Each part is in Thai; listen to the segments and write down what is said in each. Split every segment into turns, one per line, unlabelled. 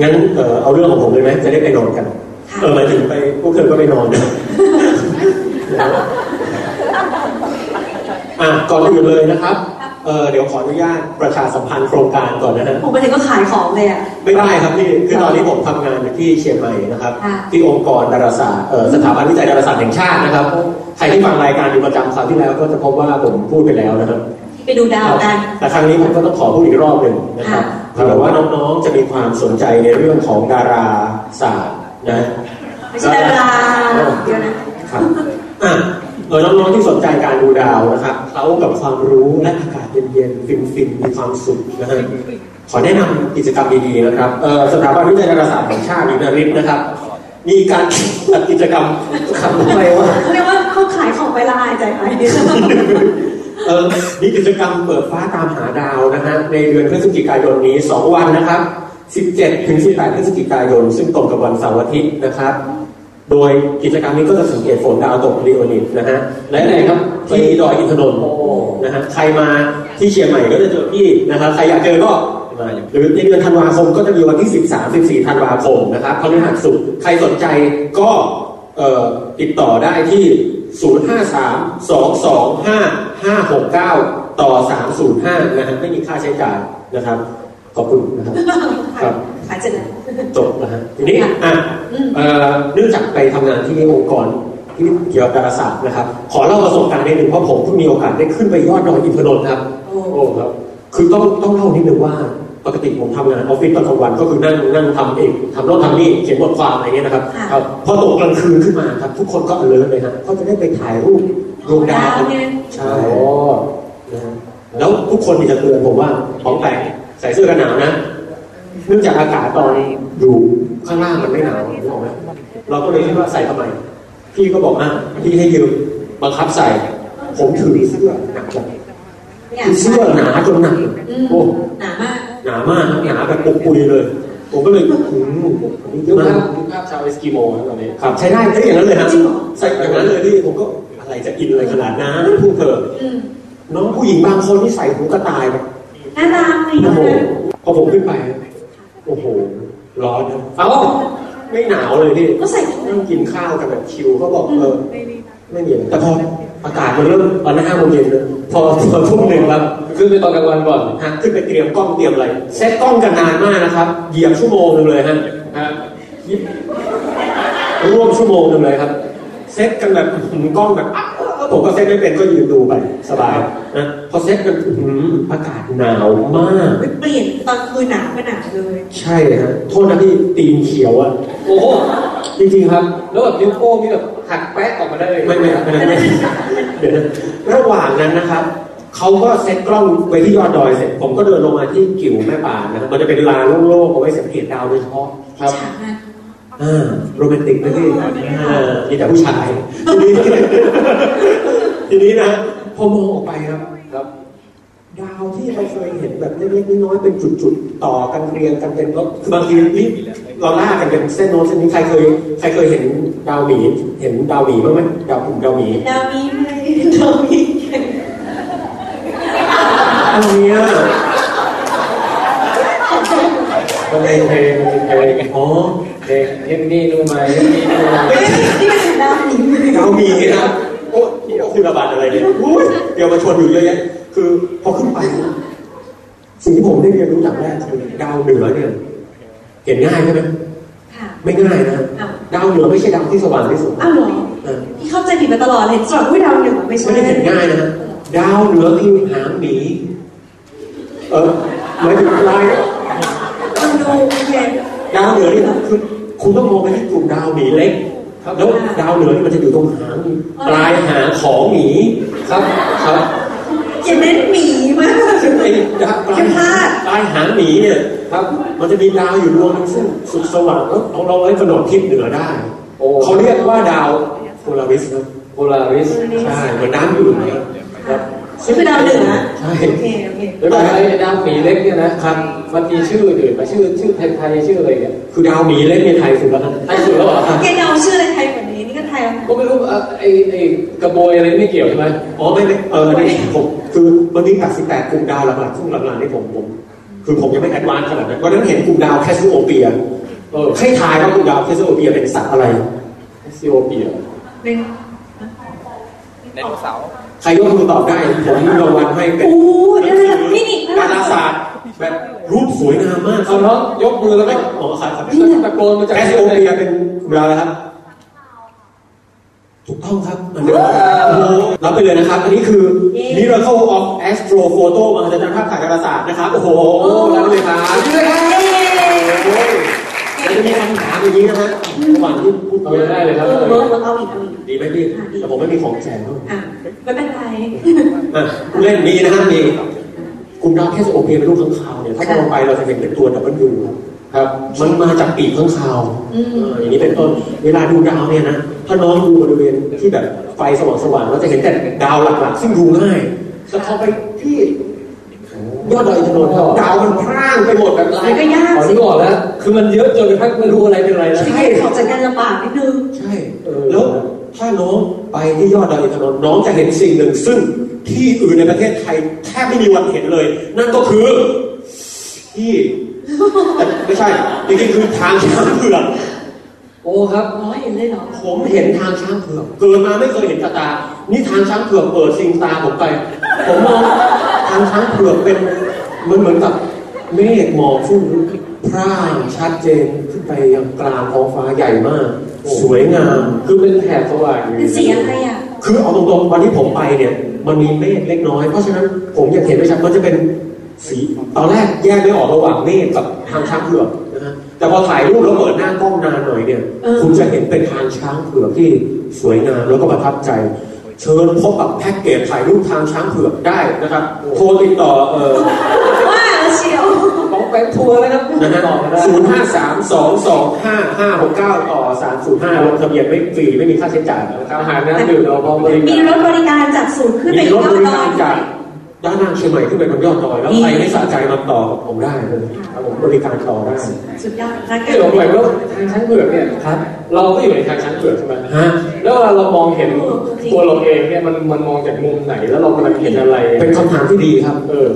งั้นเอ่อเอาเรื่องของผมเลยไหมจะได้ไปนอนกัน เออหมายถึงไปพวกเธอก็ไปนอนนะอ่ะก่อนอื่นเลยนะครับเออเดี๋ยวขออนุญาตประชาสัมพันธ์โครงการก่อนนะฮะ
ผมไปถึงก็ขายของเลยอ่ะ
ไม่ได้ครับพี่ คือตอนนี้ผมทำงานอยู่ที่เชียงใหม่นะครับ
ค่ะ
ที่องค์กรดาราศาสตร์เอ่อสถาบันวิจัยดาราศาสตร์แห่งชาตินะครับ ใครที่ฟังรายการอยู่ประจำคราวที่แล้วก็จะพบว่าผมพูดไปแล้วนะครับ
ไปดูดาวกัน
แต่ครั้งนี้ผมก็ต้องขอพูดอีกรอบหนึ่งนะครับเผื่อว่าน้องๆจะมีความสนใจในเรื่องของดาราศาสตร์นะ
ไม่ใช่ดาราเดี๋ยวนะ
ครับอ่ะเออน้องๆที่สนใจการดูดาวนะครับเขากับความรู้และอากาศเย็นๆฟินๆมีความสุขนะฮะขอแนะนำกิจกรรมดีๆนะครับเออสถาบันวิจัยดาราศาสตร์แห่งชาติหรือนริศนะครับ มีการ จัดกิจกรรมคำอะไรวะ
เขาเรียกว่าเขาขายของไปละอายใจไป
เออมีกิจกรรมเปิดฟ้าตามหาดาวนะฮะในเดือนพฤศจิกายนนี้ 2 วันนะครับ 17 ถึง 18 พฤศจิกายน ซึ่งตรงกับวันเสาร์อาทิตย์นะครับ โดยกิจกรรมนี้ก็จะสังเกตฝนดาวตกลีโอนิดนะฮะและไหนครับที่ดอยอินทนนท์นะฮะใครมาที่เชียงใหม่ก็จะเจอพี่นะครับใครอยากเจอก็มาหรือในเดือนธันวาคมก็จะมีวันที่ 13 14 ธันวาคมนะครับพฤหัสสุขใครสนใจก็เอ่อติดต่อได้ที่ 053-225-569 ต่อ 305 นะฮะไม่มีค่าใช้จ่ายนะครับ ขอบคุณนะครับ ครับ
ขายเสร็จแล้ว
จบนะฮะทีนี้
ค่ะ
อ่ะ
อืม
เอ่อเนื่องจากไปทำงานที่องค์กรที่เกี่ยวกับดาราศาสตร์นะครับ ขอเล่าประสบการณ์นิดหนึ่งเพราะผมเพิ่งมีโอกาสได้ขึ้นไปยอดดอยอินทนนท์ครับ
โอ้
โอ้ครับ คือต้องต้องเล่านิดนึงว่าปกติผมทำงานออฟฟิศตอนกลางวันก็คือนั่งนั่งทำเองทำโน่นทำนี่เขียนบทความอะไรเงี้ยนะครับ
ค่ะ
ครับพอตกกลางคืนขึ้นมาครับ ทุกคนก็เลิศเลยฮะก็จะได้ไปถ่ายรูปดวงดาว
ดาวเนี่ย
ใช่นะฮะแล้วทุกคนมีจะเตือนผมว่าของแปลกใส่เสื้อกันหนาวนะ เนื่องจากอากาศตอนอยู่ข้างล่างมันไม่หนาวนึกออกไหมเราก็เลยคิดว่าใส่ทำไม พี่ก็บอกอ่ะพี่ให้ยืมบังคับใส่ ผมถือเสื้อหนักจัง
เนี่ย
คือเสื้อหนาจนหนัก
อืม
โอ้
หนามาก
หนามากหนาแบบปุกปุยเลย ผมก็เลยอืม
ยุคภาพยุคภาพชาวเอสกิโมนะตอนนี้
ครับใช้ได้ได้อย่างนั้นเลยครับ
จริงเหรอ
ใส่อย่างนั้นเลยที่ผมก็อะไรจะอินอะไรขนาดนั้นพวกเธอ
อืม
น้องผู้หญิงบางคนที่ใส่หูกระต่ายแบบ
น่ารักดี
โอ้
นะ
โหพอผมขึ้นไป โอ้โห ร้อนนะเอ้าไม่หนาวเลยพี่
ก็ใส่ถุง
นั่งกินข้าวกันแบบชิวเขาบอกเออ ไม่มีอะไรแต่พออากาศมันเริ่มตอนนั้นห้าโมงเย็นเลยพอพอทุ่มหนึ่งแล้ว
ขึ้นไปตอนกลางวันก่อน
ฮะขึ้นไปเตรียมกล้องเตรียมอะไรเซตกล้องกันนานมากนะครับเหยียบชั่วโมงหนึงเลยฮะ
นะฮะ
ร่วมชั่วโมงหนึงเลยครับเซตกันแบบหืมกล้องแบบอ๊ะผมก็เซตไม่เป็นก็ยืนดูไปสบายนะพอเซตกันหืมอากาศหนาวมาก
เปลี่ยนตอนคืนหนาวไปหนาวเลย
ใช่ฮะโทษนะพี่ตีนเขียวอะ
โอ้โห
จริงๆครับ
แล้วแบบนิ้วโป้งนี่แบบหักแป๊กออกมาได้เลย
ไม่ไม่ไม่ไม่เดี๋ยวนะระหว่างนั้นนะครับเขาก็เซตกล้องไว้ที่ยอดดอยเสร็จ ผมก็เดินลงมาที่กิ่วแม่ป่านนะครับมันจะเป็นลานโล่งๆเอาไว้สังเกตดาวโดยเฉพาะ
ครับ
ฉากนั้น
อ่าโรแมนติกนะพี่อ่ามีแต่ผู้ชาย ทีนี้ ทีนี้นะพอมองออกไปครับ
ครับ
ดาวที่เราเคยเห็นแบบเล็กๆน้อยๆเป็นจุดๆ ต่อกันเรียงกันเป็นรถคือบางทีนี่เราล่ากกันเป็นเส้นโน้นเส้นนี้ใครเคยใครเคยเห็นดาวหมีเห็นดาวหมีบ้างไหมดาวกลุ่มดาวหมี
ดาวมีไหมดาวมีไหม
อันเนี้ยมันเป็นเพลงมันเป็นเพลงอ๋อ
เด็กเล่นนี่ดูไหมเล่นนี่ดู
เฮ้ย
ไหม
นี่มันดาวมีไหม
ดาวหมีนะครับโอ้ที่เราคือระบาดอะไรเนี่ยอุ๊ยเดี๋ยวมาชวนอยู่เยอะแยะคือพอขึ้นไป สิ่งที่ผมได้เรียนรู้อย่างแรกคือดาวเหนือเนี่ยเห็นง่ายใช่ไหม
ค่ะ
ไม่ง่ายนะ
อ้าว
ดาวเหนือไม่ใช่ดาวที่สว่างที่สุด
อ้าวเหรอ
เออ
พี่เข้าใจผิดมาตลอดเลยสำหรับผู้ดาวเหนึ่งไม่ใช่
ไม่ได้เห็นง่ายนะดาวเหนือคือหางหมีเออหมายถึงอะไร
ดูดูเย็น
ดาวเหนือนี่คือคุณต้องมองไปที่กลุ่มดาวหมีเล็กครับแล้วดาวเหนือนี่มันจะอยู่ตรงหางปลายหางของหมีครับครับ
อย่าเน้นหมีมาก
ซึ่งไอ้ดาวปลาย
อย่าพลาด
ปลายหางหมีเนี่ยครับ มันจะมีดาวอยู่ดวงหนึงซึ่งสุดสว่างแล้วเราเราไว้กำหนดทิศเหนือได้
โอ้
เขาเรียกว่าดาวโพลาริสนะ
โพลาริส
ใช่เหมือนน้ำอยู่นนะครับ
นี่คือดาวเหนือ
ใช่
โอเคโอเค
แล้วแบบไอ้ดาวหมีเล็กเนี่ยนะ ครับ มันมีชื่ออื่นไหมชื่อ ชื่อไทยๆชื่ออะไรเนี่ย
คือดาวหมีเล่นในไทยสุดแล้วนะ
ไทยสุดแล้วเหรอ
แกเดาชื่ออะไรไทยกว่านี้นี่ก็ไทยแล้วนะ
ก็ไม่รู้เอ่อไอ้ไอ้กระโบยอะไรไม่เกี่ยวใช่ไหม
อ๋อไม่ไม่เออนี่ผมคือมันมี88กลุ่มดาวหลักๆซึ่งหลักๆนี่ผมผม คือผมยังไม่แอดวานซ์ขนาดนั้นวันนั้นเห็นกลุ่มดาวแคสโอเปีย
เออ
ให้ทายว่ากลุ่มดาวแคสโอเปียเป็นสัตว์อะไร
ซีโอเปีย
เป็น
ไดโนเสาร์
ใครยกมือตอบได้ผมรางวัลให้เป็น
อู้นี่นแหละนี่นี่
ดาราศาสตร์แบบรูปสวยงามมากค
เอา
รับ
เนาะยกมือแล้วก็
หมอครับ
นี่ตะโกนมาจาก
แคสโอเปียเป็นกลุ่มดาวอะไรครับ ถูกต้องครับมันเดียวโอ้โหรับไปเลยนะครับ อันนี้คือ Miracle of Astro Photo มหัศจรรย์ภาพถ่ายดาราศาสตร์นะครับ โอ้โหรับไปเลยครับ
เย้
โอ้ยแล้วจะมีคำถามอย่างนี้นะฮะระหว่างที่พูด
เอา
คุย
ไปได้เลยค
เอ
รับ
อเออเอาเอาอีกเอาอีก
ดีไหมพี่แต่ผมไม่มีของแจกด้วย
อ่ะไม่เป็นไร
อ่ะผู้เล่นมีนะฮะมีกลุ่มดาวแคสโอเปียเป็นรูปข้างคาวเนี่ย ถ้ามองไปเราจะเห็นเป็นตัวดับเบิลยู
ครับ
มันมาจากปีกข้างคาว
อื
เอ
ม
ออย่างนี้เป็นต้น เวลาดูดาวเนี่ยนะ ถ้าน้องดูบริเวณที่แบบไฟสว่างๆเราจะเห็นแต่ดาวหลักๆ ซึ่งดูง่ายแต่พอไปที่ยอดดอยอินทนนท์ดาวมันพร่างไปหมดแบบไร
มันก็ยาก
ขอ
สิ
ที่บอกแล้วคือมันเยอะจนกระทั่งไม่รู้อะไรเป็นอะไรแล้ว
ใช่ขอจัดการลำบากนิดนึง
ใช่
เออ
แล้วถ้าน้องไปที่ยอดดอยอินทนนท์น้องจะเห็นสิ่งหนึ่งซึ่งที่อื่นในประเทศไทยแทบไม่มีวันเห็นเลย นั่นก็คือที่แต่ไม่ใช่จริงๆคือทางช้างเผือก
โอ้ครับ
อ๋อเห็นเลยเหรอ
ผมเห็นทางช้างเผือกเกิดมาไม่เคยเห็นกับตา นี่ทางช้างเผือกเปิดสิงตาผมไป ผมมองทางช้างเผือกเป็นมันเหมือนกับเมฆหมอกฟุ้งพร่างชัดเจนขึ้นไปยังกลางท้องฟ้าใหญ่มาก สวยงาม
คือเป็นแถบสว่างอยู่
เป็นสีอะไรอ่ะ
คือเอาตรงๆวันที่ผมไปเนี่ย มันมีเมฆเล็กน้อย เพราะฉะนั้นผมอยากเห็นด้วยชัดมันจะเป็นสีตอนแรกแยกไม่ออกระหว่างเมฆกับทางช้างเผือกนะฮะแต่พอถ่ายรูปแล้วเปิดหน้ากล้องนานหน่อยเนี่ย
เออ
คุณจะเห็นเป็นทางช้างเผือกที่สวยงามแล้วก็ประทับใจ เชิญพบกับแพ็กเกจถ่ายรูปทางช้างเผือกได้นะครับโทรติดต่อเออ
ว่าเชียว
ของแฟนทัวร์นะครับ
นะฮะ
ต่อมาได้
ศูนย์ห้าสามสองสองห้าห้าหกเก้าต่อสามศูนย์ห้าลงทะเบียนไม่ฟรีไม่มีค่าใช้จ่ายนะค
อา
รับ
หารน้ำดื่มเราพร้อมบริ
มี
การ
รถบริการจากศูนย์ขึ้นไป
มีรถ
ยอ
ริ
บ ดดอก
าย รจากด้านนางเชียงใหม่ขึ้นไปบนยอดดอยแล้ว
ดี
ไปไม่สะใจมาต่อกับผมได้เลยครับผมบริการต่อได้
สุดยอดรักกั
ที่เราไปว่าทางช้างเผือกเนี่ย
ครับ
เราก็อยู่ในทางช้างเผือกใช่ไหม
ฮะ
แล้วเวลาเรามองเห็นตัวเราเองเนี่ยมันมันมองจากมุมไหนแล้วเรากำลังเห็นอะไร
เป็นคำถามที่ดีครับ
เออ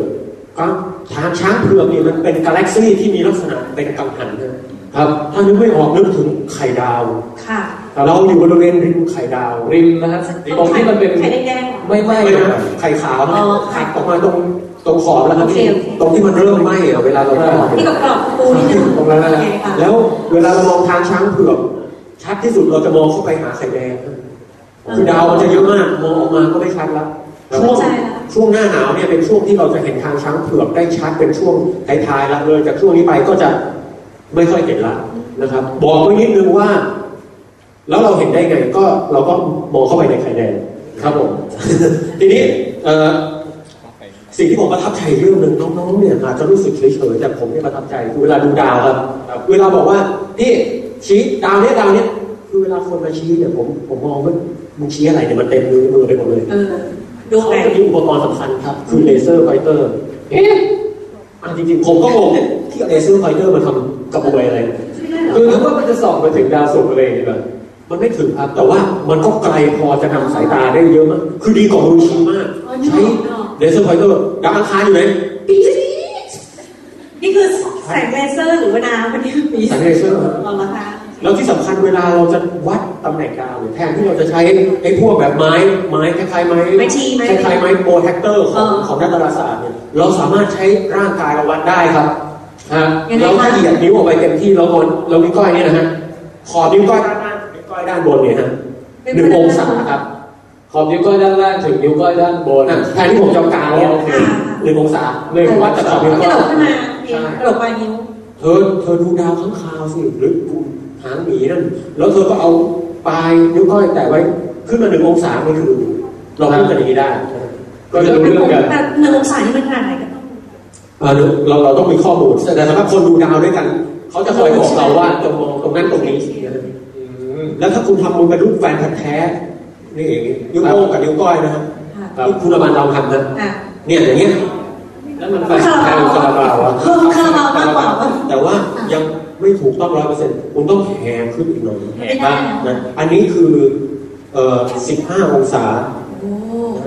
ครับทางช้างเผือกเนี่ยมันเป็นกาแล็กซี่ที่มีลักษณะเป็นกังหันนะครับ ถ้านึกไม่ออกนึกถึงไข่ดาว
ค่ะ
เราอยู่บริเวณริมไข่ดาว
ริมนะฮะตรงที่มันเป็น
ไข่แดงๆ
ไม่ไหม้
ไม่
นะ
นะไข่ขาว
อ๋
นะ
อ
ขัดออกมาตรงตรงขอบแล้วครับ
โอเค
ที่
โอเค
ตรงที่มันเริ่มไหม้อะเวลาเราทอด
นี่กับกรอบปูนิดนึง
ตรงนั้นนะ
โอเคค่ะ
แล้วเวลาเรามองทางช้างเผือกชัดที่สุดเราจะมองเข้าไปหาไข่แดงคือดาวมันจะเยอะมากมองออกมาก็ไม่ชัดละช่วงช่วงหน้าหนาวเนี่ยเป็นช่วงที่เราจะเห็นทางช้างเผือกได้ชัดเป็นช่วงท้ายๆละเลยจากช่วงนี้ไปก็จะไม่ค่อยเห็นละนะครับ บอกไว้นิดนึงว่า แล้วเราเห็นได้ไงก็เราก็มองเข้าไปในไข่แดงครับผม ทีนี้เอ่อ
ของใคร
สิ่งที่ผมประทับใจเรื่องหนึ่งน้องๆเนี่ยอาจจะรู้สึกเฉยๆแต่ผมเนี่ยประทับใจคือเวลาดูดาวครับเวลาบอกว่าพี่ชี้ดาวเนี้ยดาวเนี้ยคือเวลาคนมาชี้เนี่ยผมผมมองว่ามึงชี้อะไรเนี่ยมันเต็มมือมือไปหมดเลย
เออ ดู
เขา
แปลก
จะมีอุปกรณ์สำคัญครับ คือเลเซอร์ไฟเตอร์
เอ๊ะ
อ่ะจริงๆ ผมก็งงที่เลเซอร์ไฟเตอร์มาทำกับอวยอะไร
ใช่ได้เหรอ
คือนึกว่ามันจะส่องไปถึงดาวศุกร์อะไรอย่างเงี้ยเหรอ
มันไม่ถึงครับ แต่ว่ามันก็ไกลพอจะนำสายตาได้เยอะมากคือดีกว่ามือชี้มาก
อ๋อนึก
ใช้
ออกนึกออก
เลเซอร์ไฟเตอร์ดาวอังคารอยู่ไหน
ปี๊ดนี่คือแสงเลเซอร์หรือว่าน้ำมันนี่ปี๊ด
สายเลเซอร์
หรอคะ
แล้วที่สำคัญเวลาเราจะวัดตำแหน่งดาวเนี่ยแทนที่เราจะใช้ไอ้พวกแบบไม้ไม้คล้ายๆไม้
ไม่ชีไหม
คล้ายๆไม้โปรแทคเตอร์ของ
เออ
ของนักดาราศาสตร์เนี่ยเราสามารถใช้ร่างกายเราวัดได้ครับฮะ
ยังไงคะ
เราถ้าเหยียดนิ้วออกไปเต็มที่แล้วบนเรานิ้วก้อยเนี่ยนะฮะขอบนิ้วก้อยด้านล่างนิ้วก้อยด้านบนเนี่ยฮะหนึ่งองศาครับ
ขอบนิ้วก้อยด้านล่างถึงนิ้วก้อยด้านบน
นะแทนที่ผมจะเอากางเนี่ยหนึ่งองศา
หนึ่ง
วัดจากขอบนิ้ว
ก
ก้
ระ
อย
โดดขึ้นมาเองกระโดดปลายนิ้ว
เธอเธอดูดาวข้างคาวสิหรือดูหางหมีนั่น แล้วเธอก็เอาปลายนิ้วก้อยแตะไว้ ขึ้นมาหนึ่งองศาไม่คือเราพูดกันอย่างนี้ได้
ก็จะรู้เรื่องกัน
แต่หนึ่งองศานี่มันขนาดไหนกัน
เอ่อเราเราต้องมีข้อมูลแต่สำหรับคนดูดาวด้วยกัน เขาจะคอยบอกเราว่าตรงมองตรงนั้นตรงนี้
อืม
แล้วถ้าคุณทำบุญเป็นรูปแฟนพันธุ์แท้นี่อย่างนี้นิ้วโป้งกับนิ้วก้อยนะครับ
ค่ะ
ครับ
นี่คุณอมันลองทำนะ
อ่ะ
เนี่ยอย่างเงี้ย
แล้วมันไปทางคาราบาวอะ
เพิ่มคาราบาวมากกว่าว่า
แต่ว่ายังไม่ถูกต้องร้อยเปอร์เซ็นต์คุณต้องแหงขึ้นอีกหน่อย
ไม่ได้
นะอันนี้คือเอ่อ15 องศา
โอ้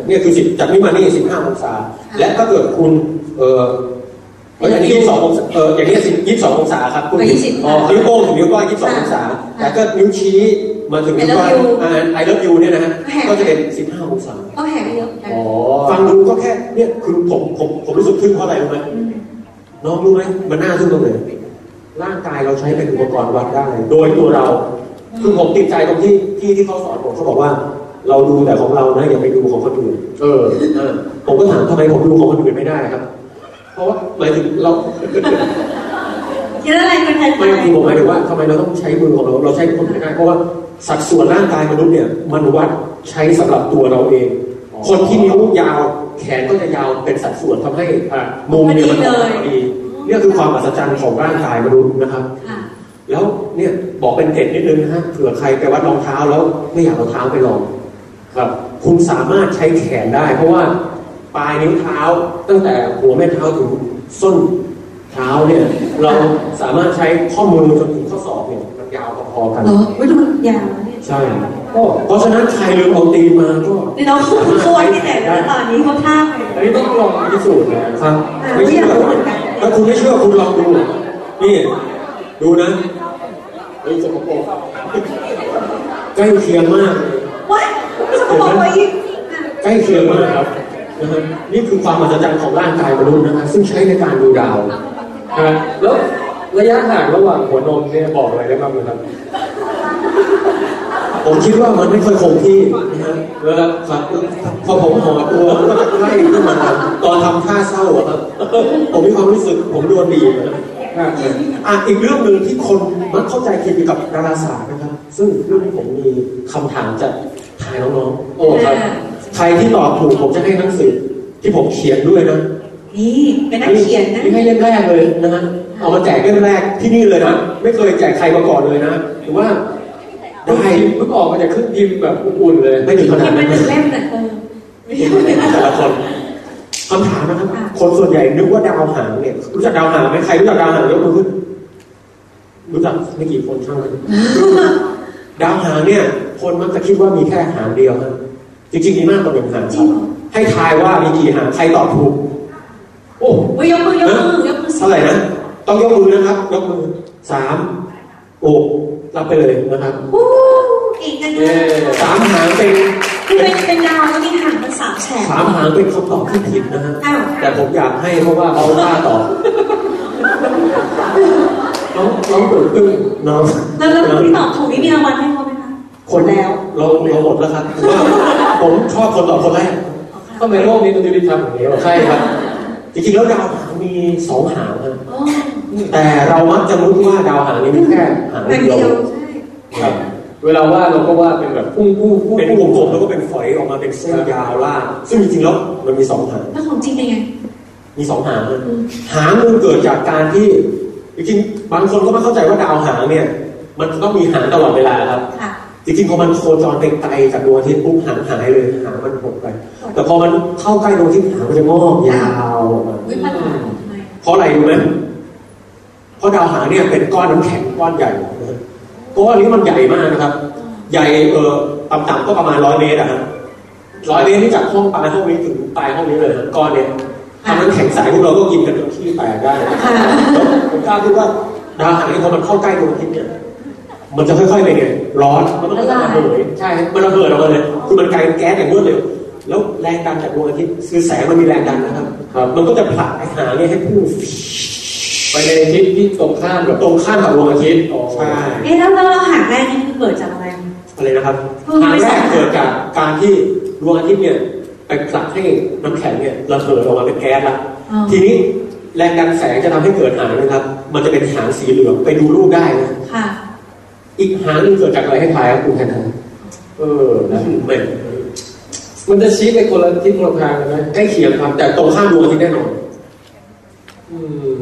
เนี่ยคือ10จากนี้มานี่ 15 องศา
ค่ะ
และถ้าเกิดคุณเอ่อ เอ้ยอันนี้ยี่สิบสององศาเอออย่างนี้ยี่สิบสององศาครับคุณ
อ๋อ20
อ๋อนิ้วโป้งถึงนิ้วก้อยยี่สิบสององศา แต่ก็นิ้วชี้มาถึงนิ้วก้อย
I love you
ไอเลิฟยูเนี่ยนะฮะ
แหม
ก็จะเป็นสิบห้าองศา
ก็แหกเยอะกัน
อ๋อ
ฟังดูก็แค่เนี่ยคือผมผมผมรู้สึกทึ่งเพราะอะไรรู้ไหมน้องรู้ไหมมันน่าทึ่งตรงไหนร่างกายเราใช้เป็นอุปกรณ์วัดได้ โดยตัวเรา คือผมติดใจตรงที่ที่ที่เขาสอนผมเขาบอกว่า เราดูแต่ของเรานะอย่าไปดูของคนอื่น
เออ
เออผมก็ถามทำไมผมดูของคนอื่นไม่ได้ครับ เพราะว่าหมายถึงเรา
คิดอะไรเป็นแทน
ไม่คือผมหมายถึงว่าทำไมเราต้องใช้มือของเราเราใช้คนอื่นไม่ได้เพราะว่าสัดส่วนร่างกายมนุษย์เนี่ย มันวัดใช้สำหรับตัวเราเอง คนที่นิ้วยาวแขนก็จะยาวเป็นสัดส่วนทำให้
อ่ะ
มุมเนี่ยมันออกมาพอดีเนี่ยคือความอัศจรรย์ของร่างกายมนุษย์นะครับ
ค่ะ
แล้วเนี่ยบอกเป็นเทคนิดนึงนะฮะเผื่อใครไปวัดรองเท้าแล้วไม่อยากเอาเท้าไปลองครับ คุณสามารถใช้แขนได้ เพราะว่าปลายนิ้วเท้า ตั้งแต่หัวแม่เท้าถึงส้นเท้าเนี่ย เราสามารถใช้ข้อมือจนถึงข้อศอกเนี่ยมันยาวพอๆกัน
เหรอไม่ดูยาวเนี่ย
ใช่โอ้เพราะฉะนั้นใครลืมเอาตีนมาก็
นี่น้องคุณโคตรที่ไหนแล้วตอนนี้เขาท่าไป
อันนี้ต้องลองพิสูจน์นะครับ
แต่
ไม่
ไม่
เชื่อย
อากรู้เหมือนกัน
ถ้าคุณไม่เชื่อคุณลองดู นี่ ดูนะ
เฮ้ยสกปรก
ใกล้เคียงมากเลย
ว้ายสมองไปอีก
ใกล้เคียงมากครับนะฮะนี่คือความอัศจรรย์ของร่างกายมนุษย์นะฮะซึ่งใช้ในการดูดาว
นะแล้วระยะห่างระหว่างหัวนมเนี่ยบอกอะไรได้บ้างไหมครับ
ผมคิดว่ามันไม่ค่อยคงที่นะฮะแล้วครับพอผมห่อตัวมันก็จะไล่ขึ้นมาตอนทำท่าเศร้าอะครับผมมีความรู้สึกผมโดนดีบนะ
มากเลย
อ่ะอีกเรื่องหนึ่งที่คนมักเข้าใจผิดเกี่ยวกับดาราศาสตร์นะครับ ซึ่งเรื่องนี้ผมมีคำถามจะถายน้องๆ
โอ้ครับ
ใครที่ตอบถูกผมจะให้หนังสือที่ผมเขียนด้วยนะ
นี่เป็นนักเขียนนะ
นี่ให้เล่มแรกเลยนะฮะเอามาแจกเล่มแรกที่นี่เลยนะไม่เคยแจกใครมาก่อนเลยนะถือว่าได้
ได้เพิ่งออกมาจากเครื่องพิมพ์แบบอุ่นๆเลย
ไม่ถึงขนา
กิ
ด
นมา
นั้น
หนึ่งเล่มแต่เออไม่ใช่ไม่ใช่
แต่ละคนคำถามนะครับ คนส่วนใหญ่นึกว่าดาวหางเนี่ยรู้จักดาวหางไหมใครรู้จักดาวหางยกมือขึ้นรู้จักไม่กี่คนเท่านั้นดาวหางเนี่ย คนมักจะคิดว่ามีแค่หางเดียวนะจริงๆมีมากกว่าหนึ่งหาง
จ
ค
ริ
รับ
งเหรอ
ให้ทายว่ามีกี่หางใครตอบถูก โอ้
เฮ้ยยกมือยกมือยกมือสิ
เท่าไหร่นะ ต้องยกมือนะครับ ยกมือสามโอ้รับไปเลยนะครับ
โอ้เก่งจังเลย
สามหางเป็น
คือเป็นเป็นดาวแล้วมีหางมันสามแฉก
สามหางเป็นคำตอบที่ผิดนะฮะ
อ้าว
แต่ผมอยากให้เพราะว่าเขากล้าตอบน้องน้องเปิดตึ้งน้อง
แล้วแล้วคนที่ตอบถูกนี่มีรางวัลให้เขาไหมคะ
คน
แล้ว
เราเราหมดแล้วครับผมว่าผมชอบคนตอบคนแรก
ทำไมโลกนี้มันยุติธรรมอย่างนี้วะ
ใช่ครับ จริงๆแล้วดาวหางมีสองหางนะ
โอ้
แต่เรามักจะรู้ว่าดาวหางนี้มีแค่หาง
เป็น
เดี
เดี
ย
ยวว
ครับ
เวลาวาดเราก็วาดเป็นแบบพุ่งพุ่งพุ่ง
เป็นว
พุ่
ง
ง
กลมแล้วก็เป็นฝอยออกมาเป็นเส้นยาวล่ากซึ่งจริงๆแล้วมันมีสองหาง
ใช่แล้วของจริงเป็นไง
มีสองหางนะ
อืม
หางมันเกิดจากการที่ จริงๆบางคนก็ไม่เข้าใจว่าดาวหางเนี่ย มันจะต้องมีหางตลอดเวลาครับ
ค่ะ
จริงๆพอมันโคจรไปไกลจากดวงอาทิตย์ปุ๊บหางหายเลยหางมันหดไป แต่พอมันเข้าใกล้ดวงอาทิตย์หางมันจะงอกยาวออกมา
วิปัสสนาทำไม
เพราะอะไรรู้ไหมเพราะดาวหางเนี่ยเป็นก้อนน้ำแข็งก้อนใหญ่นะก้อนนี้มันใหญ่มากนะครับ ใหญ่เออต่ำๆก็ประมาณร้อยเมตรอะฮะร้อยเมตรนี่จากห้องปลายห้องนี้ถึงปลายห้องนี้เลยนะก้อนเนี่ยทำนั้นแข็งใสพวกเราก็กินกันจนขี้แตกได้แล้วผมกล้าพูดว่าดาวหางนี่พอมันเข้าใกล้ดวงอาทิตย์เนี่ยมันจะค่อยๆไปเนี่ยร้อนมันก็จะระเหยใช่ฮะมันระเหิดออกมาเลยคือมันกลายเป็นแก๊สอย่างรวดเร็วแล้วแรงดันจากดวงอาทิตย์คือแสงมันมีแรงดันนะครับครับมันก็จะผลักไอ้หางเนี่ยให้พุ่ง
ไปในทิศที่ตรงข้ามกับ
ตรงข้ามกับดวงอาทิตย์ใช่
เอ๊ะแล้วแล้วเราหางแรกนี่คือเกิดจากอะไร
อะไรนะครับ
เออ
ทาง
ไม่
แร
ทราบ
กเกิดจากการที่ดวงอาทิตย์เนี่ยไปผลักให้น้ำแข็งเนี่ยระเหิดออกมาเป็นแก๊สละ
อ๋อ
ทีนี้แรงดันแสงจะทำให้เกิดหางนะครับ มันจะเป็นหางสีเหลืองไปดูรูปได้นะ
ค่ะ
อีกหางหนึงเกิดจากอะไรให้ทายครับคุณแทนทาย
เออนะ
ไม่
มันจะชี้ไปคนละทิศคนละทางเลยไหม
ใกล้เคียงครับ แต่ตรงข้ามดวงอาทิตย์แน่นอน
อืม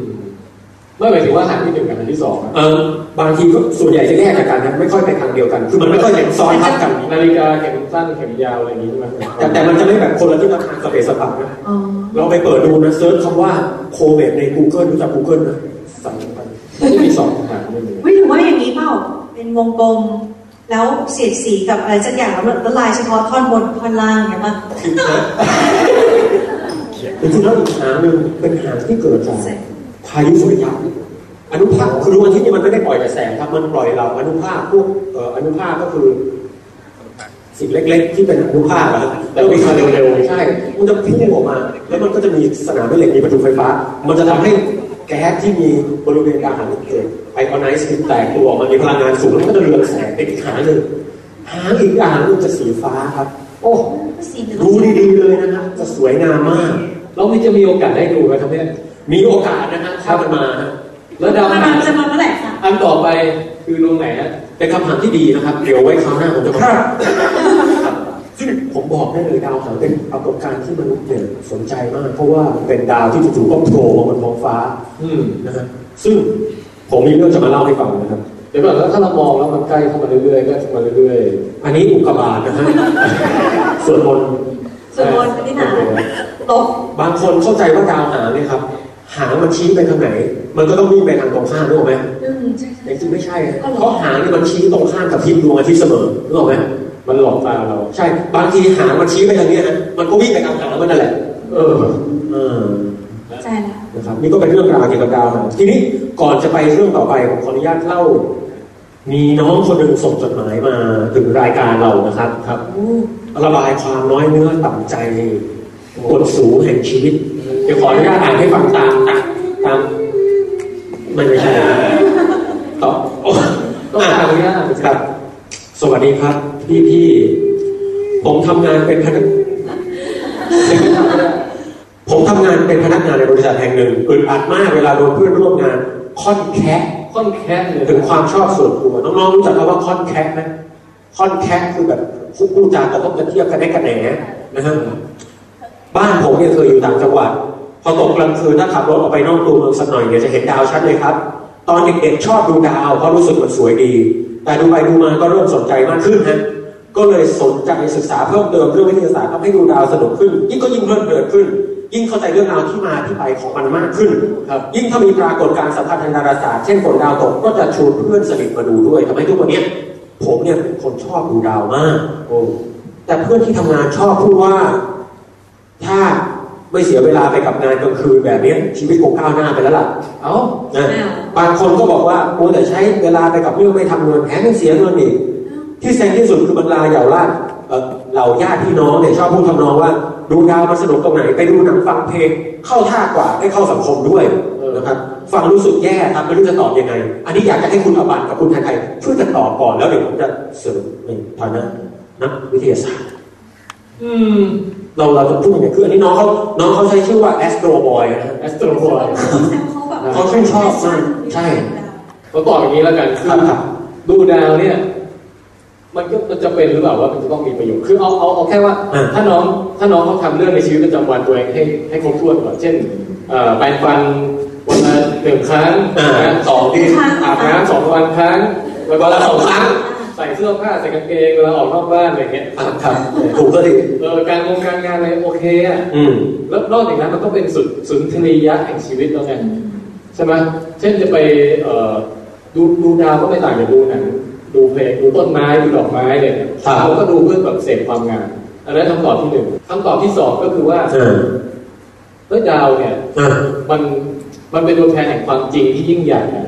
ไม่หมายถึงว่าหันที่หนึ่งกับหันที่สองอะ
เออบางทีก็ส่วนใหญ่จะแยกจากกันนะไม่ค่อยไปทางเดียวกัน คือมันไม่ค่อยเห็นซ้อนทับกัน
นาฬิกาเข็มสั้นเข็มยาวอะไรอย่างนี้ใช่ไหม
แต่แต่มันจะไม่แบบคนละที่ละทางสเปซสปะนะ
อ๋อ
เราไปเปิดดูนะเซิร์ชคำว่าโคเวดใน Google รู้จัก Google นะ
สั่งไปไม่ได้มีสองทางไม่มี
ไม่ถือว่าอย่างนี้เปล่า เป็นวงกลม แล้วเสียดสีกับอะไรสักอย่างแล้วแล้วลายเฉพาะท่อนบนท่อนล่างอย่างเงี้ยมั้ง
จริงๆแล้วอีกหางหนึ่งเป็นหางที่เกิดจาก พายุสุริยะอนุภาคคือดวงอาทิตย์เนี่ยมันไม่ได้ปล่อยแต่แสงครับมันปล่อยเราอนุภาคพวกเอ่ออนุภาคก็คือ สิ่งเล็กๆ ที่เป็นอนุภาคอะครับแล้ววิ่งมาเร็วๆ ใช่ มันจะพุ่งออกมา แล้วมันก็จะมีสนามแม่เหล็กมีประตูไฟฟ้า มันจะทำให้แก๊สที่มีบริเวณกลางหันเกิดไอออนไนซ์คือแตกตัวออกมามีพลังงานสูงแล้วมันก็จะเรืองแสงไปอีกหางหนึ่งหางอีกหางหนึงจะสีฟ้าครับ โอ้
สีเหลือง
ดูดีๆเลยนะครับจะสวยงามมาก
แล้วนี่จะมีโอกาสได้ดูไหมครับเนี่ย
มีโอกาสนะฮะถ้ามันมาฮะ
แล้วดาว
ประ
อั
มาง ณ
คาร
จะมาเมื่อไหร่คะ
อันต่อไปคือดวงไหนฮะ
เป็นคำถามที่ดีนะครับ เดี๋ยวไว้คราวหน้าผมจะมาซึ่งผมบอกได้เลยดาวหางเป็นปรากฏการณ์ที่มนุษย์เนี่ยสนใจมาก เพราะว่าเป็นดาวที่จู่ๆก็โผล่มาบนท้องฟ้า
อืม
นะฮะซึ่งผมมีเรื่องจะมาเล่าให้ฟังนะครับ
เดี๋ยวก่อนแล้วถ้าเรามองแล้วมันใกล้เข้ามาเรื่อยๆก็มาเรื่อย
อันนี้อุกกาบาตนะฮะ ส่วนมนต์
ส่วนบนที่หนาตก
บางคนเข้าใจว่าดาวหางเนี่ยครับ หางมันชี้ไปทางไหน มันก็ต้องวิ่งไปทางตรงข้ามรู้ไหม
อืมใช่
แต่
ใช่
จริงไม่ใช่นะ
อ๋อเหรอ
เพราะหางเนี่ยมันชี้ตรงข้ามกับทิศดวงอาทิตย์เสมอรู้ไหม
ๆมันหลอกตาเรา
ใช่ บางทีหางมันชี้ไปทางเนี้ยนะมันก็วิ่งไปทางหางมันนั่นแหละ
เออ
เออ
ใจแล้ว
นะครับนี่ก็เป็นเรื่องราวเกี่ยวกับดาวหางทีนี้ก่อนจะไปเรื่องต่อไปผมขออนุญาตเล่า มีน้องคนหนึ่งส่งจดหมายมาถึงรายการเรานะครับครับ
อู้
ระบายความน้อยเนื้อต่ำใจกดสูงแห่งชีวิต เดี๋ยวขออนุญาตอ่านให้ฟังตามอ่ะตามไม่ไม่ใช่นะต่อโอ้
ต้อง
อ่ะ
ขออนุญาต
ครับ สวัสดีครับพี่พี่ๆผมทำงานเป็นพนัก ผมทำงานเป็นพนักงานในบริษัทแห่งหนึ่งอึดอัดมากเวลาโดนเพื่อนร่วมงานค่อนแคะ
ค่อนแค้นเลย
ถึงความชอบส่วนตัวน้องๆรู้จักคำว่าค่อนแคะไหมค่อนแคะคือแบบพูดจาแต่ต้องกระเทียบกระแนะกระแหนนะฮะบ้านผมเนี่ยเคยอยู่ต่างจังหวัด พอตกกลางคืนถ้าขับรถออกไปนอกตัวเมืองสักหน่อยเนี่ยจะเห็นดาวชัดเลยครับ ตอนเด็กๆชอบดูดาวเพราะรู้สึกมันสวยดี แต่ดูไปดูมาก็เริ่มสนใจมากขึ้นฮะก็เลยสนใจศึกษาเพิ่มเติมเรื่องวิทยาศาสตร์ทำให้ดูดาวสนุกขึ้น ยิ่งก็ยิ่งเพลิดเพลินขึ้น ยิ่งเข้าใจเรื่องราวที่มาที่ไปของมันมากขึ้นครับยิ่งถ้ามีปรากฏการณ์สำคัญทางดาราศาสตร์เช่นฝนดาวตกก็จะชวนเพื่อนสนิทมาดูด้วยทำให้ทุกวันเนี้ยผมเนี่ยเป็นคนชอบดูดาวมาก
โอ้
แต่เพื่อนที่ทำงานชอบพูดว่า ถ้าไม่เสียเวลาไปกับงานกลางคืนแบบเนี้ยชีวิตคงก้าวหน้าไปแล้วล่ะ
เอ้า
นะบางคนก็บอกว่าโอ้แต่ใช้เวลาไปกับเรื่องไม่ทำเงินแถมยังเสียเงินอีกที่เซ็งที่สุดคือบรรดาเหล่าญาติเอ่อเหล่าญาติพี่น้องเนี่ยชอบพูดทำนองว่า ดูดาวมาสนุกตรงไหนไปดูหนังฟังเพลงเข้าท่ากว่าได้เข้าสังคมด้วย
เออ
นะครับฟังรู้สึกแย่ครับไม่รู้จะตอบยังไง อันนี้อยากจะให้คุณอบันกับคุณไทยๆช่วยกันตอบก่อนแล้วเดี๋ยวผมจะเสริมในฐานะนักวิทยาศาสตร์
อืม
เราเราจะพูดยังไงคืออันนี้น้องเขาน้องเขาใช้ชื่อว่า Astro Boy นะฮะ
แอสโตรบอย
เขาแบบ
เขาชื่นชอบมากใช่
เราตอบอย่างนี้แล้วกันคือ
ครับ
ดูดาวเนี่ย มันก็มันจะเป็นหรือเปล่าว่ามันจะต้องมีประโยชน์คือเอาเอาเอาแค่ว่า
อ่า
ถ้าน้องถ้าน้องเขาทำเรื่องในชีวิตประจำวันตัวเองให้ให้ครบถ้วนก่อนเช่นเอ่อแปรงฟันวันละหนึ่งครั้งนะสองเดือนอาบน้ำสองวันครั้งวันละสองครั้ง ใส่เสื้อผ้าใส่กางเกงเวลาออกนอกบ้านอะไรเงี้ย
อ่ะครับถูกก็ดี
เออการงงการงานอะไรโอเคอ่ะ
อืม
แล้วนอกจากนั้นมันก็เป็นสุดสุนทรียะแห่งชีวิตแล้วไงใช่ไหมเช่นจะไปเอ่อดูดูดาวก็ไม่ต่างจากดูหนังดูเพลงดูต้นไม้ดูดอกไม้เลยเนี่ย
ครับ
เราก็ดูเพื่อแบบเสพความงามอันนั้นคำตอบที่หนึ่งคำตอบที่สองก็คือว่า
เออ
เฮ้ยดาวเนี่ย
เออ
มันมันเป็นตัวแทนแห่งความจริงที่ยิ่งใหญ่นะ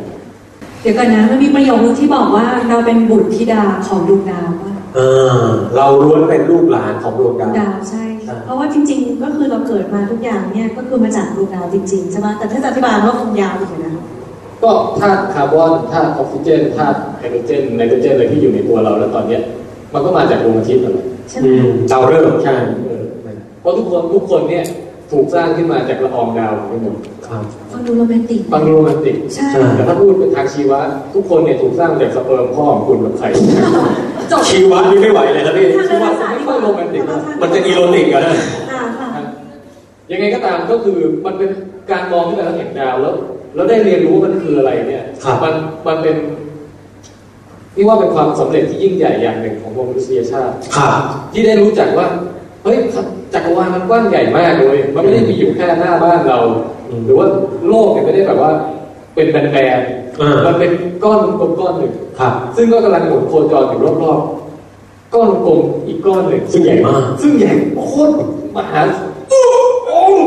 เดี๋ยวก่อนนะมันมีประโยคนึงที่บอกว่าเราเป็นบุตรธิดาของดวงดาวว่า
เออเราล้วนเป็นลูกหลานของดวงดาว
ดาวใช่
ใช่
เพราะว่าจริง ๆ ก็คือเราเกิดมาทุกอย่างเนี่ยก็คือมาจากดวงดาวจริงๆใช่ไหมแต่ถ้าจะอธิบายว่าคงยาวอีกนะ
ก็ธาตุคาร์บอนธาตุออกซิเจนธาตุไฮโดรเจนไนโตรเจนอะไรที่อยู่ในตัวเราแล้วตอนเนี้ยมันก็มาจากดวงอาทิตย์นั่นแหละ
ใช่ไหม
อืมดาวเริ่มใช่
เออเพราะทุกคนทุกคนเนี่ยถูกสร้างขึ้นมาจากละอองดาวทั้งหมด
ครับ
ฟังดูโรแมนติก
ฟังดูโรแมนติก
ใช่
ใช่
แต่ถ้าพูดเป็นทางชีวะ ทุกคนเนี่ยถูกสร้างจากสเปิร์มพ่อของคุณกับใคร
จบ
ชีวะนี่ไม่ไหวเลยนะพี่
ทางดาว
ชีะ
ราศาสตร์
ไม่ค่อยโรแมนติกนะ
มันจะอีโรนิกอะนะ
อ่าค่ะ
ยังไงก็ตามก็คือมันเป็นการมองที่เราเห็นดาวแล้วแล้วได้เรียนรู้ว่ามันคืออะไรเนี่ย
ครับ
มันมันเป็นนี่ว่าเป็นความสำเร็จที่ยิ่งใหญ่อย่างหนึ่งของมวลมนุษยชาติ
ครับ
ที่ได้รู้จักว่าเฮ้ยจักรวาลมันกว้างใหญ่มากเลย มันไม่ได้มีอยู่แค่หน้าบ้านเรา
อืม
หรือว่าโลกเนี่ยไม่ได้แบบว่า เป็นแบน
เออ
ๆมันเป็นก้อนกลมๆก้อนหนึ่ง
ครับ
ซึ่งก็กำลังหมุนโคจรอยู่รอบๆก้อนกลมอีกก้อนหนึ่ง
ซึ่งใหญ่มาก
ซึ่งใหญ่โคตรมหาโอ้ ง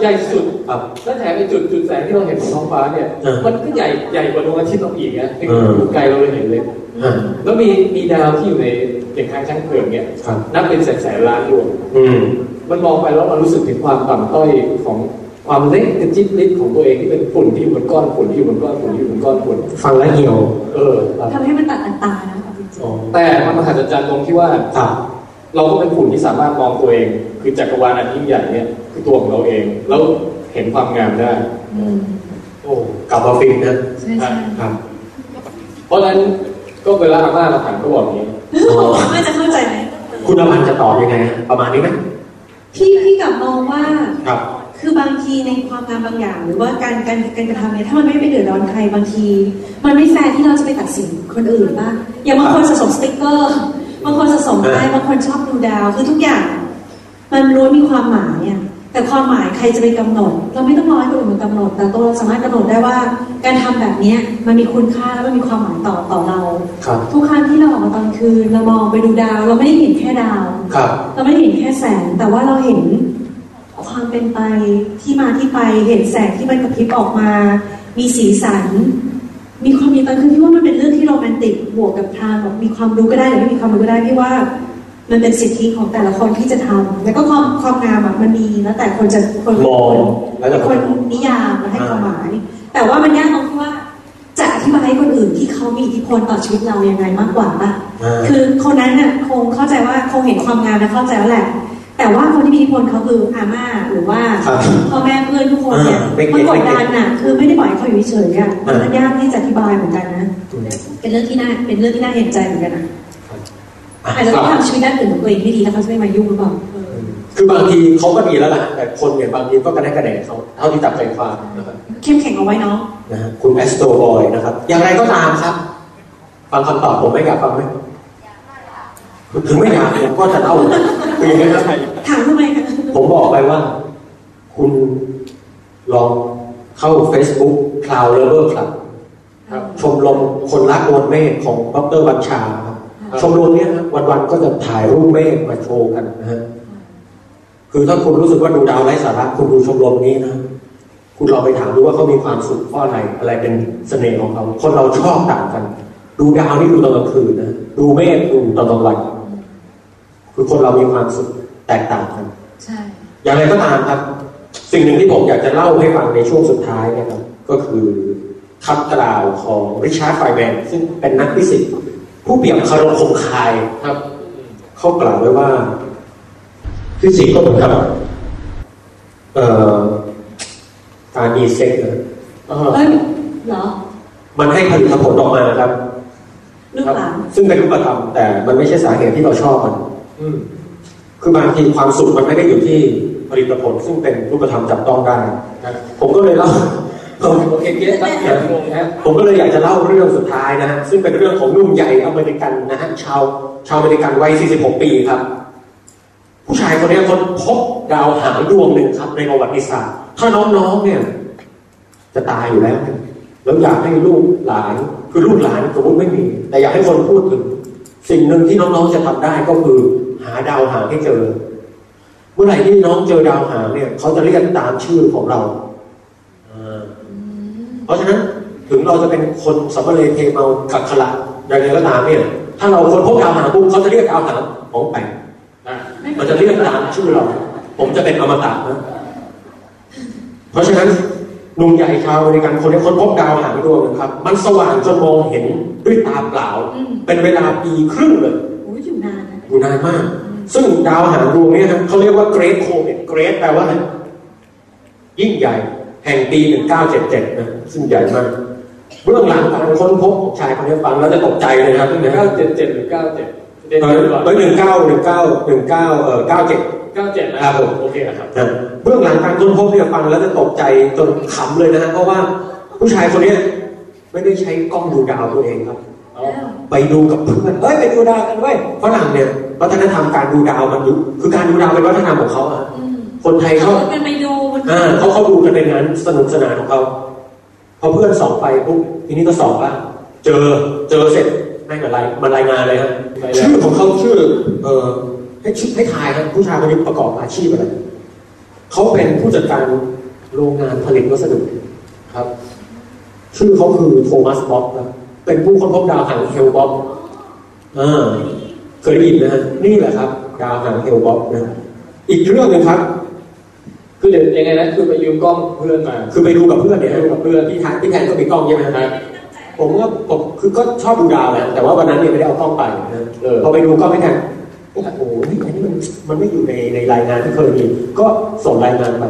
ใหญ่สุด
ครับ
และแถมไอ้จุดจุดแสงที่เราเห็นบนท้องฟ้าเนี่ย
เออ
มันก็ใหญ่ใหญ่กว่าดวงอาทิตย์เราอีกนะ
เออ
ไกลเราไปเห็นเลย
อ่า
แล้วมีมีดาวที่อยู่ในอย่างทางช้างเผือกเนี่ย
ครับ
นับเป็นแสนแสนล้านดวง
อืม
มันมองไปแล้วมันรู้สึกถึงความต่ำต้อยของความเล็กกระจิบลิดของตัวเองที่เป็นฝุ่นที่อยู่บนก้อนฝุ่นที่อยู่บนก้อนฝุ่นที่อยู่บนก้อนฝุ่น
ฟังแล้วเหี่ยว
เออครับ
ทำให้มันตัดอันตานะคะจริง
อ๋อ
แต่มันมหัศจรรย์ตรงที่ว่า
ครับ
เราก็เป็นผู้ที่สามารถมองตัวเอง คือจักรวาลอันยิ่งใหญ่เนี่ยคือตัวของเราเอง แล้วเห็นความงามได้
ๆอืม
โอ้กลับมาฟินนะ
ใช่ใช่
ครับ
เพราะฉะนั้นก็เวลาอาม่ามาถามก็บอกอย่างนี้
อ๋อ
ไม่จะเข้าใจไหม
คุณอมันต์จะตอบยังไงฮะประมาณนี้ไหม
พี่พี่กลับมองว่า
ครับ
คือบางทีในความงามบางอย่าง หรือว่าการการการกระทำเนี่ยถ้ามันไม่ไปเดือดร้อนใครบางที มันไม่แฟร์ที่เราจะไปตัดสินคนอื่นบ้างอย่างบางคนสะสมสติกเกอร์บางคนสะสมป้ายบางคนชอบดูดาวคือทุกอย่าง มันล้วนมีความหมายเนี่ยแต่ความหมายใครจะไปกำหนด เราไม่ต้องรอให้คนอื่นมากำหนด แต่ตัวเราสามารถกำหนดได้ว่า การทำแบบเนี้ยมันมีคุณค่าและมันมีความหมายต่อต่อเรา
ครับ
ทุกครั้งที่เราออกมาตอนคืนเรามองไปดูดาว เราไม่ได้เห็นแค่ดาว
ครับ
เราไม่ได้เห็นแค่แสง แต่ว่าเราเห็นความเป็นไปที่มาที่ไปเห็นแสงที่มันกระพริบออกมา มีสีสัน มีความมีตอนคือพี่ว่ามันเป็นเรื่องที่โรแมนติกบวกกับทางแบบมีความรู้ก็ได้หรือไม่มีความรู้ก็ได้พี่ว่า มันเป็นสิทธิของแต่ละคนที่จะทำแล้วก็ความความงามอะมันมีแล้วแต่คนจะคน
มองแล้วแต่
ค
คนน
นิยามมาให้ความหมาย แต่ว่ามันยากตรงที่ว่าจะอธิบายให้คนอื่นที่เขามีอิทธิพลต่อชีวิตเรายังไงมากกว่าป่ะ
อ่า
คือคนนั้นน่ะคงเข้าใจว่าคงเห็นความงามและเข้าใจแล้วแหละ แต่ว่าคนที่มีอิทธิพลเขาคืออาม่าหรือว่า
ครับ
พ่อแม่เพื่อนทุกคนเนี่ย
อ่าไม่เก็
มั
ต
นก
ไม่
ด
เก็ต
ดันน่ะคือไม่ได้ปล่อยให้เขาอยู่เฉยๆอ่ะ
อ่ามั
มันยากที่จะอธิบายเหมือนกันนะ
อืม
เป็นเรื่องที่น่าเป็นเรื่องที่น่าเห็นใจเหมือนกันนะ
อ่ะ
อาจจะต้องทำชีวิตด้านอื่นของตัวเองให้ดีแล้วเขาจะไม่มายุ่งหรือเปล่าเออ
คือบางทีเขาก็มีแล้วล่ะ แต่คนเนี่ยบางทีก็กระแนกกระแดกเขาเท่าที่จับใจความนะครับ
เข้มแข็งเอาไว้เนาะ
นะฮะคุณแอสโตรบอยนะครับ อย่างไรก็ตามครับ ฟังคำตอบผมไหม่อยากฟังไหมถึงไม่อยากผมก็จะเล่าคืออย่างนี้ครับ
ถามทำไมคะ
ผมบอกไปว่า คุณลองเข้า Facebook Cloud Lover Club
ครับ
ชมรมคนรักมวลเมฆของดรบัญชาครับชมรมเนี้ยนะวันๆก็จะถ่ายรูปเมฆมาโชว์กันนะฮะคือถ้าคุณรู้สึกว่าดูดาวไร้สาระคุณดูชมรมนี้นะ คุณลองไปถามดูว่าเขามีความสุขเพราะอะไรอะไรเป็นเสน่ห์ของเขา คนเราชอบต่างกัน ดูดาวนี่ดูตอนกลางคืนนะดูเมฆดูตอนกลางวันคือคนเรามีความสุขแตกต่างกัน
ใช่
อย่างไรก็ตามครับ สิ่งหนึ่งที่ผมอยากจะเล่าให้ฟังในช่วงสุดท้ายเนะครับ ก็คือคำกล่าวของริชาร์ดไฟแมนซึ่งเป็นนักฟิสิกส์ผู้เปรียบคารมคมคาย
ครับ
เขากล่าวไว้ว่า ฟิสิกส์ก็เหมือนกับเอ่อการมีเซ็กส์นะ
เอ้ยเหรอ
มันให้ผลิตผลออกมานะครับ
ลูกหลาน
ซึ่งเป็นรูปธรรมแต่มันไม่ใช่สาเหตุที่เราชอบมัน
อืม
คือบางทีความสุขมันไม่ได้อยู่ที่ผลิตผล ซึ่งเป็นรูปธรรมจับต้องได้นะผมก็เลยเล่า
โอเคเก็ตครับเก็ตงงนะ
ผมก็เลยอยากจะเล่าเรื่องสุดท้ายนะฮะซึ่งเป็นเรื่องของหนุ่มใหญ่อเมริกันนะฮะชาวชาวอเมริกันวัย 46 ปีครับ ผู้ชายคนนี้คนพบดาวหางดวงหนึ่งครับ ในประวัติศาสตร์ ถ้าน้องๆเนี่ย จะตายอยู่แล้วเนี่ยแล้วอยากให้ลูกหลาน คือลูกหลานสมมติไม่มี แต่อยากให้คนพูดถึง สิ่งหนึ่งที่น้องๆจะทำได้ก็คือ หาดาวหางให้เจอ เมื่อไหร่ที่น้องเจอดาวหางเนี่ยเขาจะเรียกตามชื่อของเราอ่า เพราะฉะนั้นถึงเราจะเป็นคนสัมเลเทเมากักขละอย่างไรก็ตามเนี่ย ถ้าเราคนพบดาวหางปุ๊บเขาจะเรียกดาวหางของแปลกมันจะเรียกตามชื่อเรา ผมจะเป็นอมตะนะเพราะฉะนั้นหนุ่มใหญ่ชาวอเมริกันคนนี้คนพบดาวหางดวงหนึ่งครับ มันสว่างจนมองเห็นด้วยตาเปล่า เป็นเวลาปีครึ่งเลย
อุ้ยอยู่นานนะ
อยู่นานมาก ซึ่งดาวหางดวงเนี่ยนะเขาเรียกว่าเกรทโคเมตเกรทแปลว่าอะไรยิ่งใหญ่ แห่งปี 1977 นะ ซึ่งใหญ่มาก เบื้องหลังการค้นพบของชายคนนี้ฟังแล้วจะตกใจเลยนะครับ
หนึ่งเก้าเจ็ดเจ็ดหรือเก้าเจ็ดเจ็ด
เอ
เจ็ดก่อน
อหนึ่งเก้าหนึ่งเก้าหนึ่งเก้าเออเก้าเจ็ด
เก้าเจ็ดนะ
ค
ค
รั
รั
บบ ผม
โอเคนะครับ
นะเบื้องหลังการค้นพบเนี่ยฟังแล้วจะตกใจจนขำเลยนะฮะเพราะว่าผู้ชายคนเนี้ยไม่ได้ใช้กล้องดูดาวตัวเองครับ ไปดูกับเพื่อน เฮ้ยไปดูดาวกันเว้ยฝรั่งเนี่ยวัฒนธรรมการดูดาวมันอยู่คือการดูดาวเป็นวัฒนธรรมของเขาอะ
อืม
คนไทยเขา
กันไปดูมัน
อ่าเขาเขาดูกันในงานสนุกสนานของเขาพอเพื่อนสอบไปปุ๊บทีนี้ก็สอบละเจอเจอเสร็จไม่เป็นไรมันรายงานเลยฮะ
ไปแล้ว
ชื่อของเขาชื่อ เออให้ชื่อให้ทายครับผู้ชายคนนี้ประกอบอาชีพอะไร เขาเป็นผู้จัดการโรงงานผลิตวัสดุครับ ชื่อเขาคือโทมัสบ็อกครับเป็นผู้ค้นพบดาวหางเฮลบ็อกอ่าเคยได้ยินนะฮะนี่แหละครับ ดาวหางเฮลบ็อกนะอีกเรื่องหนึงครับ
คือเดี๋ยวยังไงนะคือไปยืมกล้องเพื่อนมา
คือไปดูกับเพื่อนเนี่ยฮะดูกับเพื่อนพี่แทนพี่แทนก็มีกล้องใช่ไหม
ครั
ฮะ
บ
ผมก็ผมคือก็ชอบดูดาวนะแต่ว่าวันนั้นเนี่ยไม่ได้เอากล้องไปนะ
เออ
พอไปดูกล้องพี่แทนโอ้โหนี่อันนี้มันมันไม่อยู่ในในรายงานที่เคยมีก็ส่งรายงานไป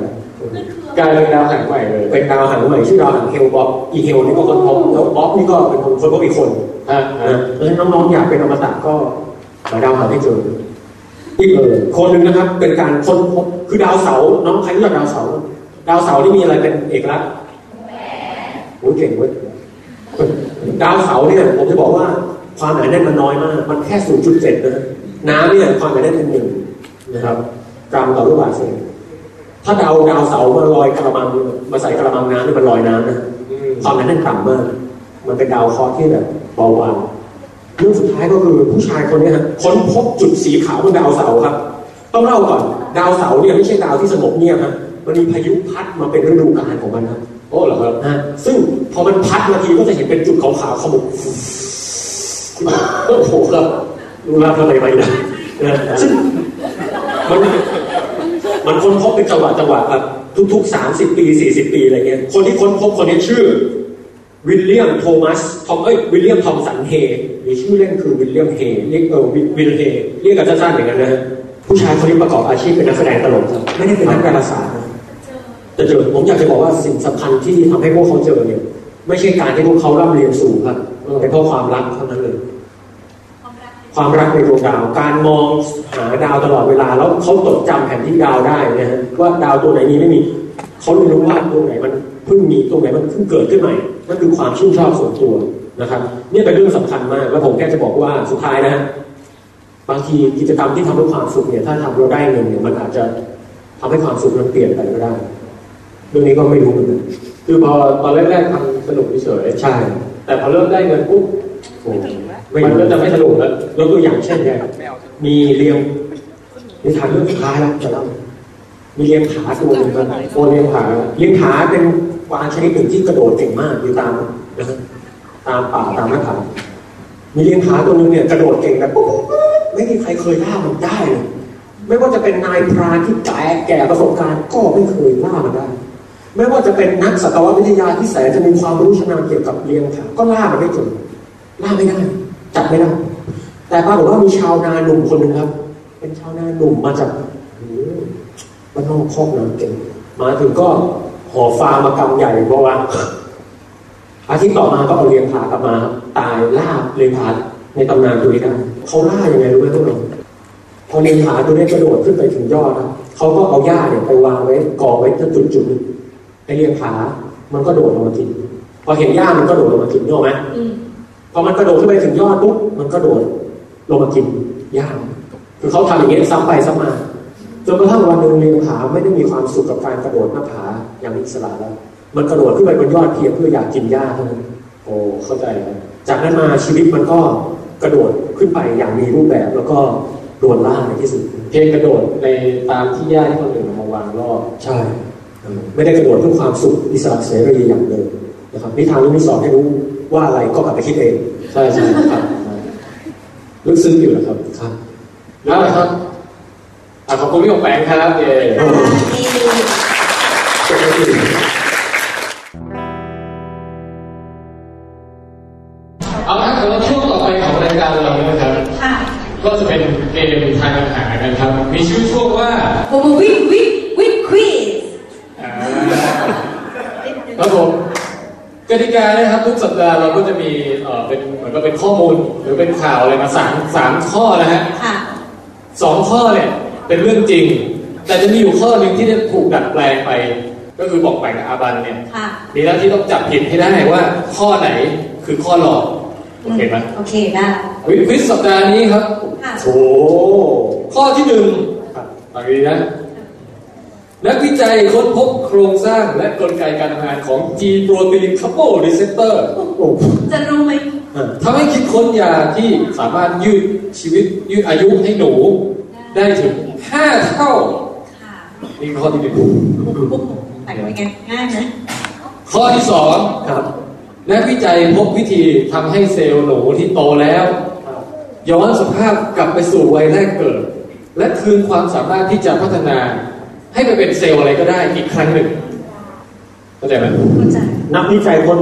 กลายเป็นดาวหางใหม่เลย
เป็นดาวหางใหม่ชื่อดาวหางเฮลบ็อกอีเฮลนี่ก็คนพบแล้วบ็อกนี่ก็เป็นคนคนพบอีกคน
ฮะฮะ
นะเพราะฉะนั้นน้องๆอยากเป็นอมตะก็หาดาวหางให้เจออีกเออคนหนึ่งนะครับ เป็นการค้นพบคือดาวเสาร์น้องใครรู้จักดาวเสาร์ดาวเสาร์นี่มีอะไรเป็นเอกลักษณ์โอ้ยเก่งเว้ยดาวเสาร์เนี่ยผมจะบอกว่าความหนาแน่นมันน้อยมาก มันแค่0.7นะน้ำเนี่ยความหนาแน่นเป็นหนึ่งนะครับกรัมต่อลูกบาศก์เซน ถ้าดาวดาวเสาร์มาลอยกระมังมาใส่กระมังน้ำนี่มันลอยน้ำนะ
อืม
ความหนั้นนั่นต่ำมาก มันเป็นดาวเคราะห์ที่แบบเบาบางเรื่องสุดท้ายก็คือผู้ชายคนเนี้ยฮะค้นพบจุดสีขาวบนดาวเสาร์ครับ ต้องเล่าก่อน ดาวเสาร์เนี่ยไม่ใช่ดาวที่สงบเงียบฮะมันมีพายุพัดมาเป็นฤดูกาลของมันครับ
โอ้เหรอครับ
ฮะซึ่งพอมันพัดมาทีก็จะเห็นเป็นจุดขาวๆขมุก
โอ้โหครับ
รู้รับทำไมไปนะนะซึ่งมัน มันค้นพบเป็นจังหวะจังหวะแบบทุกๆ 30 ปี 40 ปีอะไรเงี้ย คนที่ค้นพบคนนี้ชื่อ วิลเลียมโทมัสทอมเอ้ยวิลเลียมทอมสันเฮหรือชื่อเล่นคือวิลเลียมเฮเรียกเออวิวิลเฮเรียกกันสั้นๆอย่างนั้นนะฮะผู้ชายคนนี้ประกอบอาชีพเป็นนักแสดงตลกครับไม่ได้เป็นนักการศาสตร์นะแต่เจอผมอยากจะบอกว่าสิ่งสำคัญที่ทำให้พวกเขาเจอเนี่ย ไม่ใช่การที่พวกเขาร่ำเรียนสูงครับเป็นเพราะความรักเท่านั้นเลย ความรักในดวงดาว การมองหาดาวตลอดเวลา แล้วเขาจดจำแผนที่ดาวได้นะฮะว่าดาวตัวไหนมีไม่มี เขาเลยรู้ว่าตรงไหนมันเพิ่งมีตรงไหนมันเพิ่งเกิดขึ้นใหม่ นั่นคือความชื่นชอบส่วนตัวนะครับ เนี่ยเป็นเรื่องสำคัญมาก แล้วผมแค่จะบอกว่าสุดท้ายนะฮะบางทีกิจกรรมที่ทำด้วยความสุขเนี่ย ถ้าทำเราได้เงินเนี่ยมันอาจจะทำให้ความสุขมันเปลี่ยนไปก็ได้ เรื่องนี้ก็ไม่รู้เหมือนกัน
คือพอตอนแรกๆทำสนุกเฉย
ใช่
ๆแต่พอเริ่มได้เงินปุ๊บ
โอ้ไม่
มัน
รู้
ก็จะไม่สนุกแล้ว
ยกตัวอย่างเช่นเนี่ย
ไม่เอา
มีเรียงนิทานเรื่องสุดท้ายแล้วจะเล่ามีเรียงผาตัวหนึ่งครับโอเรียงผาเรียงผาเป็นกวางชนิดหนึ่งที่กระโดดเก่งมากอยู่ตามนะฮะตามป่าตามหน้าผามีเรียงผาตัวหนึ่งเนี่ยกระโดดเก่งแบบปุ๊บปุ๊บปุ๊บไม่มีใครเคยล่ามันได้เลยไม่ว่าจะเป็นนายพรานที่แก่แก่ประสบการณ์ก็ไม่เคยล่ามันได้ ไม่ว่าจะเป็นนักสัตววิทยาที่แสนจะมีความรู้ชำนาญเกี่ยวกับเรียงผาก็ล่ามันไม่เจอล่าไม่ได้จับไม่ได้ แต่ปรากฏว่ามีชาวนาหนุ่มคนหนึ่งครับ เป็นชาวนาหนุ่มมาจากโอ้โหบ้านนอกคอกนาเก่งมาถึงก็ห่อฟางมากำใหญ่เพราะว่า อาทิตย์ต่อมาก็เอาเลี้ยงผากลับมา ตายล่าเลี้ยงผาในตำนานตัวนี้ได้เขาล่ายังไงรู้ไหมทุกคนพอเลี้ยงผาตัวนี้กระโดดขึ้นไปถึงยอดนะเขาก็เอาหญ้าเนี่ยไปวางไว้กองไว้ที่จุดจุดๆหนึ่งไอเลี้ยงผามันก็โดดลงมากินพอเห็นหญ้ามันก็โดดลงมากินเนกอะไหม
อืม
พอมันกระโดดขึ้นไปถึงยอดปุ๊บมันกระโดดลงมากินหญ้าคือเขาทำอย่างเงี้ยซ้ำไปซ้ำมาจนกระทั่งวันหนึ่งเลียงผาไม่ได้มีความสุขกับการกระโดดหน้าผาอย่างมีอิสระแล้ว มันกระโดดขึ้นไปบนยอดเพียงเพื่ออยากกินหญ้าเท่านั้น
โอ้เข้าใจแล้ว
จากนั้นมาชีวิตมันก็กระโดดขึ้นไปอย่างมีรูปแบบแล้วก็โดนล่าในที่สุด
เพียงกระโดดในตามที่ญาติที่คนอื่นเอามาวางรอบ
ใช่ไม่ได้กระโดดเพื่อความสุขอิสระเสรีอย่างเดิมนะครับนิทานเรื่องนี้สอนให้รู้ว่าอะไรก็กลับไปคิดเอง
ใช่ใช่ครับลึกซึ้งอยู่นะครับ
ครับ
แล้วครับอ่ะขอบคุณพี่ของแปงครับเย้ เอาละครับสำหรับช่วงต่อไปของรายการเรานะครับ
ค่ะ
ก็จะเป็นเกมทายปัญหานะครับ มีชื่อช่วงว่า
ผมมาวิ่งวิ่งวิ่งควีส
อ่าครับผมกติกานะครับทุกสัปดาห์เราก็จะมีเอ่อเป็นเหมือนกับเป็นข้อมูลหรือเป็นข่าวอะไรมาสามสามข้อนะฮะ
ค่ะ
สองข้อเนี่ยเป็นเรื่องจริง แต่จะมีอยู่ข้อหนึ่งที่จะถูกดัดแปลงไป ก็คือบอกแปลงกับอาบันเนี่ย
ค่ะ
มีหน้าที่ต้องจับผิดให้ได้ว่าข้อไหนคือข้อหลอกโอเคไหม
โอเคได้
วิวิสัปดาห์นี้ครับ
ค่ะ
โอ้โห
ข้อที่หนึ่ง
ครับ
ฟังดีนะ นักวิจัยค้นพบโครงสร้างและกลไกการทำงานของ G protein couple receptor
โอ้โห
จะรู้ไหม
อ่ะ
ทำให้คิดค้นยาที่สามารถยืดชีวิตยืดอายุให้หนู ได้ถึง 5 เท่า
ค่ะ
นี่ข้อที่หนึ่ง
โอ้โหแต่งไว้ไงง่ายไหม
ข้อที่สอง
ครับ
นักวิจัยพบวิธีทำให้เซลล์หนูที่โตแล้วย้อนสภาพกลับไปสู่วัยแรกเกิด และคืนความสามารถที่จะพัฒนา ให้ไปเป็นเซลล์อะไรก็ได้อีกครั้งหนึ่งเข้าใจไหม
เข้าใจ
นักวิจัยคน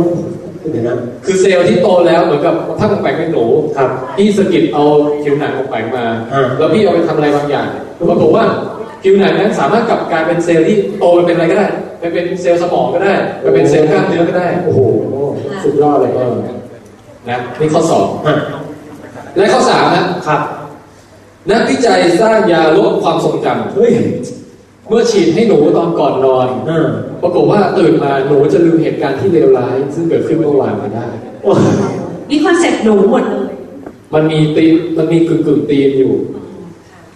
เดี๋ยวนะ
คือเซลล์ที่โตแล้วเหมือนกับถ้าผมแปลงเป็นหนู
ครับ
พี่สะกิดเอาผิวหนังของแปลงมา
อ่า
แล้วพี่เอาไปทำอะไรบางอย่างปรากฏว่าผิวหนังนั้นสามารถกลับกลายเป็นเซลล์ที่โตไปเป็นอะไรก็ได้ไปเป็นเซลล์สมองก็ได้ไปเป็นเซลล์กล้ามเนื้อก็ได้
โอ้โหสุดยอดเลย
เออนะนี่ข้อสอง
ฮะ
และข้อสามนะครับนักวิจัยสร้างยาลดความทรงจำ
เฮ้ย
เมื่อฉีดให้หนูตอนก่อนนอน
อ่า
ปรากฏว่าตื่นมาหนูจะลืมเหตุการณ์ที่เลวร้าย ซึ่งเกิดขึ้นเมื่อวานมาได้
โอ้ย
นี่คอนเซ็ปต์หนูหมดเลย
มันมีตีมมันมีกึ่งกึ่งๆตีมอยู่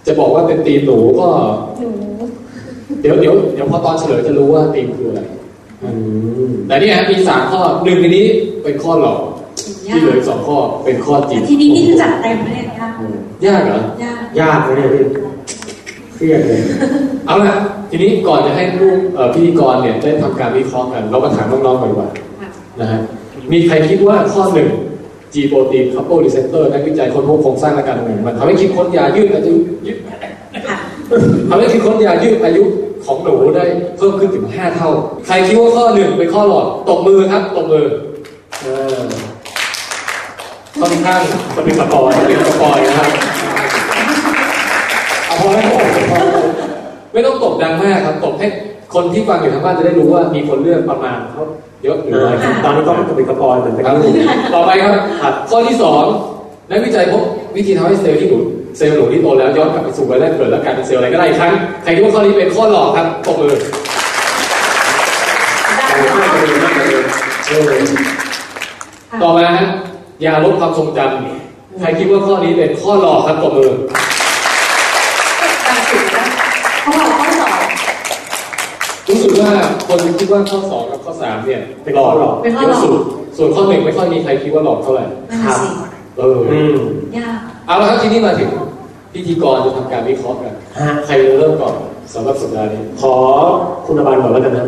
จะบอกว่าเป็นตีมหนูก็
หนู
เดี๋ยวเดี๋ยวเดี๋ยวพอตอนเฉลยจะรู้ว่าตีมคืออะไร
อืม
แต่เนี่ยฮะมีสามข้อหนึ่งในนี้เป็นข้อหลอก
ยา
ที่เหลืออีกสองข้อเป็นข้อจริง
กทีนี้นี่คือจัดเต็มเลยนะคะ
ยากเหรอย
าก
ยากนะเลยพี่เครียดเลย
เอาล่ะทีนี้ก่อนจะให้ลูกเอ่อพิธีกรเนี่ยได้ทำการวิเคราะห์กัน เรามาถามน้องๆก่อนดีกว่า
ค่ะ
นะฮะมีใครคิดว่าข้อหนึ่ง G protein couple receptor นักวิจัยคนพบโครงสร้างและการทำงานมันทำให้คิดค้นยายืดอายุยืด
ค่ะ
ทำให้คิดค้นยายืดอายุของหนูได้เพิ่มขึ้นถึง 5 เท่า ใครคิดว่าข้อหนึ่งเป็นข้อหลอดตบมือครับตบมือเออค่อนข้างจะเป็นสปอยเป็นสปอยนะครับเอาพอแล้วพอแล้วไม่ต้องตบดังมากครับตบให้คนที่ฟังอยู่ทางบ้านจะได้รู้ว่ามีคนเลือกประมาณเขาเยอะหรือน้อย
อ่าตอนนี้ก็มันจะเป็นกระปอยเหมือนกัน
ครับ ต่อไปครับครับข้อที่สองนักวิจัยพบวิธีทำให้เซลล์ที่หนูเซลล์หนูที่โตแล้วย้อนกลับไปสู่วัยแรกเกิดแล้วกลายเป็นเซลล์อะไรก็ได้อีกครั้งใครคิดว่าข้อนี้เป็นข้อหลอกครับตบมือ
แต่ว่าจ
ได้ค่ะ
ะเป็นมากเลยเออ
ต่อมาฮะยาลดความทรงจำใครคิดว่าข้อนี้เป็นข้อหลอกครับตบมือ
จัดสุดนะเขาบอกข้อสอง
รู้สึกว่าคนคิดว่าข้อสองกับข้อสามเนี่ยเป็นหลอก
เป็นข้อ
เย
หล
อะ
อก
สุดส่วนข้อหนึ่งไม่ข้อนี้ใครคิดว่าหลอกเท่าไหร่
นั่นน่ะสิ
เออ
อืม
ยาก
เอาละครับทีนี้มาถึงพิธีกรจะทำการวิเคราะห์กัน
ฮะ
ใครจะเริ่มก่อนสำหรับสัปดาห์นี้
ขอคุณบาลก่อนแล้วกันนะ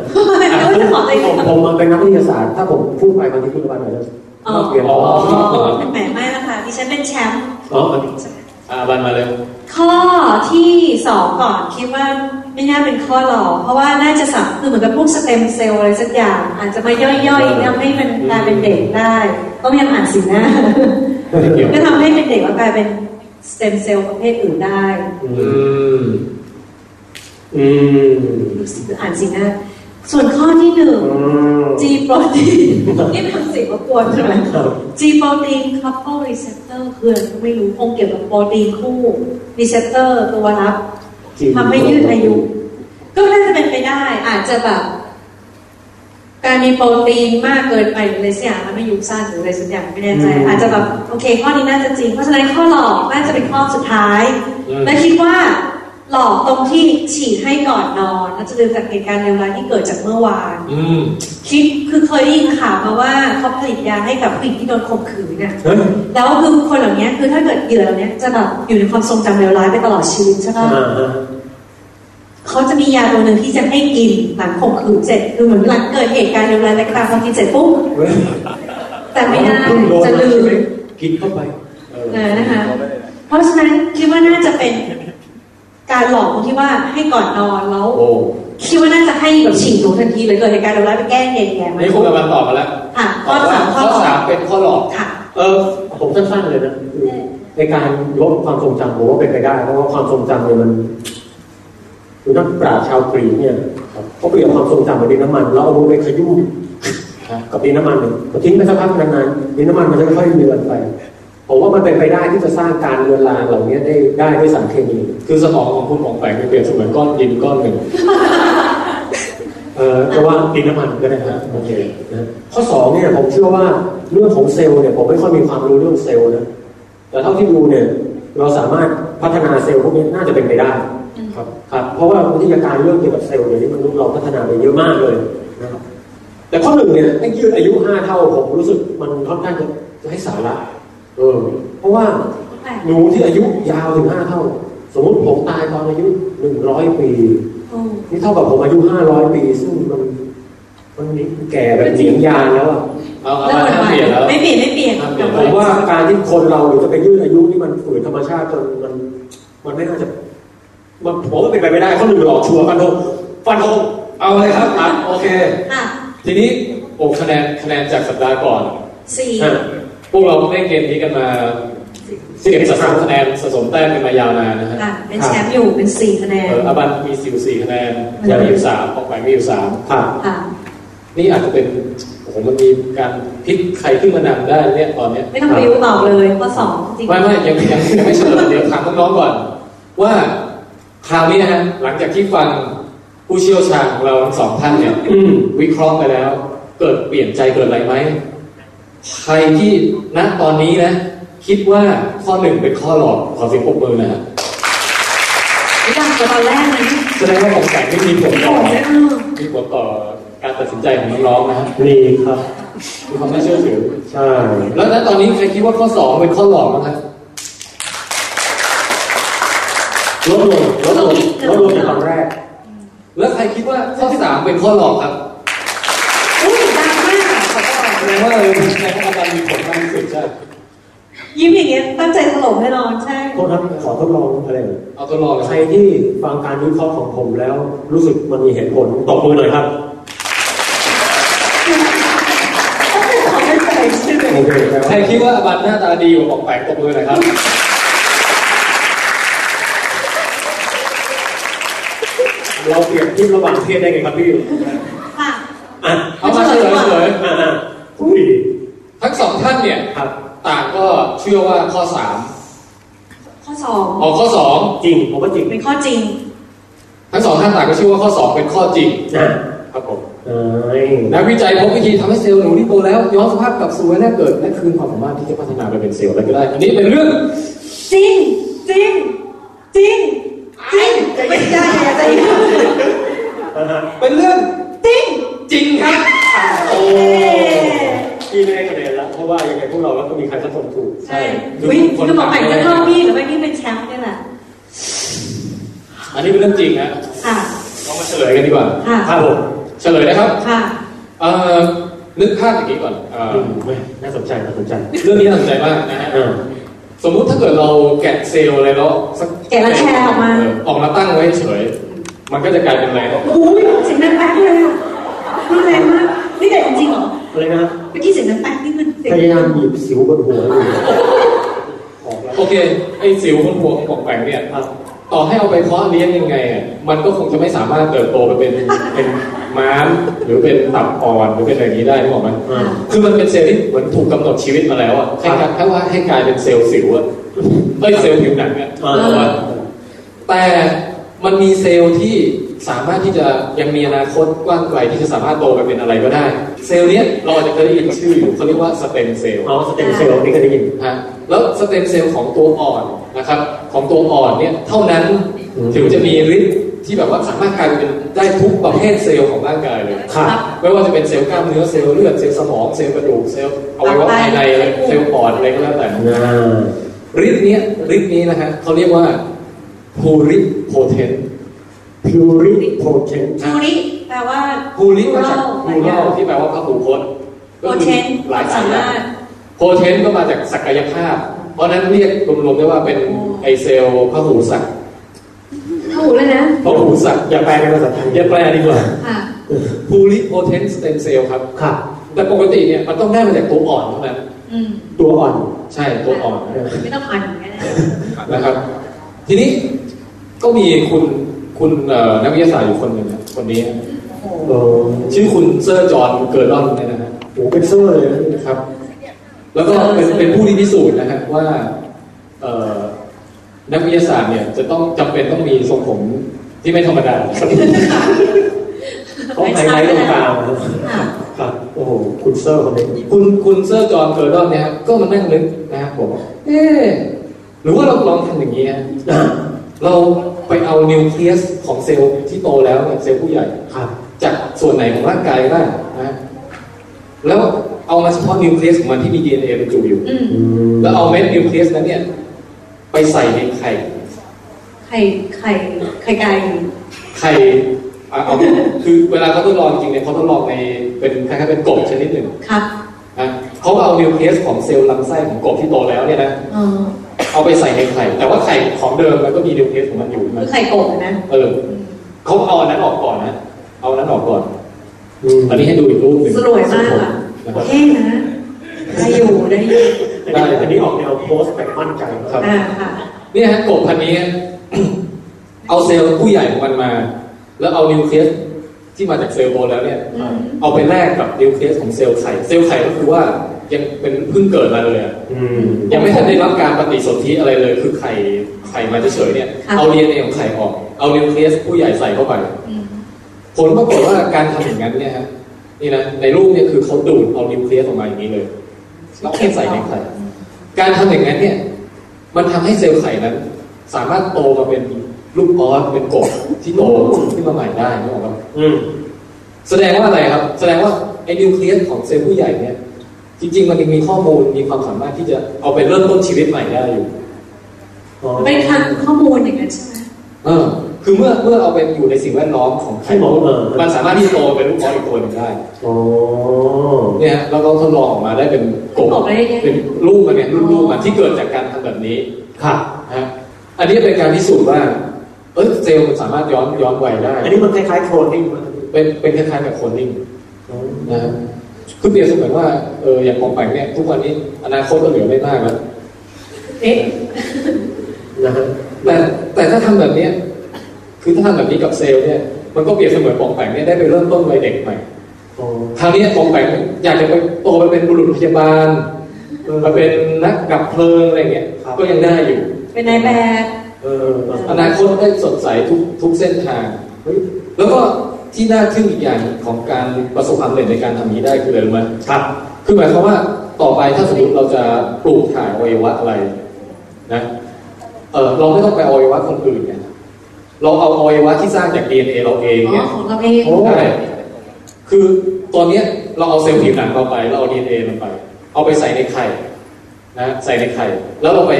ทำไมเขาจะขอตัวเอง
ผม
ก่อน
ผมมันเป็นนักวิทยาศาสตร์ ถ้าผมพูดไปบางทีคุณบาลหน่อยนะ
อ๋อ
เปลี่ยน
อ๋
อ๋
อ
อ
แหมไม่ละค่ะดิฉันเป็นแชมป์
อ๋อ
อ่าบันมาเลย
ข้อที่สองก่อนคิดว่าไม่น่าเป็นข้อหลอกเพราะว่าน่าจะสับคือเหมือนกับพวกสเต็มเซลล์อะไรสักอย่าง อาจจะมาย่อยๆทำให้มันกลายเป็นเด็กได้ก็พยายามอ่านสีหน้า
ไม่เกี่ยว
ก็ทำให้เป็นเด็กแล้วกลายเป็นสเต็มเซลล์ประเภทอื่นได้
อื
อื
ม
ม
อืม
รู้สึกอ่านสีหน้า ส่วนข้อที่หนึ่ง
อืม
G โปรตีนนี่เป็นสิ่งรบกวนใช่ไหม
ครับ
G โปรตีน couple receptor คืออะไรก็ไม่รู้คงเกี่ยวกับโปรตีนคู่ receptor ตัวรับ ทำให้ยืดอายุ ก็น่าจะเป็นไปได้ อาจจะแบบ การมีโปรตีนมากเกินไปหรืออะไรสักอย่างทำให้อายุสั้นหรืออะไรสักอย่างไม่แน่ใจ
อืม
อาจจะแบบโอเค ข้อนี้น่าจะจริง เพราะฉะนั้นข้อหลอกน่าจะเป็นข้อสุดท้าย
อืม
และคิดว่า หลอกตรงที่ฉีดให้ก่อนนอนแล้วจะลืมจากเหตุการณ์เลวร้ายที่เกิดจากเมื่อวาน
อืม
คิดคือเคยได้ยินข่าวมาว่าเขาผลิตยาให้กับผู้หญิงที่โดนข่มขืนเนี่ย
เฮ้ย
แล้วคือคนเหล่านี้คือถ้าเกิดเหยื่อเหล่านี้จะแบบอยู่ในความทรงจำเลวร้ายไปตลอดชีวิตใช่ปะ
อ่าฮะ
เขาจะมียาตัวหนึ่งที่จะให้กินหลังข่มขืนเสร็จคือเหมือนหลังเกิดเหตุการณ์รุนแรงอะไรก็ตามพอกินเสร็จปุ๊บ
เว้ย
แต่ไม่ได้
เพิ่งโน
จะลืม
ใช่ไหกินเข้าไป
เออนะคะ เพราะฉะนั้นคิดว่าน่าจะเป็นการหลอกตรงที่ว่าให้ก่อนนอนแล้ว
โอ้
คิดว่าน่าจะให้แบบฉีดหนูทันทีเลยเกิดเหตุการณ์รุนแรงไปแก้เองแกไหม
นี่คุณกำลังตอบมาแล้ว
อ่ะข้อสามข้
ข้
อ
อ
สา
สาม มเป็นข้อหลอก
ค่ะ
เออผมสั้นๆเลยนะคือในการลดความทรงจำผมว่าเป็นไปได้ เพราะว่าความทรงจำเนี่ยมันคือนักปราชญ์ชาวกรีกเนี่ยเขาเปลี่ยนความทรงจำเป็นดินน้ำมันแล้วเอาลงไปขยุ่ม
ครับ
กับดินน้ำมันเนี่ยพอทิ้งไปสักพักนานๆดินน้ำมันมันจะค่อยเลือนไปผมว่ามันเป็นไปได้ที่จะสร้างการเลือนลางเหล่านี้ได้ได้ด้วยสารเคมี
คือสมองของคุณหมองแปงเปลี่ยนเสมือนก้อนดินก้อนหนึ่ง
เออก็ว่าดินน้ำมันก็ได้ฮะโอเคนะข้อสองเนี่ยผมเชื่อว่าเรื่องของเซลล์เนี่ยผมไม่ค่อยมีความรู้เรื่องเซลล์นะแต่เท่าที่ดูเนี่ย เราสามารถพัฒนาเซลล์พวกนี้น่าจะเป็นไปได้
ครับ
ครับเพราะว่าวิทยาการเรื่องเกี่ยวกับเซลล์เดี๋ยวนี้มนุษย์เราพัฒนาไปเยอะมากเลยนะครับแต่ข้อหนึ่งเนี่ยให้ยืดอายุห้าเท่าผมรู้สึกมันค่อนข้างจะจะให้สาระเออเพราะว่าหนูที่อายุยาวถึงห้าเท่า สมมติผมตายตอนอายุหนึ่งร้อยปี
โอ้
นี่เท่ากับผมอายุห้าร้อยปี ซึ่งมันมันนี่แก่แบบหนียานแล้วอะ
เอาเอา
แล้วฎห
มาก
มาย
เปลี่ยนแล้ว
ไม่เปลี่ยนไม่เปลี่ยน
ห้ามเปลี่ยน
ผมว่าการที่คนเราจะไปยืดอายุนี่มันฝืนธรรมชาติจนมัน มันไม่น่าจะ มันผมว่าเป็นไปไม่ได้เขาหนึ่งหลอกชัวร์ฟันธงฟันธง
เอาเลยครับอ่ะโอเค
อ่ะ
ทีนี้โอ้คะแนนคะแนนจากสัปดาห์ก่อน
สี่
อ่ะ
พวกเราเล่นเกมนี้กันมาเก็บสะสมคะแนนสะสมแต้มกันมายาวนานนะฮะ
อ่ะเป็นแชมป์อยู่เป็นสี่คะแนน
เอออาบันมีสิบสี่คะแนนยามีอยู่สามออกไปมีอยู่สาม
ครับ
ค่ะ
นี่อาจจะเป็นโอ้โหมันมีการพลิกใครขึ้นมานำได้เนี่ยตอนเนี้ย
ไม่ต้องบิวตอบเลยข้อสองจริง
ไม่ไม่ยังยังยังไม่เฉลยเดี๋ยวถามน้องๆก่อน ว่าคราวนี้นะฮะหลังจากที่ฟังผู้เชี่ยวชาญของเราทั้งสองท่านเนี่ย
อืม
วิเคราะห์ไปแล้ว เกิดเปลี่ยนใจเกิดอะไรไหมใครที่ณตอนนี้นะ คิดว่าข้อหนึ่งเป็นข้อหลอกขอเสียงปรบมือนะฮะ
ไม่ต้องกว่าตอนแรกนะ
แสดงว่าของแต่งไม่มีผล
ที่
ต่
เรา
อ
เล่น
มีผลต่อการตัดสินใจของน้องๆนะฮะ
นี่ครับ
มีความน่าเชื่อถือ
ใช่
แล้วณตอนนี้ใครคิดว่าข้อสองเป็นข้อหลอกนะครับ
ลดลงลดลงลดลงจากตอนแรก
แล้วใครคิดว่าข้อสามเป็นข้อหลอกครับ
อุ้ยดังมากขอบอก
แสดงว่าเราในพนักงานมีผลมากที่สุดใช่ไหม
ยิ้มอย่างเงี้ยตั้งใจถล่มแน่นอนใช่
โทษครับขอทดลองอะไรหน่อย
เอาตัวรอดเลย
ใคร
ครับ
ที่ฟังการวิเคราะห์ของผมแล้ว รู้สึกมันมีเหตุผลตบมือหน่อยครับ
เขาไม่ใส่ใช่ไหม
โอเคครับ
ใครคิดว่าอบันหน้าตาดีกว่าของแปลกตบมือหนะครับ
เราเปรียบเทียบระหว่างเพศได้ไงครับพี่
ค่ะ
อ่ะ
เอามาเฉลยเฉลย
อ่ะอ่ะอุ้ย
ทั้งสองท่านเนี่ย
ครับ
ต่างก็เชื่อว่าข้อสาม
ข้อสอง
เอาข้อสอง
จริง ผมว่าจริง
เป็นข้อจริง
ทั้งสองท่านต่างก็เชื่อว่าข้อสองเป็นข้อจริง
นะครับ
ผม
เอ้ย
นักวิจัยพบวิธีทำให้เซลล์หนูที่โตแล้วย้อนสภาพกลับสู่วัยแรกเกิดและคืนความสามารถที่จะพัฒนาไปเป็นเซลล์อะไรก็ได้ อันนี้เป็นเรื่อง
จริง จริง จริง จริง ไม่ได้อะใจเย็น
อ่ะฮะ
เป็นเรื่อง
จริง
จริงครับ
โอ้พี่ไม่ได้คะแนนละเพราะว่ายังไงพวกเราก็มีใครสักคนถูก
ใช่อุ้ยคือบอกใหม่ก็เท่าพี่หรือไม่พี่เป็นแชมป์เนี่ยแหละ
อันนี้เป็นเรื่องจริงนะ
ค่ะ
เรามาเฉลยกันดีกว่า
ค่ะ
ครับผม
เฉลยนะครับ
ค่ะ
เอ่อนึกภาพอย่างนี้ก่อนเอ่อ
อืมเว้ยน่าสนใจน่าสนใจ
เรื่องนี้น่าสนใจมากนะฮะ
อ่า
สมมุติถ้าเกิดเราแกะเซลล์อะไรแล้วสัก
แกะแล้วแชร์ออกมา
เออกมาตั้งไว้เฉย มันก็จะกลายเป็นอะไร
อุ้ยเสียงดังแป๊กเลยอะรุนแรงมาก นี่แต่จริงๆเหรอ
อะไรนะ
เมื่อกี้เสียงดังแป๊กนี่มันเสียง
พยายามหยิบสิวบนหัวอยู่ออกแล้ว
โอเคไอ้สิวคนหัวของปองแปงเนี่ย
ครับ
ต่อให้เอาไปเพาะเลี้ยงยังไงอ่ะมันก็คงจะไม่สามารถเติบโตไปเป็นเป็นม้ามหรือเป็นตับอ่อนหรือเป็นอะไรอย่างนี้ได้ถูกไหม
อ่า
คือมันเป็นเซลล์ที่เหมือนถูกกำหนดชีวิตมาแล้วอ่ะให้กลายแค่ว่าให้กลายเป็นเซลล์สิวอ่ะเอ้ยเซลล์ผิวหนังอ่ะ
เออ
แต่มันมีเซลล์ที่สามารถที่จะยังมีอนาคตกว้างไกลที่จะสามารถโตไปเป็นอะไรก็ได้ เซลล์เนี้ยเราอาจจะเคยได้ยินชื่ออยู่เขาเรียกว่าสเต็มเซลล์
เอาสเต็มเซลล์นี่ก็ได้ยิน
ฮะแล้วสเต็มเซลล์ของตัวอ่อนนะครับของตัวอ่อนเนี่ยเท่านั้น
อืม
ถึงจะมีฤทธิ์ที่แบบว่าสามารถกลายเป็นได้ทุกประเภทเซลล์ของร่างกายเลย
ครับ
ไม่ว่าจะเป็นเซลล์กล้ามเนื้อเซลล์เลือดเซลล์สมองเซลล์กระดูกเซลล์อวัยวะภายในอะไรเซลล์ปอดอะไรก็แล้วแต่
อ่า
ฤทธิ์เนี้ยฤทธิ์นี้นะฮะเขาเรียกว่า ภูริโพเทน
พิวริโพเทน
ทูริแปลว่า
ภูริมาจากภูเรลที่แปลว่าพระภูพจน์ก็คือ
Potent
หลายสาย
สามารถ
โพเทนก็มาจากศักยภาพ เพราะฉะนั้นเรียกรวมๆได้ว่าเป็นไอเซลพระหูศักดิ์
ถูกเลยนะ
พระหูศักดิ์
อย่าแปลเป็นภาษาไทย
อย่าแปลดีกว่า
ค่ะ
ภูริโพเทนสเต m มเซลครับ
ครับ
แต่ปกติเนี่ยมันต้องได้มาจากตัวอ่อนเท่านั้น
อืม
ตัวอ่อน
ใช่ตัวอ่อนนะ
ไม่ต้องอ่านอย่างเงี้ยนะ
นะครับ ทีนี้ก็มีคุณคุณเอ่อนักวิทยาศาสตร์อยู่คนหนึ่งนะคนนี้
โอ้โห
โอ้
ชื่อคุณเซอร์จอห์นเกิร์ลอนเนี่ยนะฮะ
โหเป็นเซอร์เลยนะ
นะครับ แล้วก็เป็น
เซอร์
เป็นผู้ที่พิสูจน์นะฮะว่าเอ่อนักวิทยาศาสตร์เนี่ย จะต้องจำเป็นต้องมีทรงผมที่ไม่ธรรมดา
เขาไฮไลท์ตรงกลางนะ
ค่ะ
ครับ โอ้โห คุณเซอร์คนนี้
คุณคุณเซอร์จอห์นเกิร์ลอนเนี่ยฮะก็มานั่งนึกนะฮะบอกว่าเอ๊ะหรือว่าเราลองทำอย่างนี้ฮะ
อ่า
เราไปเอานิวเคลียสของเซลล์ที่โตแล้วเนี่ยเซลล์ผู้ใหญ่
ครับ
จากส่วนไหนของร่างกายบ้างนะแล้วเอามาเฉพาะนิวเคลียสของมันที่มี DNA บรรจุอยู่
อืม
อืม
แล้วเอาเม็ดนิวเคลียสนั้นเนี่ยไปใส่ในไข่
ไข่ ไข่ ไข่ไก่
ไ ใครเอาเอาคือเวลาเขาทดลองจริงเนี่ยเขาทดลองในเป็นคล้ายๆเป็นกบชนิดหนึ่ง
ครับ
นะเขาก็เอานิวเคลียสของเซลล์ลำไส้ของกบที่โตแล้วเนี่ยนะ
เอ่อ
เอาไปใส่ในไข่แต่ว่าไข่ของเดิมมันก็มีนิวเคลียสของมันอยู่
คื
นะ
อไข่โกบนะ
เออเขาเอาอันนั้นออกก่อนนะเอาอันนั้นออกก่อน
อืม
อันนี้ให้ดูอีกรูปหนึ่ง
สลวยมากอ่ะ
นะครับ
เท่นะได้อยู่ได้อยู่
อันนี้อันนี้ออกแนวโพสต์แบบมั่นใจ
ครับ
อ่าค่ะ
เนี่ยฮะกบพันธุ์นี้ เอาเซลล์ผู้ใหญ่ของมันมา แล้วเอานิวเคลียสที่มาจากเซลล์โบนแล้วเนี่ย
อืม
เอาไปแลกกับนิวเคลียสของเซลล์ไข่เซลล์ไข่ก็คือว่ายังเป็นเพิ่งเกิดมาเลยอะ
อืม
ยังไม่ทันได้รับการปฏิสนธิอะไรเลยคือไข่ไข่มาเฉยๆเนี่ยเอาดีเอ็นเอของไข่ออกเอานิวเคลียสผู้ใหญ่ใส่เข้าไป
อืม
ผลปรากฏว่าการทำอย่างนั้นเนี่ยฮะนี่นะในรูปเนี่ยคือเขาดูดเอานิวเคลียสออกมาอย่างนี้เลยแล้วแค่ใส่ในไข่การทำอย่างนั้นเนี่ย มันทำให้เซลล์ไข่นั้น สามารถโตมาเป็นลูกออสเป็นกบที่โตขึ้นมาใหม่ได้นึกออกไหม
อืม
แสดงว่าอะไรครับ แสดงว่าไอ้นิวเคลียสของเซลล์ผู้ใหญ่เนี่ย จริง ๆ มันยังมีข้อมูลมีความสามารถที่จะเอาไปเริ่มต้นชีวิตใหม่ได้อยู่
อ๋อ
เป็นทางข้อมูลอย่างนั้นใช่ไหม
เออ คือเมื่อเมื่อเอาไปอยู่ในสิ่งแวดล้อมของไข่
ให้หมอเออ
มันสามารถที่จะโตเป็นลูกบอลอีกตัวหนึงได้
โอ้
เนี่ยฮะเราลองทดลองออกมาได้เป็นกบ
บอกไปได้ไง
เป็นลูกมันเนี่ยรุ่นลูกมันที่เกิดจากการทำแบบนี้
ค่ะ
นะฮะอันนี้เป็นการพิสูจน์ว่าเออเซลล์มันสามารถย้อนย้อนวัยได้
อันนี้มันคล้ายๆโคลนนิ่งมั้ย
เป็นเป็นคล้ายๆกับคนนิ่ง นะฮะคือเปรียบเสมือนว่าเอออย่างของแปงเนี่ยทุกวันนี้อนาคตก็เหลือไม่มากแล้ว
เอ๊ะ
นะฮะ
แต่แต่ถ้าทำแบบเนี้ยคือถ้าทำแบบนี้กับเซลล์เนี่ยมันก็เปรียบเสมือนปองแปงเนี่ยได้ไปเริ่มต้นวัยเด็กใหม่
โอ้
คราวนี้ปองแปงอยากจะไปโตไปเป็นบุรุษพยาบาล
เออ
มาเป็นนักดับเพลิงอะไรเงี้ยก็ยังได้อยู่
เป็นนายแบบ
เออเออ
อนาคตได้สดใสทุกทุกเส้นทางเฮ้ยแล้วก็ที่น่าทึ่งอีกอย่างของการประสบความสำเร็จในการทำนี้ได้คืออะไรรู้ไหม
ครับ
คือหมายความว่าต่อไปถ้าสมมติเราจะปลูกถ่ายอวัยวะอะไรนะเออเราไม่ต้องไปเอาอวัยวะคนอื่นเนี่ยเราเอาอวัยวะที่สร้างจาก DNA เราเอง
อ๋อ
เนี่ย
ของเราเอง
โอ้
ได้คือตอนเนี้ยเราเอาเซลล์ผิวหนังเราไป เราเอา DNA มันไป เอาไปใส่ในไข่นะใส่ในไข่ แล้วเราไป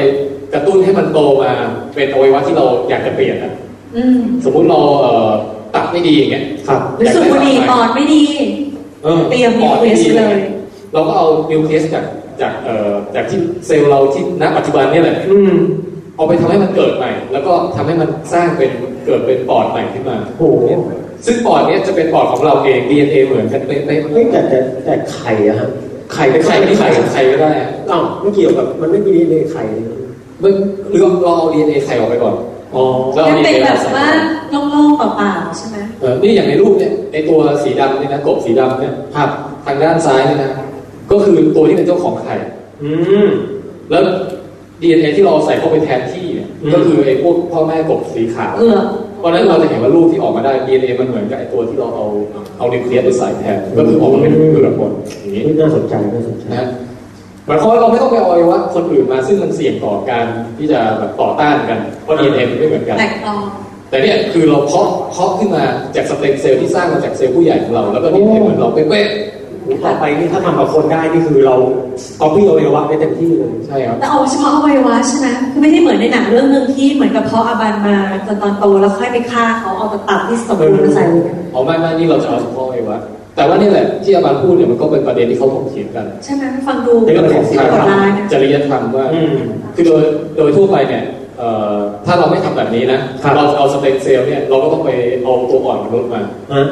กระตุ้นให้มันโตมาเป็นอวัยวะที่เราอยากจะเปลี่ยนนะ
อืม
สมมุติเราเอ่อตับไม่ดีอย่างเงี้ย
ครับ
หรือสูบบุหรี่ปอดไม่ดี
ออ
เตรียมนิว
ปอด
เคลีย
ไม่
ส
ดี
เลย
เราก็เอานิวเคลียสจากจากเอ่อจากที่เซลล์เราที่ณปัจจุบันเนี่ยแหละ
อืม
เอาไปทำให้มันเกิดใหม่ แล้วก็ทำให้มันสร้างเป็นเกิดเป็นปอดใหม่ขึ้นมา
โอ้โห
ซึ่งปอดเนี้ยจะเป็นปอดของเราเอง DNA เหมือนกันเป๊ะ
เฮ้ยแต่แต่แต่ไข่อะฮะไข่
ๆ
ไม่
ใคร
ใช่
ไม่ใคร
ไข่
ใครก็ได้อะ
อ้าวไม่เกี่ยวกับมันไม่มีดีเอ็นเอไข่
มันหรือเราเอา DNA ใครออกไปก่อน
อ๋อ
แล้ว
ยั
เอา
งเป็น
DNA
แบบ
ใส่
ว่าโล่งๆเปล่าๆใช่ไหม
เออนี่อย่างในรูปเนี่ยในตัวสีดำเนี่ยนะกบสีดำเนี่ย
ครับ
ทางด้านซ้ายเนี่ยนะก็คือตัวที่เป็นเจ้าของไข่
อืม
แล้ว DNA ที่เราเอาใส่เข้าไปแทนที่เนี่ย
อืม
ก็คือไอ้พวกพ่อแม่กบสีขาว
เอือ
เพราะฉะนั้นเราจะเห็นว่ารูปที่ออกมาได้ DNA มันเหมือนกับไอตัวที่เราเอาเอานิวเคลียสไปใส่แทนก็คือออกมาเป็นเกลือกหมดอย่างนี้
นี่น่าสนใจน่าสนใจ
นะหมายความว่าเราไม่ต้องไปเอาอวัยวะคนอื่นมาซึ่งมันเสี่ยงต่อการที่จะแบบต่อต้านกันเพราะ DNA มันไม่เหมือนกัน
แตกตอน
แต่เนี่ยคือเราเพาะเพาะขึ้นมาจากสเต็มเซลล์ที่สร้างมาจากเซลล์ผู้ใหญ่ของเราแล้วก็ DNA เหมือนเราเป๊ะ
โอ้ต่อไปนี่ถ้าทำกับคนได้นี่คือเราก๊อปปี้อวัยวะได้เต็มที่เลย
ๆใช่ครับ
แต่เอาเฉพาะอวัยวะใช่ไหมคือไม่ได้เหมือนในหนังเรื่องหนึ่งที่เหมือนกับเพาะอาบันมาจนตอนโตแล้วค่อยไปฆ่าเขาเอาแต่ตับที่สมบูรณ์มาใส่
เอาไม่ไม่นี่เราจะเอาเฉพาะอวัยวะแต่ว่านี่แหละที่อาบานพูดเนี่ยมันก็เป็นประเด็นที่เขาถกเถียงกัน
ใช่ไหมฟังดู
ในเรื่องของ
สิบ
ทาง
กว่าล้าน
จริยธรรมว่า
อืม
คือโดยโดยทั่วไปเนี่ยเอ่อถ้าเราไม่ทำแบบนี้นะครับ เราเอาสเต็มเซลล์เนี่ยเราก็ต้องไปเอาตัวอ่อนมนุษย์มา
ฮะ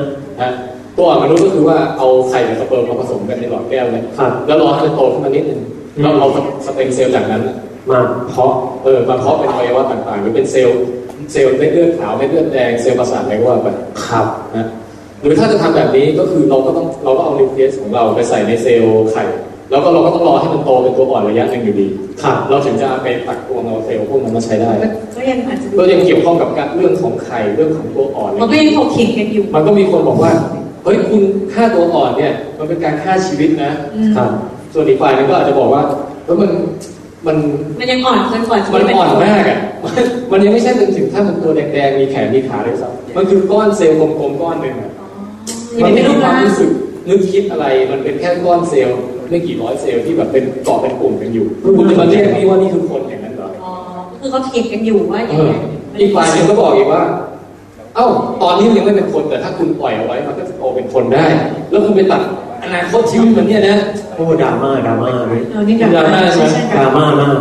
นะตัวอ่อนมนุษย์ก็คือว่าเอาไข่กับสเปิร์มมาผสมกันในหลอดแก้วเนี่ย
ครับ
แล้วรอให้มันโตขึ้นมานิดนึง
อืม
เราเอาสเต็มเซลล์จากนั้น
มา
เพาะเออมาเพาะเป็นอวัยวะต่างๆ หรือเป็นเซลล์เซลล์เม็ดเลือดขาวเม็ดเลือดแดงเซลล์ประสาทอะไรก็ว่าไป
ครับ
นะหรือถ้าจะทำแบบนี้ก็คือเราก็ต้องเราก็เอานิวเคลียสของเราไปใส่ในเซลล์ไข่แล้วก็เราก็ต้องรอให้มันโตเป็นตัวอ่อนระยะหนึ่งอยู่ดี
ครับ
เราถึงจะเอาไปตักตวงเอาเซลล์พวกนั้นมาใช้ได้
ก็ยังอาจจะดู
ก็ยังเกี่ยวข้องกับการเรื่องของไข่เรื่องของตัวอ่อน
มันก็ยังถกเถียงกันอยู่
มันก็มีคนบอกว่า เฮ้ยคุณฆ่าตัวอ่อนเนี่ย มันเป็นการฆ่าชีวิตนะ
อืม
ครับ
ส่วนอีกฝ่ายหนึงก็อาจจะบอกว่าเฮ้ยมันมัน
มันยังอ่อนเกินกว่าจะ
มัน
เป็
อ่อนมากอ่ะ มันยังไม่ใช่เป็นถึงถ้ามันตัวแดงๆมีแขนมีขาเลยซ้ำมันคือก้อนเซลล์กลมๆก้อนหนึ่งอะ
ยัง
มัน
ไม่เป็
ไม่
นรูปร่ามง
มีควารู้สึกนึกคิดอะไร มันเป็นแค่ก้อนเซลล์ไม่กี่ร้อยเซลล์ที่แบบเป็นเกาะเป็นกลุ่มกันอยู่คุณจะมาเรียกนี่ว่านี่คือคนอย่างนั้นเหรอ
อ๋อคือเขาเถียงกันอยู่ว่าอ
เอย่าง อ
นั้น
อีกฝ่ายหนึ่งก็บอกอีกว่า เอ้า ตอนนี้มันยังไม่เป็นคนแต่ถ้าคุณปล่อยเอาไว้มันก็จะโตเป็นคนได้ แล้วคุณไปตัดอนาคตชีวิตมันเนี่ยนะ
โอ้ดราม่าดราม่าเลย
เออนี่ดราม่า
ดราม่าใช่ไหม
ด
ใช่ค่ะ
ราม่ามาก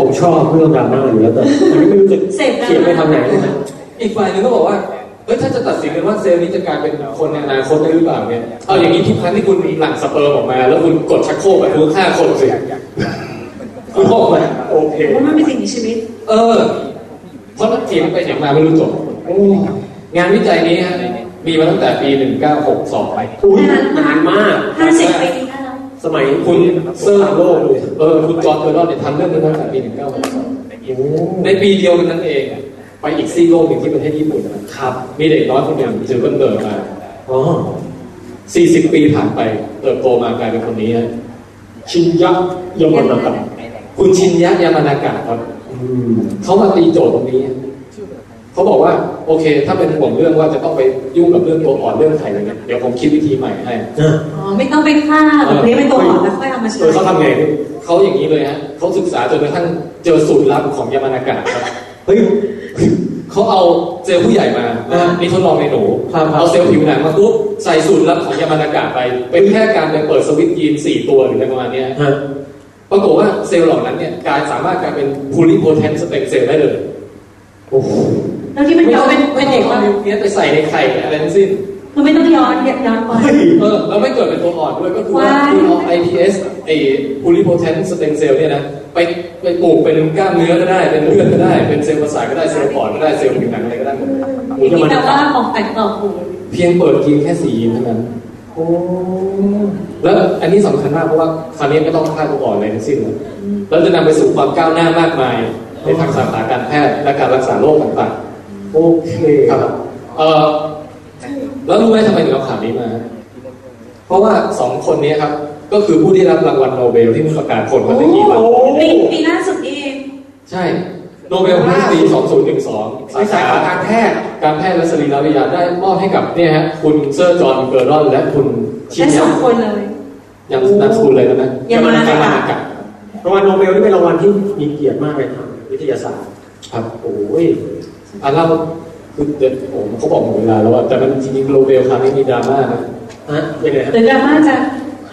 ผมชอบเรื่องดราม่าอยู่แล้วแต่อันนี้ไม่รู้จะ
เสพดราม่า
เขียนไปทางไหนเลยนะ
อีกฝ่ายหนึ่งก็บอกว่า เฮ้ย ถ้าจะตัดสินกันว่าเซลล์นี้จะกลายเป็นคนในอนาคตได้หรือเปล่าเนี่ย เอาอย่างนี้ทุกครั้งที่คุณหลั่งสเปิร์มออกมา แล้วคุณกดชักโครกแบบคุณฆ่าคนสิคุณโคกไหมโอเค
ว่ามันเป็นสิ่งในชีวิต
เออ เพราะนักเถียงไปเถียงมาไม่รู้จบ
โอ้
งานวิจัยนี้ฮะมีมาตั้งแต่ปี 1962ไป
อุ๊ยนานมาก
ห้าสิบปีแล้ว
สมัย
คุ
คุณ ณ
เซ
เซ
อ
อ
ร์
ร์
โล
โล
ก
ก
เลยเออ คุณจอร์นเทอร์โลกเนี่ยทำเรื่องนี้มาตั้งแต่ปี 1962ในปีเดียวกันนั้นเองอะไปอีกซีกโลกหนึ่งที่ประเทศญี่ปุ่นนะ
ครับ
มีเด็กน้อยคนหนึ่งถือกำเนิดมา
อ๋อ
40 ปีผ่านไป เติบโตมากลายเป็นคนนี้ฮะชินยะยามานากะคุณชินยะยามานากะครับ
อืม
เขามาตีโจทย์ตรงนี้ฮะเขาบอกว่า โอเค ถ้าเป็นห่วงเรื่องว่าจะต้องไปยุ่งกับเรื่องตัวอ่อนเรื่องไข่อะไรเนี่ยเดี๋ยวผมคิดวิธีใหม่ให้
เออ
อ๋อ ไม่ต้องไปฆ่าแบบนี้เป็นตัวอ่อนแล้วค่อยเอามาใช้
เออเขาทำไงเขาอย่างนี้เลยฮะเขาศึกษาจนกระทั่งเจอสูตรลับของยามานากะครับ
เฮ้ย
เขาเอาเซลล์ผู้ใหญ่มา
อ่านี่
นี่ทดลองในหนู
ครับครับ
เอาเซลล์ผิวหนังมาปุ๊บใส่สูตรลับของยามานากะไป เป็นแค่การไปเปิดสวิตช์ยีนสี่ตัวหรืออะไรประมาณเนี้ย
ฮะ
ปรากฏว่าเซลล์เหล่านั้นเนี่ยกลารสามารถกลายเป็น polypotent stem cell ได้เลย
โอ้โห
แล้วที่มัน
ไม่
ย้อ
ต้อนง
เป็น
ไม่ต้องเอาเนื้อไปใส่ในไข่อะไรทั้งสิ้น
คือไม่ต้องย้อนย้อนไป
เออแล้วไม่เกิดเป็นตัวอ่อนด้วยก็คือว่า
ว้าย
คุณเอา iPS ไอ้ polypotent stem cell เนี่ยนะไปไปปลูกเป็นกล้ามเนื้อก็ได้เป็นเลือดก็ได้ เป็นเซลล์ประสาทก็ได้เซลล์ปอดก็ได้เซลล์ผิวหนังอะไรก็ได้หมด
มีแต่ว่าของแปลกต่อหู
เพียงเปิดยีนแค่สี่ยีนเท่านั้น
โอ้
แล้วอันนี้สำคัญมากเพราะว่าคราวนี้ไม่ต้องฆ่าตัวอ่อนเลยทั้งสิ้นนะแล้วจะนำไปสู่ความก้าวหน้ามากมายในทางสาขาการแพทย์และการรักษาโรคต่าง
โอเค
ๆครับเออแล้วรู้ไหมทำไมถึงเอาข่าวนี้มา เพราะว่าสองคนนี้ครับก็คือผู้ที่รับรางวัลโนเบลที่มีประกาศผลมาได้กี่วัน
ปีปีล่าสุดเอง
ใช่ โนเบลในปี 2012
สาขาการแพทย์
การแพทย์และสรีรวิทยาได้มอบให้กับเนี่ยฮะคุณเซอร์จอห์นเกอร์ดอนและคุณชิ
แค่
น
ส
ยะ
องคนเลย
ยังนามสกุลอะไรแล้วนะ
ยามานากะ
มนกะ
รางวัลโนเบลนี่เป็นรางวัลที่มีเกียรติมากเลยทางวิทยาศาสตร์
ครับ
โอ้ย
อ่ะเล่าคือเดี๋ยวผมเขาบอกหมดเวลาแล้วอะแต่มันจริงๆโนเบลครั้งนี้มีดราม่านะ
ฮะยังไงฮะ
หรือดราม่าจะ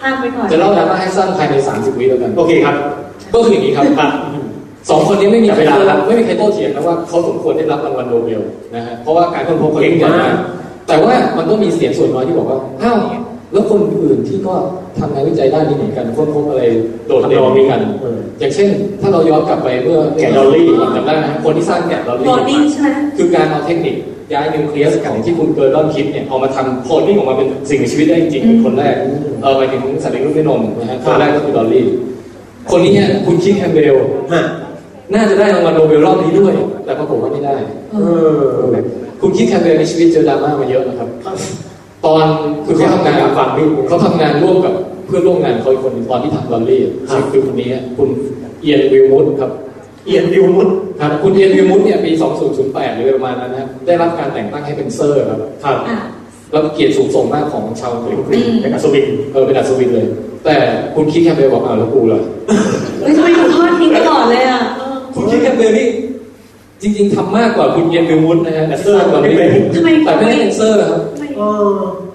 ข้ามไปก่อน
จะเล่าดราม่าให้สั้นภายใน 30 วิแล้วกัน
โอเคครับ
ก็คืออย่างนี้ครับ สองคนนี้ไม่มีใคร
เวลาครับ
ไม่มีใครโต้เถียงนะว่าเขาสมควรได้รับรางวัลโนเบลนะฮะเพราะว่าการค้นพบคนนี้
เก่งมาก
ใหญ่แต่ว่ามันก็มีเสียงส่วนน้อยที่บอกว่าอ้าวแล้วคนอื่นที่ก็ทำงานวิจัยด้านนี้เหมือนกันค้นพบอะไรโดดเด่นเหมือนกัน
เออ
อย่างเช่น ถ้าเราย้อนกลับไปเมื่อ
แกะดอลลี่
จำได้ไหมคนที่สร้างแกะดอลลี่
Coding ใช่ไหม
คือการเอาเทคนิคย้ายนิวเคลียสของที่คุณเกิร์ดอนคิดเนี่ยเอามาทำโคดดิ้งออกมาเป็นสิ่งมีชีวิตได้จริงๆเป็นคนแรกเออหมายถึงสัตว์เลี้ยงลูกด้วยนมนะฮะคนแรกก็คือดอลลี่ คนนี้เนี่ยคุณคิดแคมเบล
ฮะ
น่าจะได้รางวัลโนเบลรอบนี้ด้วย แต่ปรากฏว่าไม่ได้
เออ
คุณคิดแคมเบลในชีวิตเจอดราม่ามาเยอะนะครับ ตอนคือเขาทำงาน
ฟังพี่
เขาทำงานร่วมกับเพื่อนร่วมงานเขาอีกคนหนึ่งตอนที่ทำดอลลี่
ครับ
คือคนนี้คุณเอียนวิลมุตครับ
เอียนดิวมุด
ครับ คุณเอียนวิลมุตเนี่ยปี 2008หรือประมาณนั้นนะครับได้รับการแต่งตั้งให้เป็นเซอร์ครับ
ครับ
อ่ะ
แล้วเกียรติสูงส่งมากของชาวอังกฤษ
อืม
และกับสวิน
เออเป็นอัศวินเลย แต่คุณคิดแคมเบลบอกอ้าวแล้วกูล่ะ
เฮ้ยทำไมถูกทอดทิ้งไปก่อนเลยอ่ะเออ
คุณคิดกันเลยนี่จริง ๆทำมากกว่าคุณเย็นวิมุตนะฮะแต่เซอร์กว่านี้
ทำไม
แต่ไม่ได้เป็นเซอร์ครับ
ทำไม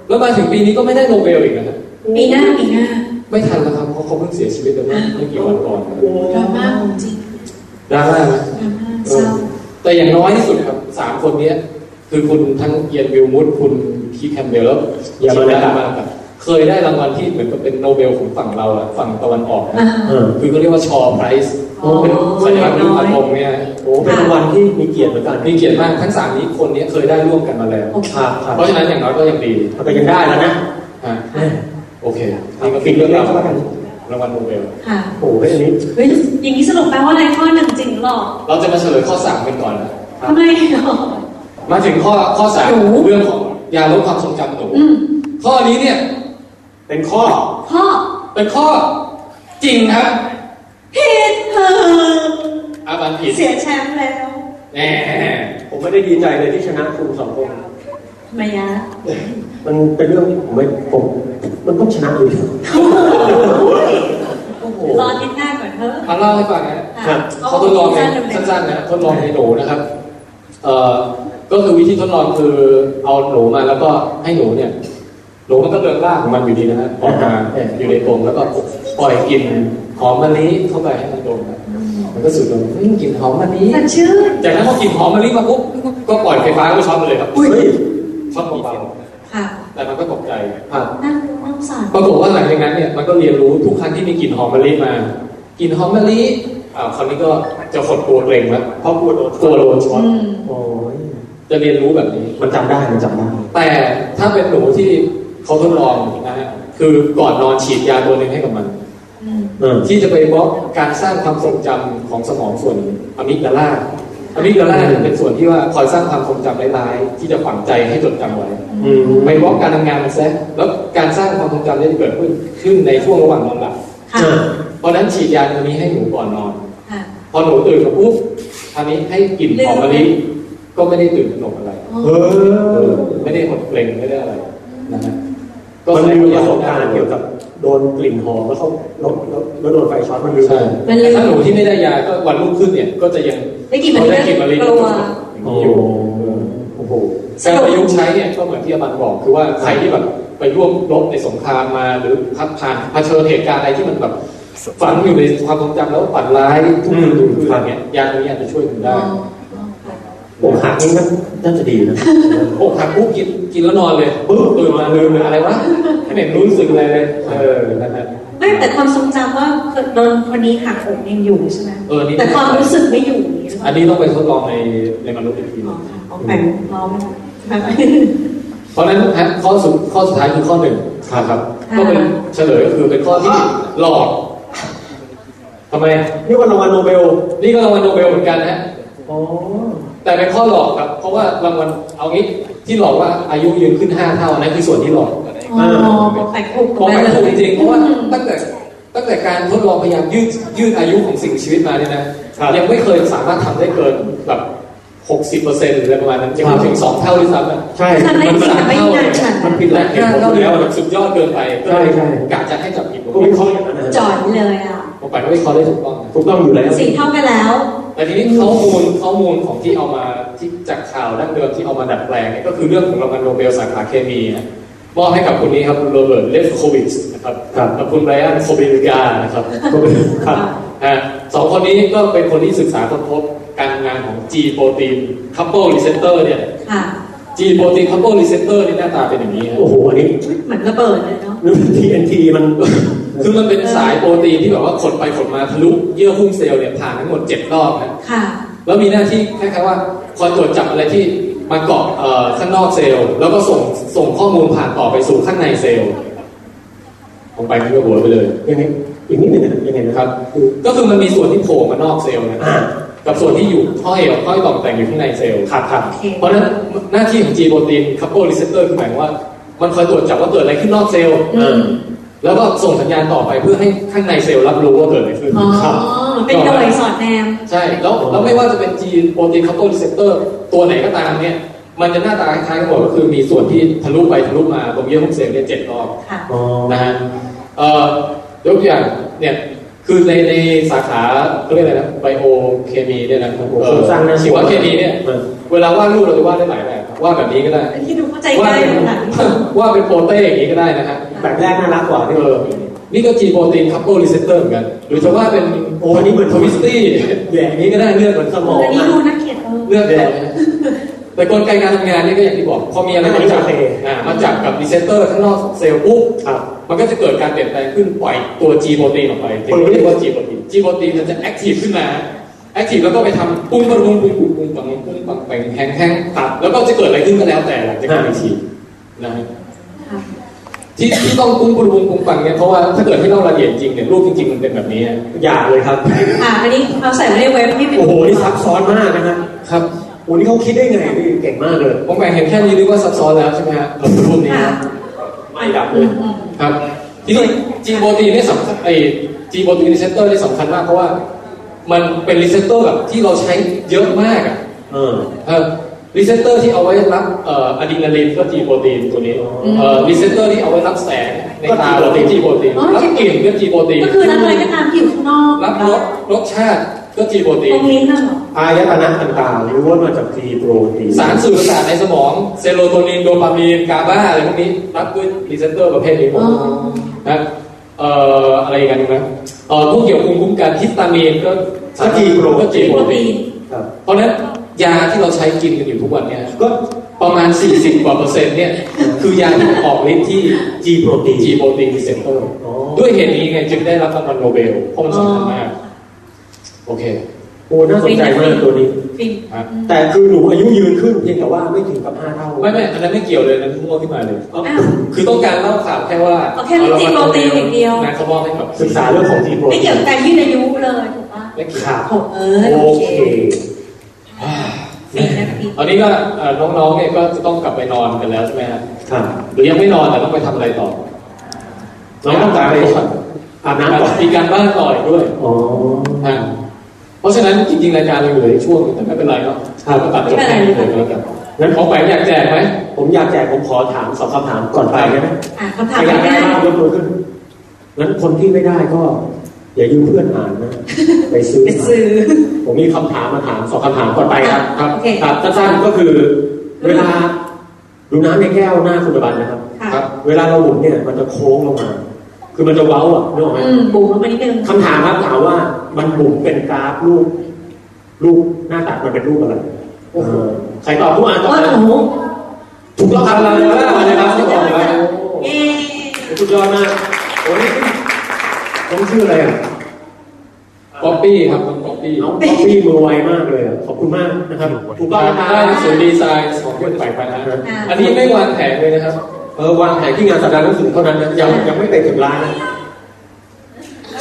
แล้วมาถึงปีนี้ก็ไม่ได้โนเบลอีกนะครับ
ปีหน้าปีหน้า
ไม่ทันแล้วครับเพราะเขาเพิ่งเสียชีวิตไปเมื่อไม่กี่วันก่อนนะครับ
ดราม่าของจริง
ดราม่านะ
ดราม่า
เอ
เศ
อ
ร้า
แต่อย่างน้อยที่สุดครับสามคนเนี้ย คือคุณทั้งเอียนวิลมุตคุณคีแคมเบลแล้ว
อย่ามาเลยครับ
มากครับเคยได้รางวัลที่เหมือนกับเป็นโนเบลของฝั่งเราอะฝั่งตะวันออกนะ
อ่า
เออ
คือก็เรียกว่าชอไพรส์
อ๋อ
เป็นสัญลักษณ์รูปอะตอมเนี่ย
โอ้เป็นรางวัลที่มีเกียรติเหมือนกัน
มีเกียรติมากทั้งสามนี้คนเนี้ยเคยได้ร่วมกันมาแล้ว
โอเค
ครับครับ
เพราะฉะนั้นอย่างน้อยก็ยังดี
แต่ยังได้แล้วนะ
ฮะ
แม่
โอเคนี่ก็คือเรื่องราวของรางวัลโนเบล
ค่ะ
โอ้โหเรื่องนี้
เฮ้ย อย่างนี้สรุปแปลว่าอะไรข้อหนึ่งจริงหรอ
เราจะมาเฉลยข้อสามกันก่อนนะ
ทำไมหรอ
มาถึงข้อข้อสาม
หนู
เรื่องของยาลดความทรงจำหนู
อืม
ข้อนี้เนี่ย
เป็นข้อ
พ่อ
เป็นข้อจริงครับ
ผิดเถอ
อาบันผิ
ะ
ด
เสียแชมป์แล้ว
แหม่
ผมไม่ได้ดีใจเลยที่ชนะคุณสองคน
ไมายะ
มันเป็นเรื่องที่ผมไม่ผมมันต้องชนะอยู่แล้ว
โอ้โห
รอทิศหน้าก่อนเถอะ
เอาเล่าให้ฟังนะ
อ่ะ
ครับ
เขาทดลองใน
สั้นๆเร็วๆ
สั้นๆนะทดลองในหนูนะครับ เอ่อ ก็คือวิธีทดลองคือเอาหนูมาแล้วก็ให้หนูเนี่ย หนูมันก็เดินลากของมันอยู่ดีนะฮะออกมาอยู่ในกรงแล้วก็ปล่อยกลิ่นหอมมะลิเข้าไปให้มันดมนะมันก็สูดดมเฮ้ยกลิ่นหอมมะลิ
สดชื่น
จากนั้นพอกลิ่นหอมมะลิมาปุ๊บก็ปล่อยไฟฟ้าก็ช็อตไปเลยครับ
เฮ้ย
ช็อตเบา
ค่ะ
ๆแต่มันก็ตกใจอ่ะ
นั่งนั่งสาร
ปรากฏว่าหลังจากนั้นเนี่ยมันก็เรียนรู้ทุกครั้งที่มีกลิ่นหอมมะลิมากลิ่นหอมมะลิอ่าคราวนี้ก็จะขดตัวเกรงแล้ว
เพราะกลัวโดน
กลัวโดนช็อต
อืม
โอ้ย
จะเรียนรู้แบบนี้
มันจำได้มันจำได้
แต่ถ้าเป็นหนูที่เขาทดลองนะฮะคือก่อนนอนฉีดยาตัวหนึ่งให้กับมัน
อืม
เออ
ที่จะไปบล็อกการสร้างความทรงจำของสมองส่วนอะมิกดาลาอะมิกดาลาเนี่ยเป็นส่วนที่ว่าคอยสร้างความทรงจำร้ายๆที่จะฝังใจให้จดจำไว้
อืม
ไปบล็อกการทำงานมันซะแล้วการสร้างความทรงจำเนี่ยจะเกิดขึ้นในช่วงระหว่างนอนหลับ
ค่ะ
เออ
เพราะฉะนั้นฉีดยาตัวนี้ให้หนูก่อนนอน
ค่ะ
พอหนูตื่นมาปุ๊บคราวนี้ให้กลิ่นหอมมะลิ
เร็ว
ก็ไม่ได้ตื่นตระหนกอะไร
อ๋อ
เออ
ไม่ได้หดเกรงไม่ได้อะไรนะฮะ
มันมีประสบการณ์เกี่ยวกับโดนกลิ่นหอมแล้วเขาลดลดแล้วโดนไฟช็อตมันลืม
ใช่แต่ถ้าหนูที่ไม่ได้ยาก็วันรุ่งขึ้นเนี่ย ก็จะยัง
ได้กินมัน
ก็
ก็
ได้กลิ่นมะลิ
กลัว
อยู่
โอ้โห
การประยุกต์ใช้เนี่ยก็เหมือนที่อามันบอกคือว่าใครที่แบบไปร่วมรบในสงครามมาหรือพัดผ่านเผชิญเหตุการณ์อะไรที่มันแบบฝังอยู่ในความทรงจำแล้วฝันร้ายทุกคืนทุกคืนอะไรเงี้ยยาตัวนี้อาจจะช่วยคุณได้
ผมหักนี่ก็น่าจะดีนะ
อกหักปุ๊บกินกินแล้วนอนเลยปุ๊บตื่นมาลืมเลยอะไรวะไม่เห็นรู้สึกอะไรเลยเออนะฮะ
ไม่แต่ความทรงจำว่าโดนคนนี้หักอกยังอยู่ใช่ไหม
เออนี่
แต่ความรู้สึกไม่อยู่อย่างนี้หรือเป
อั
ล่าน
นี้ต้องไปทดลองในในมนุษย์อีกทีห
อ๋
น
อง ค่ะเอา
ึ
แบ่งร้องค่ะ
เพราะฉะนั้นฮะข้อสุดข้อสุดท้ายคือข้อหนึ่งครับ
ค่ะ
ก็เป็นเฉลยก็คือเป็นข้อที่หลอกทำไม
นี่วันรางวัลโนเบล
นี่ก็รางวัลโนเบลเหมือนกันฮะ
อ๋อ
แต่เป็นข้อหลอกครับ เพราะว่ารางวัลเอางี้ที่หลอกว่าอายุยืนขึ้นห้าเท่าอันนั้นคือส่วนที่หลอก
อ๋อบอกแบ่งอก
มองไป
เลย
ถูกจริงๆเพราะว่าตั้งแต่ตั้งแต่การทดลองพยายามยืดยืดอายุของสิ่งมีชีวิตมาเนี่ยนะครับยังไม่เคยสามารถทำได้เกินแบบ60%หรืออะไรประมาณนั้นยังไม่ถึงสองเท่าด้วยซ้ำอะ
ใช่
ทำได้จริงแต่ไม่งานฉัน
มันผิดหลักเหตุผลแล้ว
มันสุดยอดเกินไป
ใช่ใช่
กะจะให้จับผิดผม
ก็วิเคราะห์อย่างนั้นนะ
จอดเลยอ่ะ
ผมไปก็วิเคราะห์ได้ถูกต้องนะ
ถูกต้องอยู่แล้ว
สีเท่ากันแล้ว
แต่ทีนี้ข้อมูลข้อมูลของที่เอามาที่จากข่าวดั้งเดิมที่เอามาดัดแปลงเนี่ยก็คือเรื่องของรางวัลโนเบลสาขาเคมีนะมอบให้กับคนนี้ครับคุณโรเบิร์ตเลฟโควิชนะครับ
ครับ
กับคุณไบรอันโคเบริกานะครับ
ก็เป็นครับ
อ่ะสองคนนี้ก็เป็นคนที่ศึกษาค้นพบการทำงานของ G โปรตีน couple receptor เนี่ย
ค่ะ
G โปรตีน couple receptor นี่หน้าตาเป็นอย่างนี้ฮะ
โอ้โห อันนี้
เหมือนระเบิดเลยเนาะ
นึกว่า TNT มัน
คือมันเป็นสายโปรตีนที่แบบว่าขดไปขดมาทะลุเยื่อหุ้มเซลล์เนี่ยผ่านทั้งหมด 7 รอบนะ
ค่ะ
แล้วมีหน้าที่คล้ายๆว่าคอยตรวจจับอะไรที่มาเกาะเอ่อข้างนอกเซลล์ แล้วก็ส่งส่งข้อมูลผ่านต่อไปสู่ข้างในเซลล์ผมไปที่หัวไปเลย
ยังไงอีกนิดหนึ่งนะยังไงนะ
ค
ครั
รั
บ บ
ก็คือมันมีส่วนที่โผล่มานอกเซลล์นะ
อ่า
กับส่วนที่อยู่ห้อยห้อยต่อมแต่งอยู่ข้างในเซลล์
ครับครับ
โอเค
เพราะฉะนั้นหน้าที่ของ G โปรตีน couple receptor คือหมายความว่า มันคอยตรวจจับว่าเกิดอะไรขึ้นนอกเซลล์
อืม
แล้วก็ส่งสัญญาณต่อไปเพื่อให้ข้างในเซลล์รับรู้ว่าเกิดอะไรขึ้น
อ๋อ
ครับ
เป็นหน่วยสอดแนม
ใช่ แล้วแล้วไม่ว่าจะเป็น G โปรตีน couple receptor ตัวไหนก็ตามเนี่ย มันจะหน้าตาคล้ายๆกันหมดก็คือมีส่วนที่ทะลุไปทะลุมาตรงเยื่อหุ้มเซลล์เนี่ยเจ็ดรอบ
ค่ะ
อ๋อ
นะฮะเอ่อยกตัวอย่างเนี่ยคือในในสาขาเขาเรียกอะไรนะไบโอเคมีเนี่ยนะ
โอ้โห
เอ่
โค
อ
รงสร้างน่า
ชีวเคมีเนี่ย
เออ
เวลาวาดรูปเราจะวาดได้หลายแบบวาดแบบนี้ก็ได้
ที่ดูเข้าใจ
วาด
ง่าย
เป็น
เลยค่ะ
วาดเป็นโปรเต้ อย่างนี้ก็ได้นะฮะ
แบบแรกน่ารักกว่าที่
เอ
เรา
อนี่ก็จีโปรตีนคัพเปิลรีเซปเตอร์เหมือนกันหรือจะวาดเป็น
โอ้อันนี้เหมือน
ทวิสตี้ อย่างนี้ก็ได้เลือดเหมือนสมอง
อันนี้ดูนักเขียนเออ
เลือดแบบนี้แต่กลไกการทำงานนี่ก็อย่างที่บอกพอมีอะไรมาจับอ่ามาจับกับรีเซปเตอร์ข้างนอกเซลล์ปุ๊บ
ครับ
มันก็จะเกิดการเปลี่ยนแปลงขึ้นปล่อยตัว G โปรตีนออกไปเรียกว่า G โปรตีน G โปรตีนมันจะแอคทีฟขึ้นมาแอคทีฟแล้วก็ไปทำปุ้งปุ้งปุ้งปุ้งปุ้งปุ้งปังปุ้งปังแปงแห้งแห้งตัดแล้วก็จะเกิดอะไรขึ้นก็แล้วแต่หลังจากการฉีดนะฮะ
ค่ะ
ที่ที่ต้องปุ้งปุ้งปุ้งปุ้งปังเนี่ยเพราะว่าถ้าเกิดให้เล่ารายละเอียดจริงเนี่ยรูปจริงๆมันเป็นแบบนี้
อย่าเลยครับ
อ่ะ อันนี้เราใส่ไว้ในเว็บให้ไปดู
โอ้โห นี่ซับซ้อนมากนะฮะ
ครับ
โอ้นี่เขาคิดได้ไงนี่เก่งมากเลย
ผมแปงเห็นแค่นี้นึกว่าซับซ้อนแล้วใช่ไหมฮะเราดูรูปนี้
ค่ะ
นะ
ไม่ดับเล
อื
ย
มอืม
ครับทีนี้ G โปรตีนนี่สำคัญไอ้ G โปรตีนรีเซปเตอร์นี่สำคัญมากเพราะว่ามันเป็นรีเซปเตอร์แบบที่เราใช้เยอะมากอะ
เออ
เอ่อรีเซปเตอร์ที่เอาไว้รับเอ่ออะดรีนาลีนก็จีโปรตีนตัวนี้
อืม
เอ่อรีเซปเตอร์ที่เอาไว้รับแสงในตา
ก็
ก็
G
จีโปรตีน
อ๋อ
รับกลิ่นก็จีโปรตีน
ก็คือรับอะไรก็ตามที่อยู่ข้างนอก
รับรสรสชาติ ก็จีโปรตี
ตร
น
งนี้น่ะเหรอ
อายตนะต่างๆล้วนมาจากจีโปรตีน
สารสื่อประสาทในสมองเซโรโทนินโดปามีนกาบาอะไรพวกนี้รับด้วยรีเซพเตอร์ประเภทนี้หมด
อ๋อ
นะเอ่ออะไรอีกันนะเอ่อพวกเกี่ยวกับภูมิคุ้มกันฮิสตามีนก็
ก็จีโปร
ก็จี
ตีน
โปรตีน
ครับ
เพราะฉะนั้นยาที่เราใช้กินกันอยู่ทุกวันเนี่ย
ก็
ประมาณ 40กว่าเปอร์เซ็นต์เนี่ยคือยาที่ออกฤทธิ์ที่
จีโปรตีน
G โปรตีนรีเซพเตอร์
อ๋อ
ด้วยเหตุนี้ไงจึงได้รับรางวัลโนเบลเพราะมันสำคัญมาก โอเค
โอ้น่าสนใจมากตัวนี้
ฟิน
ฮะ
แต่คือหนูอายุยืนขึ้นเพียงแต่ว่าไม่ถึงกับห้าเท่า
ไม่ไม่อันนั้นไม่เกี่ยวเลยอันนั้นมั่วขึ้นมาเลย
อ้าว
คือต้องการเล่าข่าวแค่ว่า
เอาแค่เรื่อง G โปรตีนอย่างเดียว
นะเขามอบให้กับ
ศึกษาเรื่องของจีโปร
ไม่
ตี
เกี่ยวน กับการยืดอายุเลยถูกปะ
และ
ค
ข่า
รั
ว
บ
โอ้เออ
โอ
โอเค
เค
ฟินนะคะฟิน
ตอนนี้ก็เอ่อน้องๆเนี่ยก็จะต้องกลับไปนอนกันแล้วใช่ไหมฮะ
ครับ
หรือยังไม่นอนแต่ต้องไปทำอะไรต่อ
เราต้องการอะไรก่อนอาบน้ำก่อน
มีการบ้านต่ออีกด้วย
อ๋อ
นะเพราะฉะนั้นจริงๆรายการเราอยู่ในช่วงแต่ไม่เป็นไรเนาะ
ครับ
ก็ตัดจบ
ไม่
แค่
เป็นไร
นี้เลยก็แล้วกันงั้นของแปลอยากแจกไหม
ผมอยากแจกผมขอถามสองคำถามก่อนไปได้ไหม
อ่ะคำ
ใค
ถาร ม
อยากได้
ง่าย
บ้างยกมือขึ้นงั้นคนที่ไม่ได้ก็ อย่ายืมเพื่อนอ่านนะ ไปซื้อ
ๆไป
มา
ซื้อ
ผมมีคำถามมาถามสองคำถามก่อนไปครับ
ครับโอเค
ครับสั้นๆก็คือ เวลาดูน้ำในแก้วหน้าคุณบันนะครับ
ค่ะ
ครับเวลาเราหมุนเนี่ยมันจะโค้งลงมา คือมันจะเว้าอ่ะนึกออกไหม
อืมบุ๋มลงมานิดนึง
คำถามครับถามว่ามันหมุนเป็นกราฟรูปรูปหน้าตัดมันเป็นรูปอะไรเออใครตอบทุกอันตอบ
ว่า
นะ
หนู
ถูกต้องครับเราเลยว่าเลยครับที่บอกเลย
เย้
สุดยอดมากโอ้ยต้องชื่ออะไรอ่ะ
ป๊อปปี้ครับน้องป๊อปปี้
น้องป๊อปปี้มือไวมากเลยอะขอบคุณมากนะครับถูกต้องนะค
ได้
รับ
หนังสือดีไซน์ของเพื่อนไปไปนะ
า
อันนี้ไม่วางแผนเลยนะครับ
เออวางแผนที่งานสัปดาห์หนังสือเท่านั้นนะยังยังไม่ไปถึงร้านนะ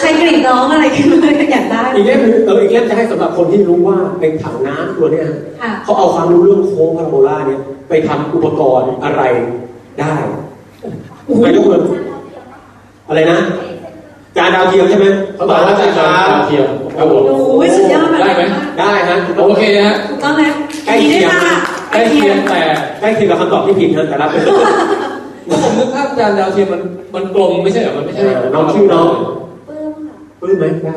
ใครกรีดน้องอะไรขึ้นมาอยากได้
อีกเล่มหนึ่งเอออีกเล่มจะให้สำหรับคนที่รู้ว่าในถังน้ำตัวเนี้ย
ค่ะ
เขาเอาความรู้เรื่องโค้งพาราโบลาเนี่ยไปทำอุปกรณ์อะไรได้นายกมืออะไรนะ จานดาวเทียมใช่ไหม
เขาบอกว่าจะ
ค
ทำ
รั
ดา
บ
วเทียมครับผ
โอ
ม้
ยสุดยอดแบบ
ได้ไหม
ได้ฮะ
โอเคนะฮะ
ถูกต้องไหม
ใกล้เคียง
ใกล้เคียงแต่
ใกล้เคียงกับคำตอบที่ผิดนะแต่รับไปเลย
ถ้าผมนึกภาพจานดาวเทียมมันมันกลมไม่ใช่เหรอมันไม่
เอ
ใช่
อน้องชื่อน้อง
ปื้มค่ะ
ปลื้มไหมได้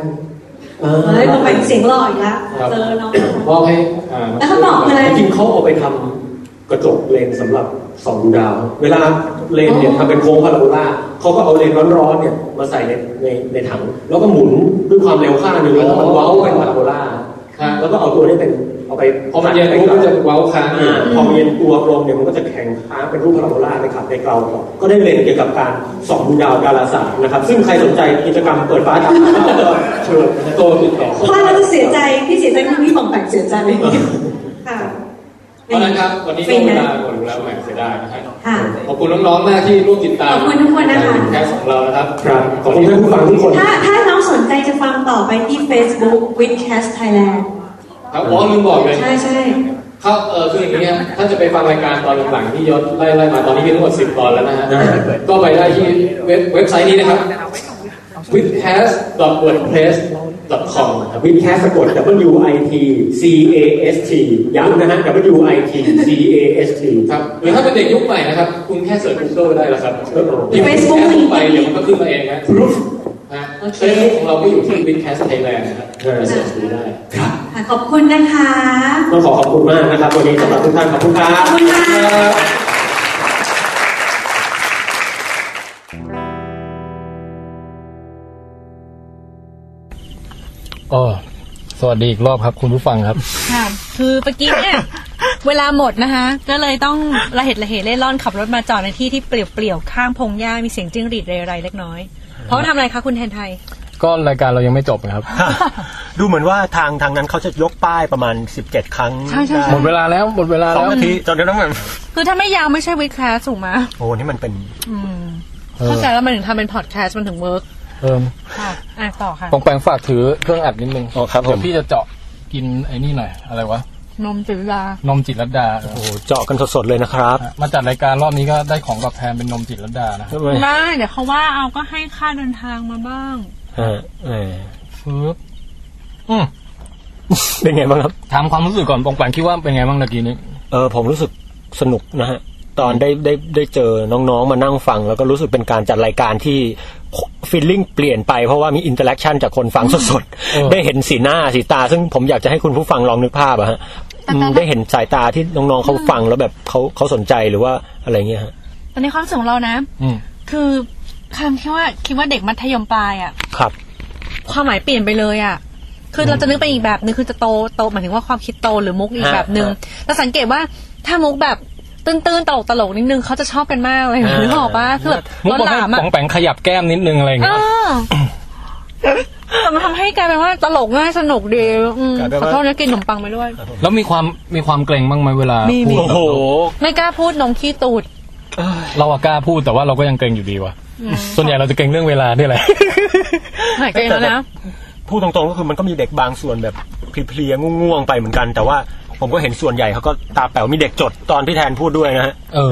เออ
เฮ้ยต้องไปเสียงหล่ออีกแล้วเจอน้อง
มอบให้อ่า
แล้วเขาบอกอะไร
จริงๆเขาเอาไปทำกระจกเลนส์สำหรับส่องดูดาว เวลาเลนส์เนี่ยทำเป็นโค้งพาราโบลาเขาก็เอาเลนส์ร้อนๆเนี่ยมาใส่ในในในถัง แล้วก็หมุนด้วยความเร็วข้างหนึ่งแล้วก็มันเว้าเป็นพาราโบลา
ครับ
แล้วก็เอาตัวนี้เป็นเอาไป
พอมันเย็น
ไป
ปุ๊บ
กลั
ก็
บ
จะเว้าค้างอยู่
อ่าพอมันเย็นตัวกลมเนี่ยมันก็จะแข็งค้างเป็นรูปพาราโบลาไปขับในเกลาก่อนก็ได้เรียนเกี่ยวกับการส่องดูดาวดาราศาสตร์นะครับ ซึ่งใครสนใจกิจกรรมเปิดฟ้าดาวก็เชิญนะ
โตติดต่อ
พลาดแล้วจะเสียใจที่เสียใจคือพี่ของแปลกเสียใจค่ะ
เพราะฉะนั้นครับวันนี้
ฟิ
ก็
น
เว
นะ
ลาหมดลงแล้วแหมเสียดายนะครับ
ค่ะ
ขอบคุณน้องๆมากที่ร่วมติดตาม
ขอบคุณทุกคนนะคะ
แคสของเรานะครับ
ครับขอบคุณท่านผู้ฟังทุกคน
ถ้าถ้าน้องสนใจจะฟังต่อไปที่ Facebook Witcast Thailand
ครับอ๋อลืมบอกเลย
ใช่ใช่
เข้าเออคืออย่างนี้ครับท่านจะไปฟังรายการตอนหลังๆที่ย้อนไล่ไล่มาตอนนี้มีทั้งหมด 10 ตอนแล้วนะฮะ ก็ไปได้ที่เว็บเว็บไซต์นี้นะครับ w i t h a s w o r d p r e s s c o m ครับ
วิดแคสสะกด W I T C A S T ย้ำนะฮะ W I T C A S T
ครับหรือถ้าเป็นเด็กยุคใหม่นะครับ คุณแค่เสิร์ช Google ได้แล้วครับ
ครับผม
ที่ Witcast ไปเดี๋ยวมันก็ขึ้นมาเองนะฮะเฟซบุ๊กของเราก็อยู่ที่ w i t h a s Thailand นะครับไปเสิร์ชดูได้
ค่ะขอบคุณนะคะ
ต้องขอขอบคุณมากนะครับ วันนี้สำหรับทุกท่านขอบคุณครั
ขอบบ คุณค่ะ
ก็สวัสดีอีกรอบครับคุณผู้ฟังครับ
ค่ะ คือเมื่อกี้เนี่ย เวลาหมดนะคะ ก็เลยต้องระเหตุระเหเล่ร่อนขับรถมาจอดในที่ที่เปลี่ยวๆ ข้างพงหญ้ามีเสียงจิ้งหรีดเรไรเล็กน้อย เพราะว่าทำอะไรคะคุณแทนไทย
ก็รายการเรายังไม่จบนะครับ
ดูเหมือนว่าทางทางนั้นเขาจะยกป้ายประมาณ 17 ครั้ง
ใช่ใช่ใช่
หมดเวลาแล้วหมดเวลา
สอง
แล้ว
นาทีจนกระทั่งแบบ
คือถ้าไม่ยาวไม่ใช่วิดแคสถูกไหม
โอ้นี่มันเป็น
อืม
เอ
เข้า
อ
ใจแล้วมันถึงทำเป็นพอดแคสต์มันถึงเวิร์ก
เออ
ค่ะ อ่ะ ต่อค่ะ
ปองแปงฝากถือเครื่องอัดนิดนึง
อ๋อครับผม
เดี๋ยวพี่จะเจาะกินไอ้นี่หน่อย อะไรวะ
นมจิลาน
มจิตรลดาเออ
โอ้เจาะกันสดๆเลยนะครับ
มาจัดรายการรอบนี้ก็ได้ของตอบแทนเป็นนมจิตรลดานะ
ทำไม
ได้เดี๋ยวเขาว่าเอาก็ให้ค่าเดินทางมาบ้าง
เออเออ
ปึ๊บอืม
เป็นไงบ้างครับ
ถามความรู้สึกก่อนปองแปงคิดว่าเป็นไงบ้างตะกี้นี้
เออผมรู้สึกสนุกนะฮะ ตอนได้ได้ได้เจอน้องๆมานั่งฟัง แล้วก็รู้สึกเป็นการจัดรายการที่ ฟีลลิ่งเปลี่ยนไปเพราะว่ามีอินเตอร์แอคชั่นจากคนฟังสด
เออ
ๆ ได้เห็นสีหน้าสีตา ซึ่งผมอยากจะให้คุณผู้ฟังลองนึกภาพอะฮะอืมได้เห็นสายตาที่น้องๆเขาฟังแล้วแบบเขาเขาสนใจหรือว่าอะไรเงี้ยฮะ
ตอนนี้ความรู้สึกของเรานะ
อืม
คือคำที่ว่าคิดว่าเด็กมัธยมปลายอ่ะ
ครับ
ความหมายเปลี่ยนไปเลยอ่ะ คือเราจะนึกไปอีกแบบนึงคือจะโตโตหมายถึงว่าความคิดโตหรือมุกอีก
ฮะ
แบบนึงเราสังเกตว่าถ้ามุกแบบตื้นๆตลกตลกๆนิดนึงเขาจะชอบกันมากเลย
อ่า
นึกออกปะคือแบบ
มุ
ร้อ
ก
น
ป
ห
ระเภท
ลามอ่ะ
ของแปงขยับแก้มนิดนึงอะไรอย่าง
เอ
เงี้ย
อแต่มันทำให้กลายเป็นว่าตลกง่ายสนุกดีอืม
กลายเป็น
ขอ
ว่า
โทษนะกินขนมปังไปด้วย
แล้วมีความมีความเกรงบ้างไหมเวลา
มีมี
พูด
โอ้โห
ไม่กล้าพูดนมขี้ตูด
เราอะกล้าพูดแต่ว่าเราก็ยังเกรงอยู่ดีว่ะ ส่วนใหญ่เราจะเกรงเรื่องเวลาเนี่ยแหละ
หายเกรงแล้วนะ
พูดตรงๆก็คือมันก็มีเด็กบางส่วนแบบเพลียๆง่วงๆไปเหมือนกัน แต่ว่าผมก็เห็นส่วนใหญ่เขาก็ตาแป๋วมีเด็กจดตอนพี่แทนพูดด้วยนะฮะ
เออ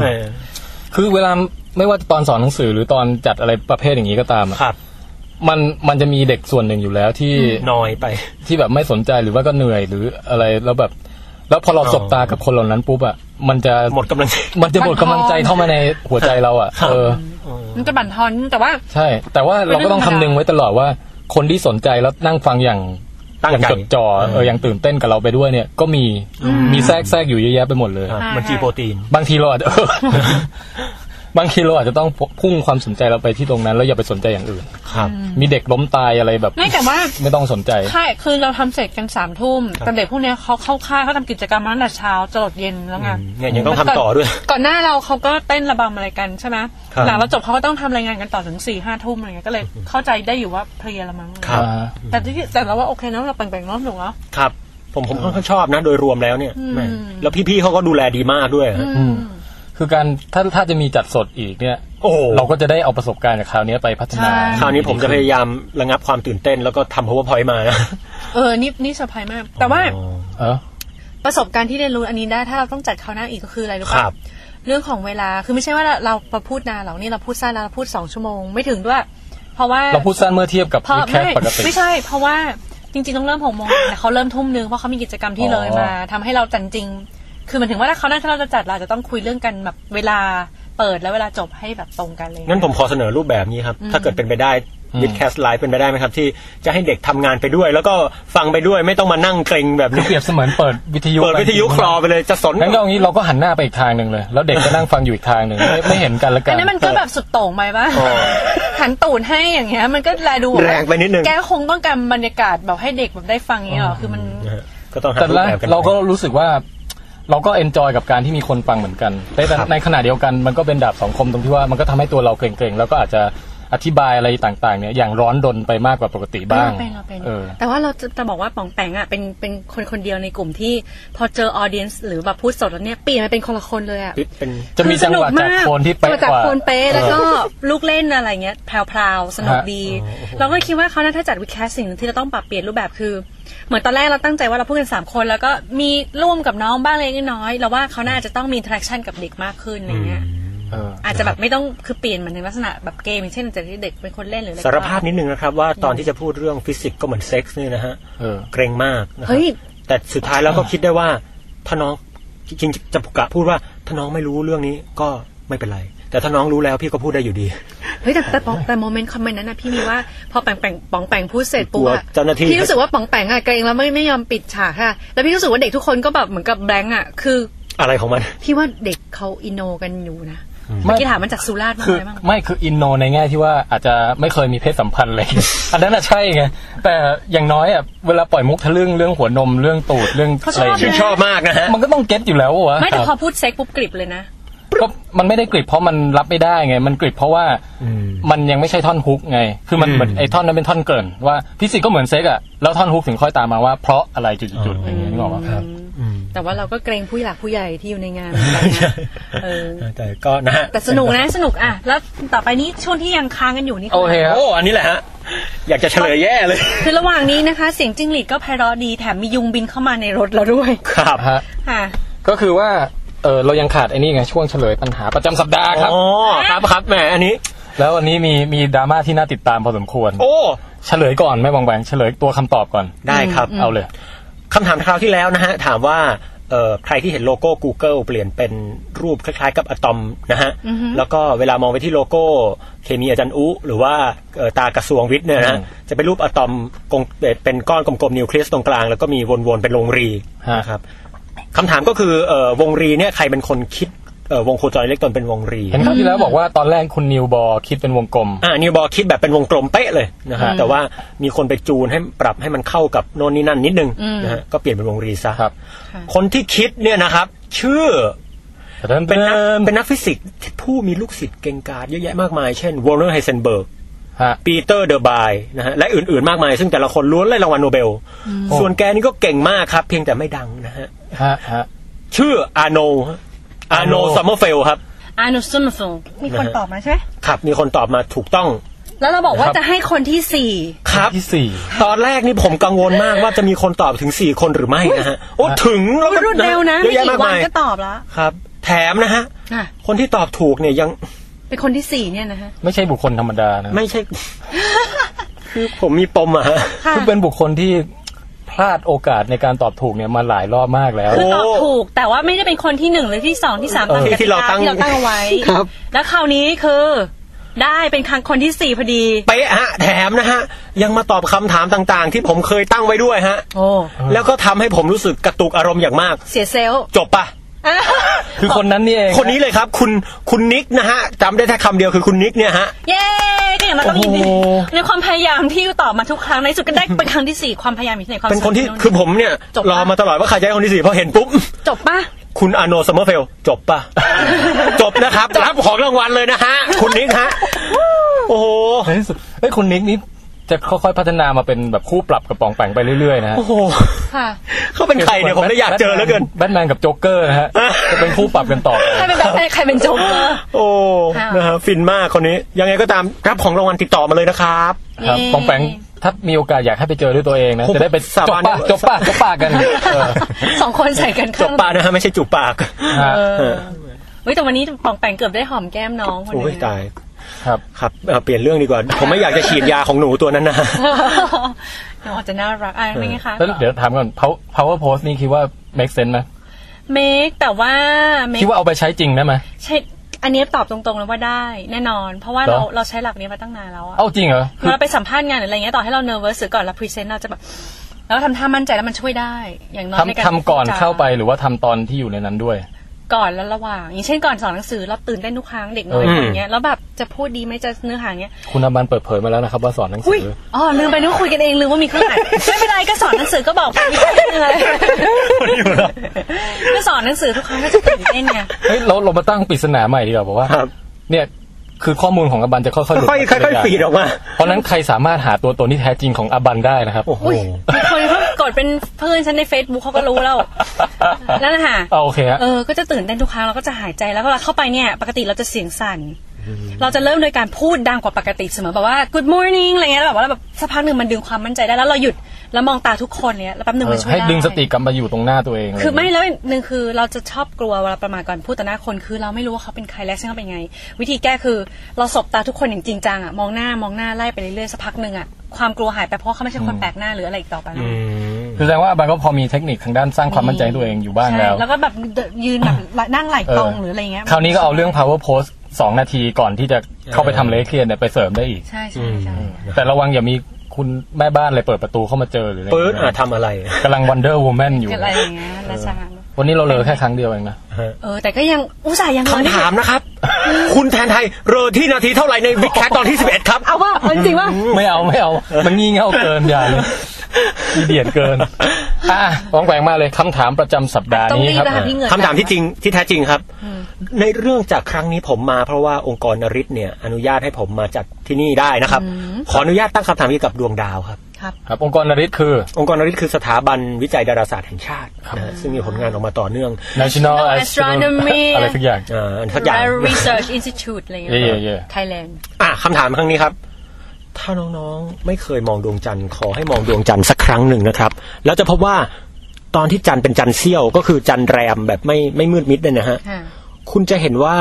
คือเวลาไม่ว่าตอนสอนหนังสือหรือตอนจัดอะไรประเภทอย่างนี้ก็ตามอะ
ครับ
มันมันจะมีเด็กส่วนหนึ่งอยู่แล้วที่
น้อยไป
ที่แบบไม่สนใจหรือว่าก็เหนื่อยหรืออะไรแล้วแบบ แล้วพอเรา
อ๋อ
สบตากับคนเหล่านั้นปุ๊บอะมันจะ
หมดกำลังใจ
มันจะหมดกำลังใจเข้ามาในหัวใจเราอะ
ครับ
เออ
มันจะบั่นทอนแต่ว่า
ใช่ แต่ว่าเราก็ต้องคำนึงไว้ตลอดว่า คนที่สนใจแล้วนั่งฟังอย่าง
ตั้ง
อย่าง
ใจ
จดจ่อเอออย่างตื่นเต้นกับเราไปด้วยเนี่ย ก็มีมีแทรกแทรกอยู่เยอะแยะไปหมดเลย
ครับ
ใช่
เหมันจีโปรตีน
บางทีเราอาจจะ บางทีเราอาจจะต้องพุ่งความสนใจเราไปที่ตรงนั้น แล้วอย่าไปสนใจอย่างอื่น
ครับ
มีเด็กล้มตายอะไรแบบ
ไม่แต่ว่า
ไม่ต้องสนใจ
ค่ายคือเราทำเสร็จกันสามทุ่มแต่เด็กพวกเนี้ยเขาเข้าค่ายเขาทำกิจกรรมมาตั้งแต่เช้าจนเย็นแล้วไง
อืมเนี่ยยังต้องทำต่อด้วย
ก่อนหน้าเราเขาก็เต้นระบำอะไรกันใช่ไหม
ครับ
หลังเราจบเขาก็ต้องทำรายงานกันต่อถึงสี่ห้าทุ่มอะไรเงี้ยก็เลยเข้าใจได้อยู่ว่าเพลียละมั้ง
ครับ
อ่า
แต่ที่แต่เราว่าโอเคนะเราแบ่งๆรอบหนูเนาะ
ครับ ผมผมค่อนข้างชอบนะ โดยรวมแล้วเนี่ย
อืม
แม่แล้วพี่ๆเขาก็ดูแลดีมากด้วยฮะ
อืมคือการถ้าถ้าจะมีจัดสดอีกเนี่ย
โอ้โห
เราก็จะได้เอาประสบการณ์จากคราวนี้ไปพัฒนา
ใช่
คราวนี้ผมจะพยายามระงับความตื่นเต้นแล้วก็ทำ powerpoint มานะ
เออนี่นี่เซอร์ไพรส์มาก แต่ว่า
อ๋อ
เออ
ประสบการณ์ที่เรียนรู้อันนี้ได้ถ้าเราต้องจัดคราวหน้าอีกก็คืออะไรรู้
ครั
ปะ
บ
เรื่องของเวลาคือไม่ใช่ว่าเราเราพูดนานหรอกนี่เราพูดสั้นแล้วเราพูดสองชั่วโมงไม่ถึงด้วย เพราะว่า
เราพูดสั้นเมื่อเทียบกับ
เพราะ
วิดแคส
ไม่
ปกติ
ไม่ใช่ เพราะว่าจริงๆต้องเริ่มหกโมงแต่เขาเริ่มทุ่มนึงเพราะเขามีกิจกรรมที่เลยมาทำให้เราจันจริง คือหมันถึงว่าถ้าเขาวหน่าถ้าเราจะจัดเราอาจจะต้องคุยเรื่องกันแบบเวลาเปิดและเวลาจบให้แบบตรงกันเลย
งั้นผมขอเสนอรูปแบบนี้ครับ
อืม
ถ้าเกิดเป็นไปได้
อืม
วิดแคสไลฟ์เป็นไปได้ไหมครับ ที่จะให้เด็กทำงานไปด้วย แล้วก็ฟังไปด้วยไม่ต้องมานั่งเกรงแบบ
คือ
นี้
เปรียบเสมือนเปิดวิทยุ
เปิดวิทยุคลอไปเลยจะสน
งั้นก็เอางี้เราก็หันหน้าไปอีกทางหนึ่งเลย แล้วเด็กก็นั่งฟังอยู่อีกทางหนึ่งไม่ไม่เห็นกันละกั
อั
น
นนั้นมันก็แบบสุดโต่งไปปะ
อ๋อ
หันตูดให้อย่างเงี้ย มันก็แลดูบบว่า
แรงไปนิดนึง
แกคงต้องการบรรยากาศแบบให้เด็กแบบได้ฟังอย่างเงี้ยหรอคือมัน
นะฮะก็ต้องหา
แต่
รู
ละ
ปแบบกัน
เราก็รู้สึกว่า เราก็เอนจอยกับการที่มีคนฟังเหมือนกัน แต่แต่
ครับ
ในขณะเดียวกันมันก็เป็นดาบสองคมตรงที่ว่ามันก็ทำให้ตัวเราเกรงๆ แล้วก็อาจจะอธิบายอะไรต่างๆ เนี่ยอย่างร้อนรนไปมากกว่าปกติบ้าง
เราเป็นเราเป็น
เออ
แต่ว่าเราจะจะบอกว่าป๋องแปงอ่ะเป็นเป็นคนคนเดียวในกลุ่มที่พอเจอออเดียนหรือแบบพูดสดแล้วเนี่ยเปลี่ยนไปเป็นคนละคนเลยอ่ะ
เป็น
จะมีจังหวะ
คือส
จาก
มาก
โคนที่เป๊ะ
จังหวจาก
กว่า
โคนเป๊ะแล้วก็ลูกเล่นอะไรเงี้ยแพรวๆสนุกดี เราก็คิดว่าเขาวหน่าถ้าจัดวิแคสสิ่งหนึ่งที่เราต้องปรับเปลี่ยนรูปแบบคือ เหมือนตอนแรกเราตั้งใจว่าเราพูดกันสามคนแล้วก็มีร่วมกับน้องบ้างเล็กน้อยเราว่าเขาวหน่าจะต้องมี interaction กับเด็กมากขึ้นอะไรเงี้ย
เออ
อาจจะแบบไม่ต้องคือเปลี่ยนมันในลักษณะแบบเกมอย่างเช่นจะที่เด็กเป็นคนเล่นหรืออะไร
สารภาพนิดนึงนะครับว่าตอนที่จะพูดเรื่องฟิสิกส์ก็เหมือนเซ็กซ์เนี่ยนะฮะ
เออ
เกรงมากนะครับ
เฮ้ย
แต่สุดท้ายแล้วก็คิดได้ว่า ถ้าน้องจริงๆจะกะพูดว่าถ้าน้องไม่รู้เรื่องนี้ก็ไม่เป็นไร แต่ถ้าน้องรู้แล้วพี่ก็พูดได้อยู่ดี
เฮ้ยแต่แต่ปองแต่โมเมนต์คอมเมนต์นั้นนะพี่มีว่าพอแปงแปงปองแปงพูดเสร็จปุ๊บ
กลัว
อะ
เจ้าหน้าที่
พี่รู้สึกว่าปองแปงอะเกรงแล้วไม่ไม่ยอมปิดฉากค่ะ แล้วพี่รู้สึกว่าเด็กทุกคนก็แบบเหมือนกับแบงค์อะคือ
อะไรของมัน
พี่ว่าเด็กเขาอินโนกันอยู่นะเมื่อกี้ถามมันจากสุราษฎร์บ้าง
คือ
ไหมบ้าง
ไม่คืออินโนในแง่ที่ว่าอาจจะไม่เคยมีเพศสัมพันธ์เลย อันนั้นน่ะใช่ไงแต่อย่างน้อยอ่ะเวลาปล่อยมุกทะลึ่งเรื่องหัวนมเรื่องตูดเรื่องอะไรอย่าง
ชื่น
เงี้ย
ชอบมากนะฮะ
มันก็ต้องเก็ตอยู่แล้ววะ
ไม่แต่
ครับ
พอพูดเซ็กปุ๊บกริบเลยนะ
ก็มันไม่ได้กริบเพราะมันรับไม่ได้ไง มันกริบเพราะว่ามันยังไม่ใช่ท่อนฮุกไง คือมัน
อืม
เหมือนไอ้ท่อนนั้นเป็นท่อนเกรินว่าฟิสิกส์ก็เหมือนเซ็กอ่ะแล้วท่อนฮุกถึงค่อยตามมาว่าเพราะอะไรจุดๆๆอะไรอย่างเงี้ยนึกออกปะ
แต่ว่าเราก็เกรงผู้หลักผู้ใหญ่ที่อยู่ใน งานเออ
แต่ก็นะฮะ
แต่สนุกนะสนุกอะแล้วต่อไปนี้ช่วงที่ยังค้างกันอยู่นี่
โอเคครับ
โอ้อันนี้แหละฮะอยากจะเฉลยแย่เลย
คือระหว่างนี้นะคะเสียงจิ้งหรีดก็ไพเราะดีแถมมียุงบินเข้ามาในรถเราด้วย
ครับ
ฮะ
ค่ะ
ก็คือว่าเออเรายังขาดไอ้นี่ไงช่วงเฉลยปัญหาประจำสัปดาห์ครับ
อ๋อครับครับแหมอันนี้
แล้ววันนี้มีมีดราม่าที่น่าติดตามพอสมควร
โอ้
เฉลยก่อนไหม่บางแบงเฉลยตัวคำตอบก่อน
ได้ครับ
เอาเลย
คำถามคราวที่แล้วนะฮะ ถามว่า เอ่อใครที่เห็นโลโก้ Google เปลี่ยนเป็นรูปคล้ายๆ กับอะตอมนะฮะ
อือฮึ
แล้วก็เวลามองไปที่โลโก้เคมีอาจารย์อุ หรือว่าเอ่อตากระทรวงวิทย์เนี่ยนะฮะจะเป็นรูปอะตอมกลมเป็นก้อนกลมๆนิวเคลียสตรงกลาง แล้วก็มีวนๆเป็นวงรี
ฮะ
นะครับคำถามก็คือเอ่อวงรีเนี่ยใครเป็นคนคิดเอ่อวงโคจรอิเล็กตรอนเป็นวงรี
เห็นคราวที่แล้วบอกว่าตอนแรกคุณนิวบอคิดเป็นวงกลม
อ่านิวบอลคิดแบบเป็นวงกลมเป๊ะเลยนะฮะ
อืม
แต่ว่ามีคนไปจูนให้ปรับให้มันเข้ากับโน่นนี่นั่นนิดนึง
อืม
นะฮะก็เปลี่ยนเป็นวงรีซะ
ครับ
ค่ะ
คนที่คิดเนี่ยนะครับ ชื่อเป็นนักเป็นนักฟิสิกส์ที่ผู้มีลูกศิษย์เก่งกาจเยอะแยะมากมาย เช่นวอร์เนอร์ไฮเซนเบิร์ก
ฮะ
ปีเตอร์เดอร์บายนะฮะและอื่นๆมากมาย ซึ่งแต่ละคนล้วนได้รางวัลโนเบล ส่วนแกนี่ก็เก่งมากครับ เพียงแต่ไม่ดังนะฮะ
ฮะฮะ
ชื่ออาโนฮะอาโน
Arno
ซัมเมอร์เฟลครับ
อานุสุนสุง
มีคนตอบมาใช่ไหมครับมีคนตอบมาถูกต้อง
แล้วเราบอกว่า
ครับ
จะให้คนที่สี่
ครับ
ที่สี่
ตอนแรกนี่ผมกังวลมากว่าจะมีคนตอบถึง 4 คนหรือไม่นะฮะ โอ้ ถึงแล้ว
อุ๊ย
ก็
รวดเร็วนะ
เย
ไม่
อะแยะ
กี่
มาก
วัน
มาย
ก็ตอบแล้ว
ครับ แถมนะฮะ
อ่ะ
คนที่ตอบถูกเนี่ยยัง
เป็นคนที่สี่เนี่ยนะฮะ
ไม่ใช่บุคคลธรรมดานะ
ไม่ใช่ คือผมมีปมอะฮะ
ค่ะ
คือเป็นบุคคลที่พลาดโอกาสในการตอบถูกเนี่ยมาหลายรอบมากแล้ว
คือตอบ
โอ้
ถูกแต่ว่าไม่ได้เป็นคนที่หนึ่งหรือที่สองที่สาม
เออ
มกติก
ที่เราตั้ง
ที่เราตั้งเอาไว้
ครับ
แล้วคราวนี้คือ ได้เป็นครั้งคนที่สี่พอดี
เป๊ะฮะ แถมนะฮะ ยังมาตอบคำถามต่างๆ ที่ผมเคยตั้งไว้ด้วยฮะ
โอ้
แล้วก็ทำให้ผมรู้สึกกระตุกอารมณ์อย่างมาก
เสียเซลล์
จบปะ
คือคนนั้นนี่เอง
คนนี้เลยครับ คุณคุณนิกนะฮะจำได้แค่คำเดียวคือคุณนิกเนี่ยฮะ
เย้ก็อย่างนั้นเราก็ยินดีในความพยายามที่ตอบมาทุกครั้งในที่สุดก็ได้เป็นครั้งที่สี่ความพยายามอยู่ที่ไหนความ
เป็นคนที่
สำเร็จ
คือผมเนี่ย
จบปะ
รอมาตลอดว่าใครจะได้คนที่สี่พอเห็นปุ๊บ
จบป่ะ
คุณอาโนซัมเมอร์เฟลจบ ปะ จบนะครับ รับของรางวัลเลยนะฮะ คุณนิก ฮะ โอ้โห
ในที่สุดเอ้ยคุณนิกนี่จะค่อยๆพัฒนามาเป็นแบบคู่ปรับกับปองแปงไปเรื่อยๆนะฮะ
โอ้โห
ค่ะ
เขาเป็นใครเนี่ยผมเลยอยากเจอเหลือเกิน
แบทแมนกับโจ๊กเกอร์นะฮะจะเป็นคู่ปรับกันต่อ
ใค
ไป
รเป็นแบบใครเป็นโจ๊กเกอร์
โอ้
ค่ะ
นะฮะฟินมากคนนี้ ยังไงก็ตามรับของรางวัลติดต่อมาเลยนะครับ
ครับ
เย้
ปองแปงถ้ามีโอกาสอยากให้ไปเจอด้วยตัวเองนะ
ผม
จะได้ไปจบบ
สาาน
ปาก
ว่า
จบปากจบปากกันเออ
สองคนใส่กัน
จ
ข้า
บ
ง
ปากนะฮะไม่ใช่จูบปาก
ฮะ
เออเฮ้ยแต่วันนี้ปองแปงเกือบได้หอมแก้มน้องคน
โอ้ย
นี้
ตาย
ครับ
ครับเอ่อเปลี่ยนเรื่องดีกว่า ผมไม่อยากจะฉีดยาของหนูตัวนั้นนะฮะ
น้องอาจจะน่ารักอ่ะไม่ไงคะ
แล้วเดี๋ยวถามก่อน power power post นี่คิดว่า make sense ไหม
เมคแต่ว่าเมค
คิดว่าเอาไปใช้จริงได้ไหม
ใช่อันนี้ตอบตรงๆแล้วว่าได้แน่นอน เพราะว่า
เหรอ
เราเราใช้หลักนี้มาตั้งนานแล้วอะ
เอาจริงเหรอ
เวลาไปสัมภาษณ์งานหรืออะไรเงี้ยต่อให้เราเนิร์เวสหรือก่อนเราพรีเซนต์เราจะแบบแล้วทำท่ามั่นใจแล้วมันช่วยได้ อย่างน้อยในการ
ทำทำก่อน
พูดจ
เข้าไปหรือว่าทำตอนที่อยู่ในนั้นด้วย
ก่อนและระหว่าง อย่างเช่นก่อนสอนหนังสือเราตื่นเต้นทุกครั้งเด็กน้อย
อืม
อย่างเงี้ยแล้วแบบจะพูดดีไหมจะเนื้อหาเงี้ย
คุณอบันเปิดเผยมาแล้วนะครับ ว่าสอนหนัง
อุ้
สื
ย
อ
อ๋อลืมไปนึกว่าคุยกันเองลืมว่ามีเครื่องอัดไม่เป็นไรก็สอนหนังสือก็บอกไปไม่เป็นไรก็สอนหนังสือทุกครั้งก็จะตื่นเต้นไง
เฮ้ยเราเรามาตั้งปริศนาใหม่ดีกว่าบอกว่า
ครับ
เนี่ยคือข้อมูลของอบันจะค่อยๆหลุด
ค่อยๆ
มา
ค่อยๆปีดออกมา
เพราะฉะนั้นใครสามารถหาตัวตนที่แท้จริงของอบันได้นะครับ
โอ้โห
อุ้ยมีคนเพิ่งกดเป็นเพื่อนฉันใน Facebook เขาก็รู้แล้วนั่นแหละค่ะ
เอาโอเคฮะ
เออ ก็จะตื่นเต้นทุกครั้งเราก็จะหายใจแล้วเวลาเข้าไปเนี่ย ปกติเราจะเสียงสั่น เราจะเริ่มโดยการพูดดังกว่าปกติเสมอแบบว่า good morning อะไรเงี้ยแล้วแบบว่าแบบสักพักหนึ่งมันดึงความมั่นใจได้แล้วเราหยุดแล้วมองตาทุกคนเนี่ยแล้วแป๊บหนึ่งมันช่วย
ให้
ได้
ดึงสติกลับมาอยู่ตรงหน้าตัวเอง
คือไม่
ะรย่างเงี้ย
แล้วหนึ่งคือเราจะชอบกลัวเวลาประมาทก่อนพูดต่อหน้าคนคือเราไม่รู้ว่าเขาเป็นใครและฉันเขาเป็นไง วิธีแก้คือเราสบตาทุกคนอย่างจริงจังอะมองหน้ามองหน้าไล่ไปเรื่อยๆสักพักหนึ่งอะความกลัวหายไปเพราะเขาไม่ใช่คนแปลกหน้าหรืออะไรอีกต่อไปแล้ว
อืม
คือแสดงว่าอาบันก็พอมีเทคนิคทางด้านสร้างความมั่นใจให้ตัวเองอยู่บ้างแล้ว
ใช่แล้วก็แบบเดินยืนแบบ นั่งไหลตรงหรืออะไรเงี้ย
คราวนี้ก็เอาเรื่อง power post 2 นาทีก่อนที่จะเข้าไปทำเลคเคียนเนี่ยไปเสริมได้อีก
ใช่ใช่ใช่
แต่ระวังอย่ามีคุณแม่บ้านอะไรเปิดประตูเข้ามาเจอหรืออะไร
ปื๊ดอ่ะ
นะ
ทำอะไร
กำลัง wonder woman อยู่
เกิดอะไรอย่างเงี้ยราชา
วันนี้เราเลอแค่ครั้งเดียวเองนะ
ฮะ
เออ แต่ก็ยังอุตส่าห์ยัง
คำถามนะครับ คุณแทนไทยเรอที่นาทีเท่าไหร่ในวิกแคทตอนที่ 11 ครับ
เอาว่าจริงว่า
ไม่เอาไม่เอา มันงี่เง่าเกินอย่าเลยดีเดียดเกิน อ่ะวองแหวงมาเลยคำถามประจำสัปดาห์นี้ครับ
ต้องรีบนะคะพี่ เงิน
คำถามที่จริงที่แท้จริงครับ
อืม
ในเรื่องจากครั้งนี้ผมมาเพราะว่าองค์กรนริศเนี่ยอนุญาตให้ผมมาจัดที่นี่ได้นะครับ ขออนุญาตตั้งคำถามเกี่ยวกับดวงดาวครับ
ครับ
ครับ องค์กรนริศคือ
องค์กรนริศคือสถาบันวิจัยดาราศาสตร์แห่งชาตินะฮะซึ่งมีผลงานออกมาต่อเนื่อง
national astronomy
Astronomy
อะไรสักอย่าง
เอ่อทักอย่าง
Royal Research Institute อะไรเงี้ย
เย่เย่เย่
ไทยแลนด์
อ่ะคำถามครั้งนี้ครับ ถ้าน้องๆไม่เคยมองดวงจันทร์ขอให้มองดวงจันทร์สักครั้งหนึ่งนะครับ แล้วจะพบว่าตอนที่จันทร์เป็นจันทร์เสี้ยวก็คือจันทร์แรมแบบไม่ไม่มืดมิดเลยนะฮะ
ค่ะ
คุณจะเห็นว่า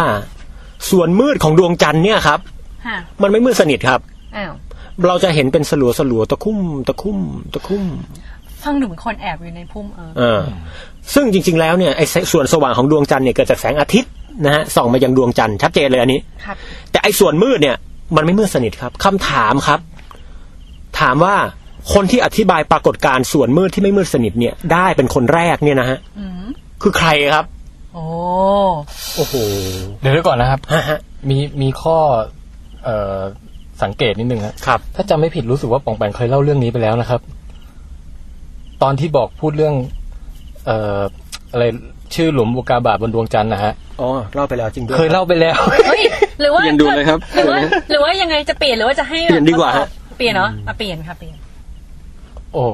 ส่วนมืดของดวงจันทร์เนี่ยครับ
ค่ะ
มันไม่มืดสนิทครับ
อ้าว
เราจะเห็นเป็นสลัวสลัวๆตะคุ่มตะคุ่มตะคุ่ม
ฟังดูเหมือนคนแอบอยู่ในพุ่มเออ
เออซึ่งจริง ๆ แล้วเนี่ยไอ้ส่วนสว่างของดวงจันทร์เนี่ยเกิดจากแสงอาทิตย์นะฮะส่องมายังดวงจันทร์ชัดเจนเลยอันนี้
ครับ
แต่ไอ้ส่วนมืดเนี่ย มันไม่มืดสนิทครับคำถามครับ ถามว่าคนที่อธิบายปรากฏการณ์ส่วนมืดที่ไม่มืดสนิทเนี่ย ได้เป็นคนแรกเนี่ยนะฮะ
อืม
คือใครครับ
โอ้
โอ้โห
เดี๋ยวเดี๋ยวก่อนนะครับ
ฮะฮะ
มีมีข้อเอ่อสังเกตนิดนึงครับ
ครับ
ถ้าจำไม่ผิดรู้สึกว่าป่องแปงเคยเล่าเรื่องนี้ไปแล้วนะครับ ตอนที่บอกพูดเรื่อง เอ่ออะไรชื่อหลุมอุกกาบาตบนดวงจันทร์นะฮะ
อ๋อเล่าไปแล้วจริงด้วย
เคยเล่าไปแล้ว
เฮ้ยหรือว่า
เปลี่ยนดูเลยครับ
หรือว่าหรือว่ายังไงจะเปลี่ยนหรือว่าจะให้
เปลี่ยนดีกว่าฮะ
เปลี่ยนเนาะอ่ะเปลี่ยนค่ะเปลี่ยน
โอ้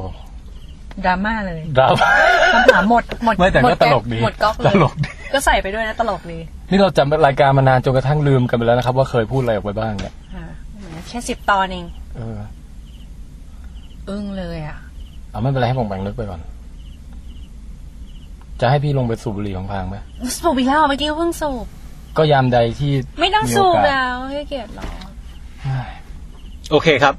ดราม่าเลย
ดราม่า
คำถามหมดหมด
ไม่แต่
ห
ก็
ดก๊
ตลกดี
หมดก๊อกเลย
ตลกดี
ก็ใส่ไปด้วยนะตลกดี
นี่เราจำรายการมานานจนกระทั่งลืมกันไปแล้วนะครับ ว่าเคยพูดอะไรออกไปบ้างเนี่ย
อ่าแหมแค่สิบตอนเอง
เออ
อึ้งเลยอ่ะ
เอาไม่เป็นไรให้ป่องแปงนึกไปก่อน จะให้พี่ลงไปสูบบุหรี่ของพางไหม
สูบอีกแล้วเหรอเมื่อกี้เพิ่งสูบ
ก็ยามใดที่
ไม่ต้อง
โกาส
สูบแล้วให้เกียรติหรอ
โอเคครับ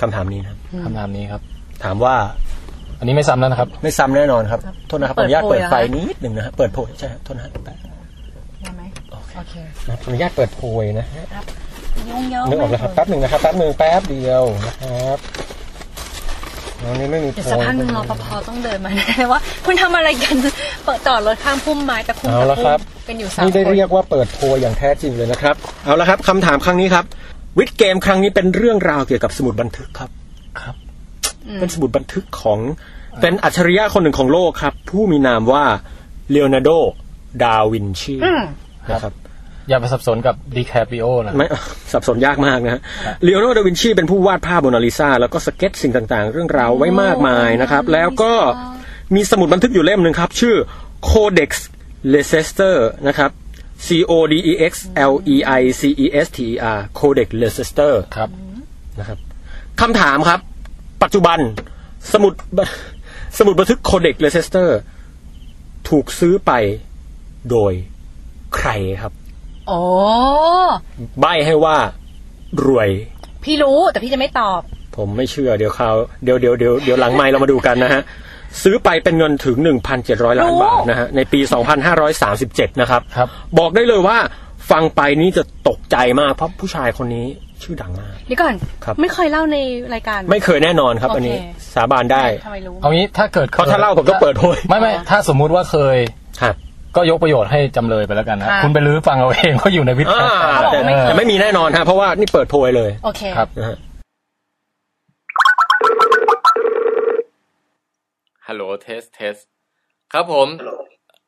คำถามนี้นะครับ
คำถามนี้ครับ
ถามว่า
อันนี้ไม่ซ้ำแล้วนะครับ
ไม่ซ้ำแน่นอนครับโทษนะครับขออนุญาตเปิดไฟนิดหนึ่งนะฮะเปิดโพยใช่ฮะโทษนะฮะแป๊บ
ได้ไหมโอเค
นะขออนุญาตเปิดโพยนะฮะ
ยุ่งเยอะ
นึกออกแล้วครับแป๊บหนึ่งนะครับแป๊บหนึ่งแป๊บเดียวนะครับตอนนี้ไม่มี
เดี๋ยวสักพักหนึ่งรอปภต้องเดินมาแน่ว่า คุณทำอะไรกันเปิดต่อรถข้างพุ่มไม้แต่พุ่ม
เอาละ
ตะ
ค
พุ่
รับ
มกันอยู่สาม
นี่ได้
คน
เรียกว่าเปิดโพลอย่างแท้จริงเลยนะครับ เอาละครับคำถามครั้งนี้ครับ วิดเกมครั้งนี้เป็นเรื่องราวเกี่ยวกับสมุดบันทึกครับ
ครับ
อืม
เป็นสมุดบันทึกของเป็นอัจฉริยะคนหนึ่งของโลกครับ ผู้มีนามว่าเลโอนาร์โด ดาวินชี
อืม
นะครับ
อย่าไปสับสนกับดีแคปิโอนะ
ไม่ สับสนยากมากนะฮะเลโอนาร์โด ดาวินชีเป็นผู้วาดภาพโมนาลิซาแล้วก็สเก็ตสิ่งต่างๆ เรื่องราวไว้มากมายนะครับ แล้วก็มีสมุดบันทึกอยู่เล่มหนึ่งครับ ชื่อ Codex Leicester นะครับ C O D E X L E I C E S T E R Codex Leicester
ครับ
นะครับคำถามครับ ปัจจุบันสมุด บันสมุดบันทึก Codex Leicester ถูกซื้อไปโดยใครครับ
โอ้
ใบให้ว่ารวย
พี่รู้แต่พี่จะไม่ตอบ
ผมไม่เชื่อเดี๋ยวเขาวเดี๋ยวเดี๋ยวเดี๋ยวเดี๋ยวหลังไม้เรามาดูกันนะฮะ ซื้อไปเป็นเงินถึง 1,700 ล้านบาทนะฮะ ในปี 2,537 นะครับ
ครับ
บอกได้เลยว่าฟังไปนี่จะตกใจมาก เพราะผู้ชายคนนี้ชื่อดังมาก
เดี๋ยวก่อน
ครับ
ไม่เคยเล่าในรายการ
ไม่เคยแน่นอนครับ อันนี้
โอเค
สาบานได้
ทำไมรู้
เอางี้ถ้าเกิดคย
เพราะถ้าเล่าผมก็เปิดโพย
ไม่ไม่ถ้าสมมุติว่าเคย
ครับ
ก็ยกประโยชน์ให้จำเลยไปแล้วกันนะ
ค่ะ
คุณไปรื้อฟังเอาเอง เขาอยู่ในวิท
อ่าย
า
เขาบอก
แต่
ไม่เคย
แต่ไม่มีแน่นอนฮะเพราะว่านี่เปิดโพยเลย
โอเค
ครับ
นะฮะ
ฮัลโหลเทสเทสครับผม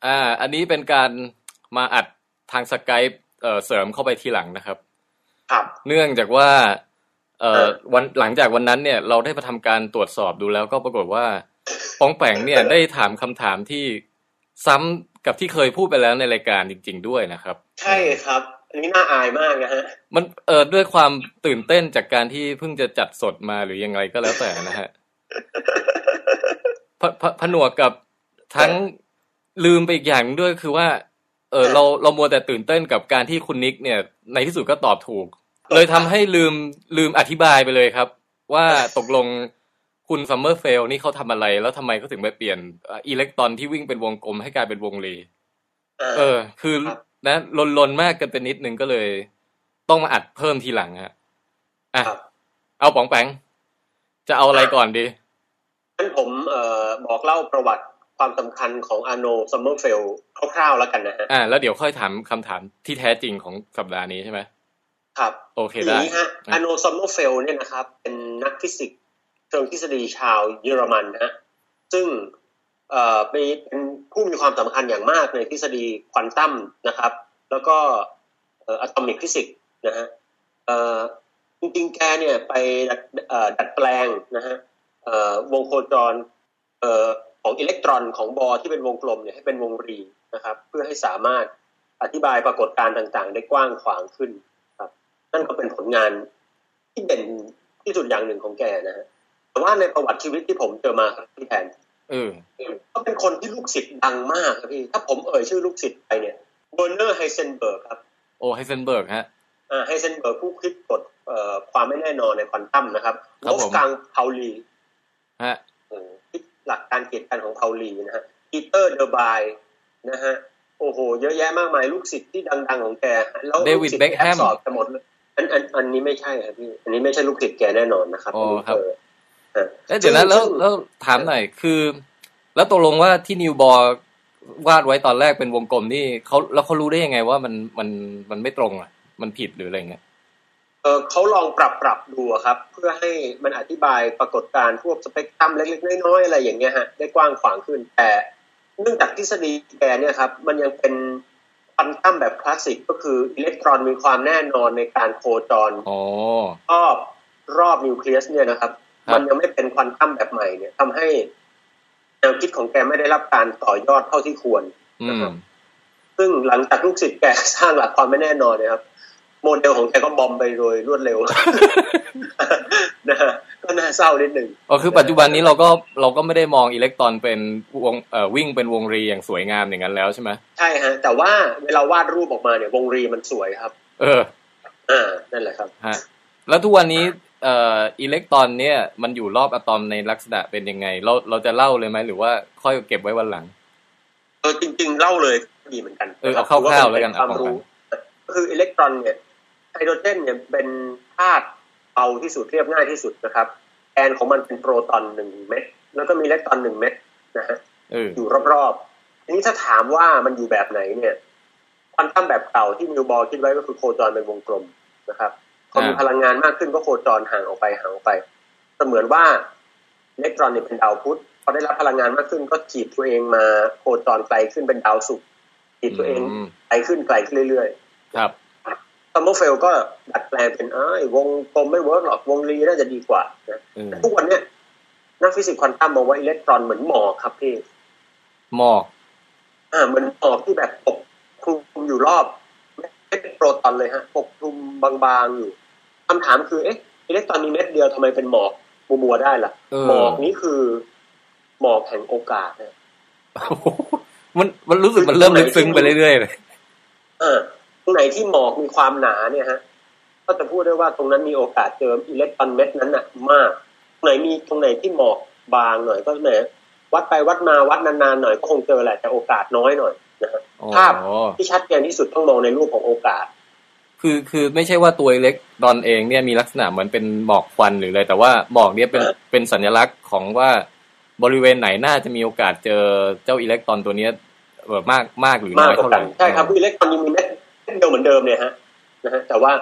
อ่าอันนี้เป็นการมาอัดทางสกายเอ่อเสริมเข้าไปทีหลังนะครับ
ครับ
เนื่องจากว่าเอ่
เอ
อ
อ
วันหลังจากวันนั้นเนี่ยเราได้มาทำการตรวจสอบดูแล้วก็ปรากฏว่าป้องแปงเนี่ย ได้ถามคำถามที่ซ้ำกับที่เคยพูดไปแล้วในรายการจริง ๆ ด้วยนะครับ
ใช่ครับ อันนี้น่าอายมากนะฮะ
มันเออด้วยความตื่นเต้นจากการที่เพิ่งจะจัดสดมาหรือยังไงก็แล้วแต่นะฮะ พพผนวกกับทั้งลืมไปอีกอย่างด้วยคือว่า เออเราเรามัวแต่ตื่นเต้นกับการที่คุณนิกเนี่ย ในที่สุดก็ตอบถูก เลยทำให้ลืมลืมอธิบายไปเลยครับ ว่าตกลงคุณซัมเมอร์เฟลนี่เขาทำอะไร แล้วทำไมเขาถึงไปเปลี่ยนเอ่ออิเล็กตรอนที่วิ่งเป็นวงกลมให้กลายเป็นวงรี เออ คือ
ครับ
นะลนลนๆมากเกันไปนิดนึงก็เลย ต้องมาอัดเพิ่มทีหลังฮะอ่ะ
ครับ
เอาป๋องแปงจะเอาอะไรก่อนดี
งั้นผมเอ่อบอกเล่าประวัติความสำคัญของอาโนซัมเมอร์เฟลคร่าวๆแล้วกันนะฮะ
อ่า แล้วเดี๋ยวค่อยถามคำถามที่แท้จริงของสัปดาห์นี้ใช่ไหม
ครับ
โอเค
ที
ได้
นี้ฮะอาโนซัมเมอร์เฟลเนี่ยนะครับ เป็นนักฟิสิกส์เชิงทฤษฎีชาวเยอรมันนะฮะ ซึ่งเอ่อเป็นผู้มีความสำคัญอย่างมากในทฤษฎีควอนตัมนะครับ แล้วก็อะตอมิกฟิสิกส์นะฮะเอ่อจริงๆแกเนี่ยไปดัดเอ่อดัดแปลงนะฮะเอ่อวงโคจรเอ่อของอิเล็กตรอนของบอที่เป็นวงกลมเนี่ยให้เป็นวงรีนะครับ เพื่อให้สามารถอธิบายปรากฏการณ์ต่างๆ ได้กว้างขวางขึ้นครับ นั่นก็เป็นผลงานที่เด่นที่สุดอย่างหนึ่งของแกนะฮะแต่ว่าในประวัติชีวิตที่ผมเจอมาครับพี่แทน
เออ
ก็เป็นคนที่ลูกศิษย์ดังมากครับพี่ ถ้าผมเอ่ยชื่อลูกศิษย์ไปเนี่ยเบอร์เนอร์ไฮเซนเบิร์กครับ
โอไฮเซนเบิร์กฮะ
อ่าไฮเซนเบิร์กผู้คิดกฎเอ่อความไม่แน่นอนในควอนตัมนะครับ
ครับผม
ฟกังพาวลี
ฮะ
เอ่อคิด หลักการเกียรติการของเปาลีนะฮะปีเตอร์เดอบายนะฮะโอ้โห เยอะแยะมากมายลูกศิษย์ที่ดัง ๆ ของแกแล้วลูกศิษ
David
ย์
Beckham
สอบกันหมดเลยอันอันอันนี้ไม่ใช่ครับพี่อันนี้ไม่ใช่ลูกศิษย์แกแน่นอนนะครับ
อ๋อครับ
เออ
เอ้ยเดี๋ยวนะแล้วแล้วถามหน่อยคือ แล้วตกลงว่าที่นิวบอร์วาดไว้ตอนแรกเป็นวงกลมนี่เขาแล้วเขารู้ได้ยังไงว่ามันมันมันไม่ตรงอ่ะ มันผิดหรืออะไรเงี้ย
เออเขาลองปรับปรับดูอะครับ เพื่อให้มันอธิบายปรากฏการณ์พวกสเปกตรัมเล็กๆน้อยๆอะไรอย่างเงี้ยฮะได้กว้างขวางขึ้นแต่ เนื่องจากทฤษฎีแกเนี่ยครับมันยังเป็นควอนตัมแบบคลาสสิกก็คืออิเล็กตรอนมีความแน่นอนในการโคจร
อ๋อ
รอบรอบนิวเคลียสเนี่ยนะครับ
ครับ
มันยังไม่เป็นควอนตัมแบบใหม่เนี่ยทำให้แนวคิดของแกไม่ได้รับการต่อยอดเท่าที่ควร
อืม
ซึ่งหลังจากลูกศิษย์แก สร้างหลักความไม่แน่นอนเนะครับ โมเดลของแกก็บอมไปโดยรวดเร็ว นะฮะก็น่าเศร้านิดหนึ่ง
ก็คือปัจจุบันนี้เราก็เราก็ไม่ได้มองอิเล็กตรอนเป็นวงเอ่อวิ่งเป็นวงรีอย่างสวยงามอย่างนั้นแล้วใช่ไหม
ใช่ฮะ แต่ว่าเวลาวาดรูปออกมาเนี่ยวงรีมันสวยครับ
เออ
อ่า นั่นแหละครับ
ฮะแล้วทุกวันนี้เอ่ออิเล็กตรอนเนี่ยมันอยู่รอบอะตอมในลักษณะเป็นยังไง เราเราจะเล่าเลยไหมหรือว่าค่อยเก็บไว้วันหลัง
เออจริงๆ เล่าเลยก็ดีเหมือนกัน
เออเอาคร่าวๆแล้วกัน
ควา
เอา
ม
คร่าวๆ
รู้ก็คืออิเล็กตรอนเนี่ยไฮโดรเจนเนี่ยเป็นธาตุเบาที่สุดเรียบง่ายที่สุดนะครับแกนของมันเป็นโปรตอนหนึ่งเม็ดแล้วก็มีอิเล็กตรอนหนึ่งเม็ดนะฮะ
เอ อ
อยู่รอบๆทีนี้ถ้าถามว่ามันอยู่แบบไหนเนี่ยควอนตัมแบบเก่าที่นิวบอร์คิดไว้ก็คือโคจรเป็นวงกลมนะครับพอมีพลังงานมากขึ้นก็โคจรห่างออกไปห่างออกไป เสมือนว่าอิเล็กตรอนเนี่ยเป็นดาวพุธพอได้รับพลังงานมากขึ้นก็ขีดตัวเองมาโคจรไกลขึ้นเป็นดาวศุกร์ขีดตัวเอง
อืม
ไกลขึ้นไกลขึ้นเรื่อย
ครับ
ๆซัมเมอร์เฟลก็ดัดแปลงเป็นเอ้ยวงกลมไม่เวิร์กหรอกวงรีน่าจะดีกว่านะ
เออ
แต่ทุกวันเนี้ยนักฟิสิกส์ควอนตัมมองว่าอิเล็กตรอนเหมือนหมอกครับพี่
หมอก
อ่าเหมือนหมอกที่แบบปกคลุมอยู่รอบเม็ดโปรตอนเลยฮะปกคลุมบางๆอยู่คำถามคือเอ๊ะอิเล็กตรอนมีเม็ดเดียวทำไมเป็นหมอกมัวๆได้ล่ะ
เอ
หม
อ
อกนี้คือหมอกแห่งโอกาสนะ
โอ้โหมันมันรู้สึกมันเริ่มลึกซึ้งไปเรื่อยๆเลย
เออตรงไหนที่หมอกมีความหนาเนี่ยฮะ ก็จะพูดได้ว่าตรงนั้นมีโอกาสเจออิเล็กตรอนเม็ดนั้นน่ะ มาก ตรงไหนมีตรงไหนที่หมอกบางหน่อยก็แหมวัดไปวัดมาวัดนานๆหน่อยก็คงเจอแหละแต่โอกาสน้อยหน่อยนะฮะ
อ๋อ
ภาพ ที่ชัดเจนที่สุดต้องมองในรูปของโอกาส
คือคือไม่ใช่ว่าตัวอิเล็กตรอนเองเนี่ยมีลักษณะเหมือนเป็นหมอกควันหรืออะไรแต่ว่าหมอกเนี่ยเป็นเป็นสัญลักษณ์ของว่าบริเวณไหนน่าจะมีโอกาสเจอเจ้าอิเล็กตรอนตัวเนี้ยเอ่อมากมากหรือ
มา
น้อ
ก
ย
กว่า
เท่าไห
กั
ร่
นใช่ครับคืออิเล็กตรอนยังมีเม็ดเม็ดเดียวเหมือนเดิมเนี่ยฮะนะฮะแต่ว่า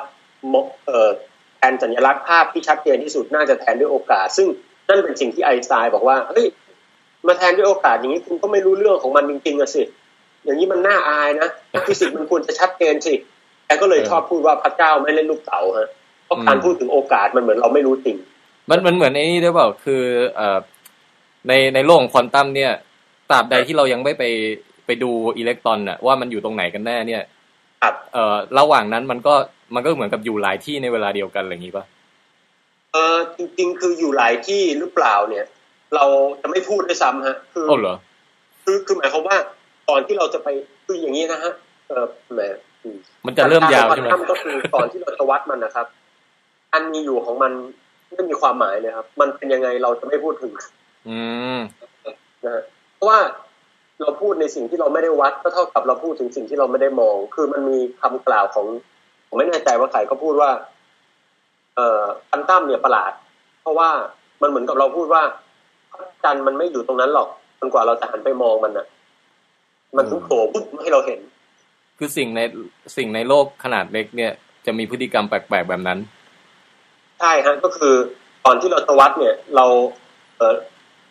หมอกเอ่อแทนสัญลักษณ์ภาพที่ชัดเจนที่สุดน่าจะแทนด้วยโอกาส ซึ่งนั่นเป็นสิ่งที่ไอน์สไตน์บอกว่าเฮ้ยมาแทนด้วยโอกาสอย่างนี้คุณก็ไม่รู้เรื่องของมันจริงๆอะสิ อย่างนี้มันน่าอายนะฟิสิกส์มันควรจะชัดเจนสิแกก็เลยชอบพูดว่าพระเจ้าไม่เล่นลูกเต๋าฮะเพราะการพูดถึงโอกาสมันเหมือนเราไม่รู้จริง
มันมันเหมือนไอ้นี่ด้วยเปล่าคือเอ่อในในโลกของควอนตัมเนี่ยตราบใดที่เรายังไม่ไปไปดูอิเล็กตรอนน่ะว่ามันอยู่ตรงไหนกันแน่เนี่ย
ครับ
เอ่อระหว่างนั้นมันก็มันก็เหมือนกับอยู่หลายที่ในเวลาเดียวกันอะไรอย่างนี้ป่ะ
เออจริง ๆ คืออยู่หลายที่หรือเปล่าเนี่ย เราจะไม่พูดด้วยซ้ำฮะคือ
เอาเหรอ
คือคือหมายความว่าก่อนที่เราจะไปคืออย่างนี้นะฮะเออแหมอืม
มันจะเริ่มยาวใช่ไหม
กรตั้งก็คือ ก่อนที่เราจะวัดมันนะครับ อันมีอยู่ของมันไม่มีความหมายเลยครับ มันเป็นยังไงเราจะไม่พูดถึง
อืม
นะฮะเพราะว่าเราพูดในสิ่งที่เราไม่ได้วัดก็เท่ากับเราพูดถึงสิ่งที่เราไม่ได้มอง คือมันมีคำกล่าวของผมไม่แน่ใจว่าใครก็พูดว่า เอ่ออันตั้มเนี่ยประหลาด เพราะว่ามันเหมือนกับเราพูดว่าพระจันทร์มันไม่อยู่ตรงนั้นหรอกจนกว่าเราจะหันไปมองมันน่ะ มันถึงโผล่ปุ๊บให้เราเห็น
คือสิ่งในสิ่งในโลกขนาดเล็กเนี่ยจะมีพฤติกรรมแปลกๆแบบนั้น
ใช่ฮะก็คือตอนที่เราจะวัดเนี่ย เราเออ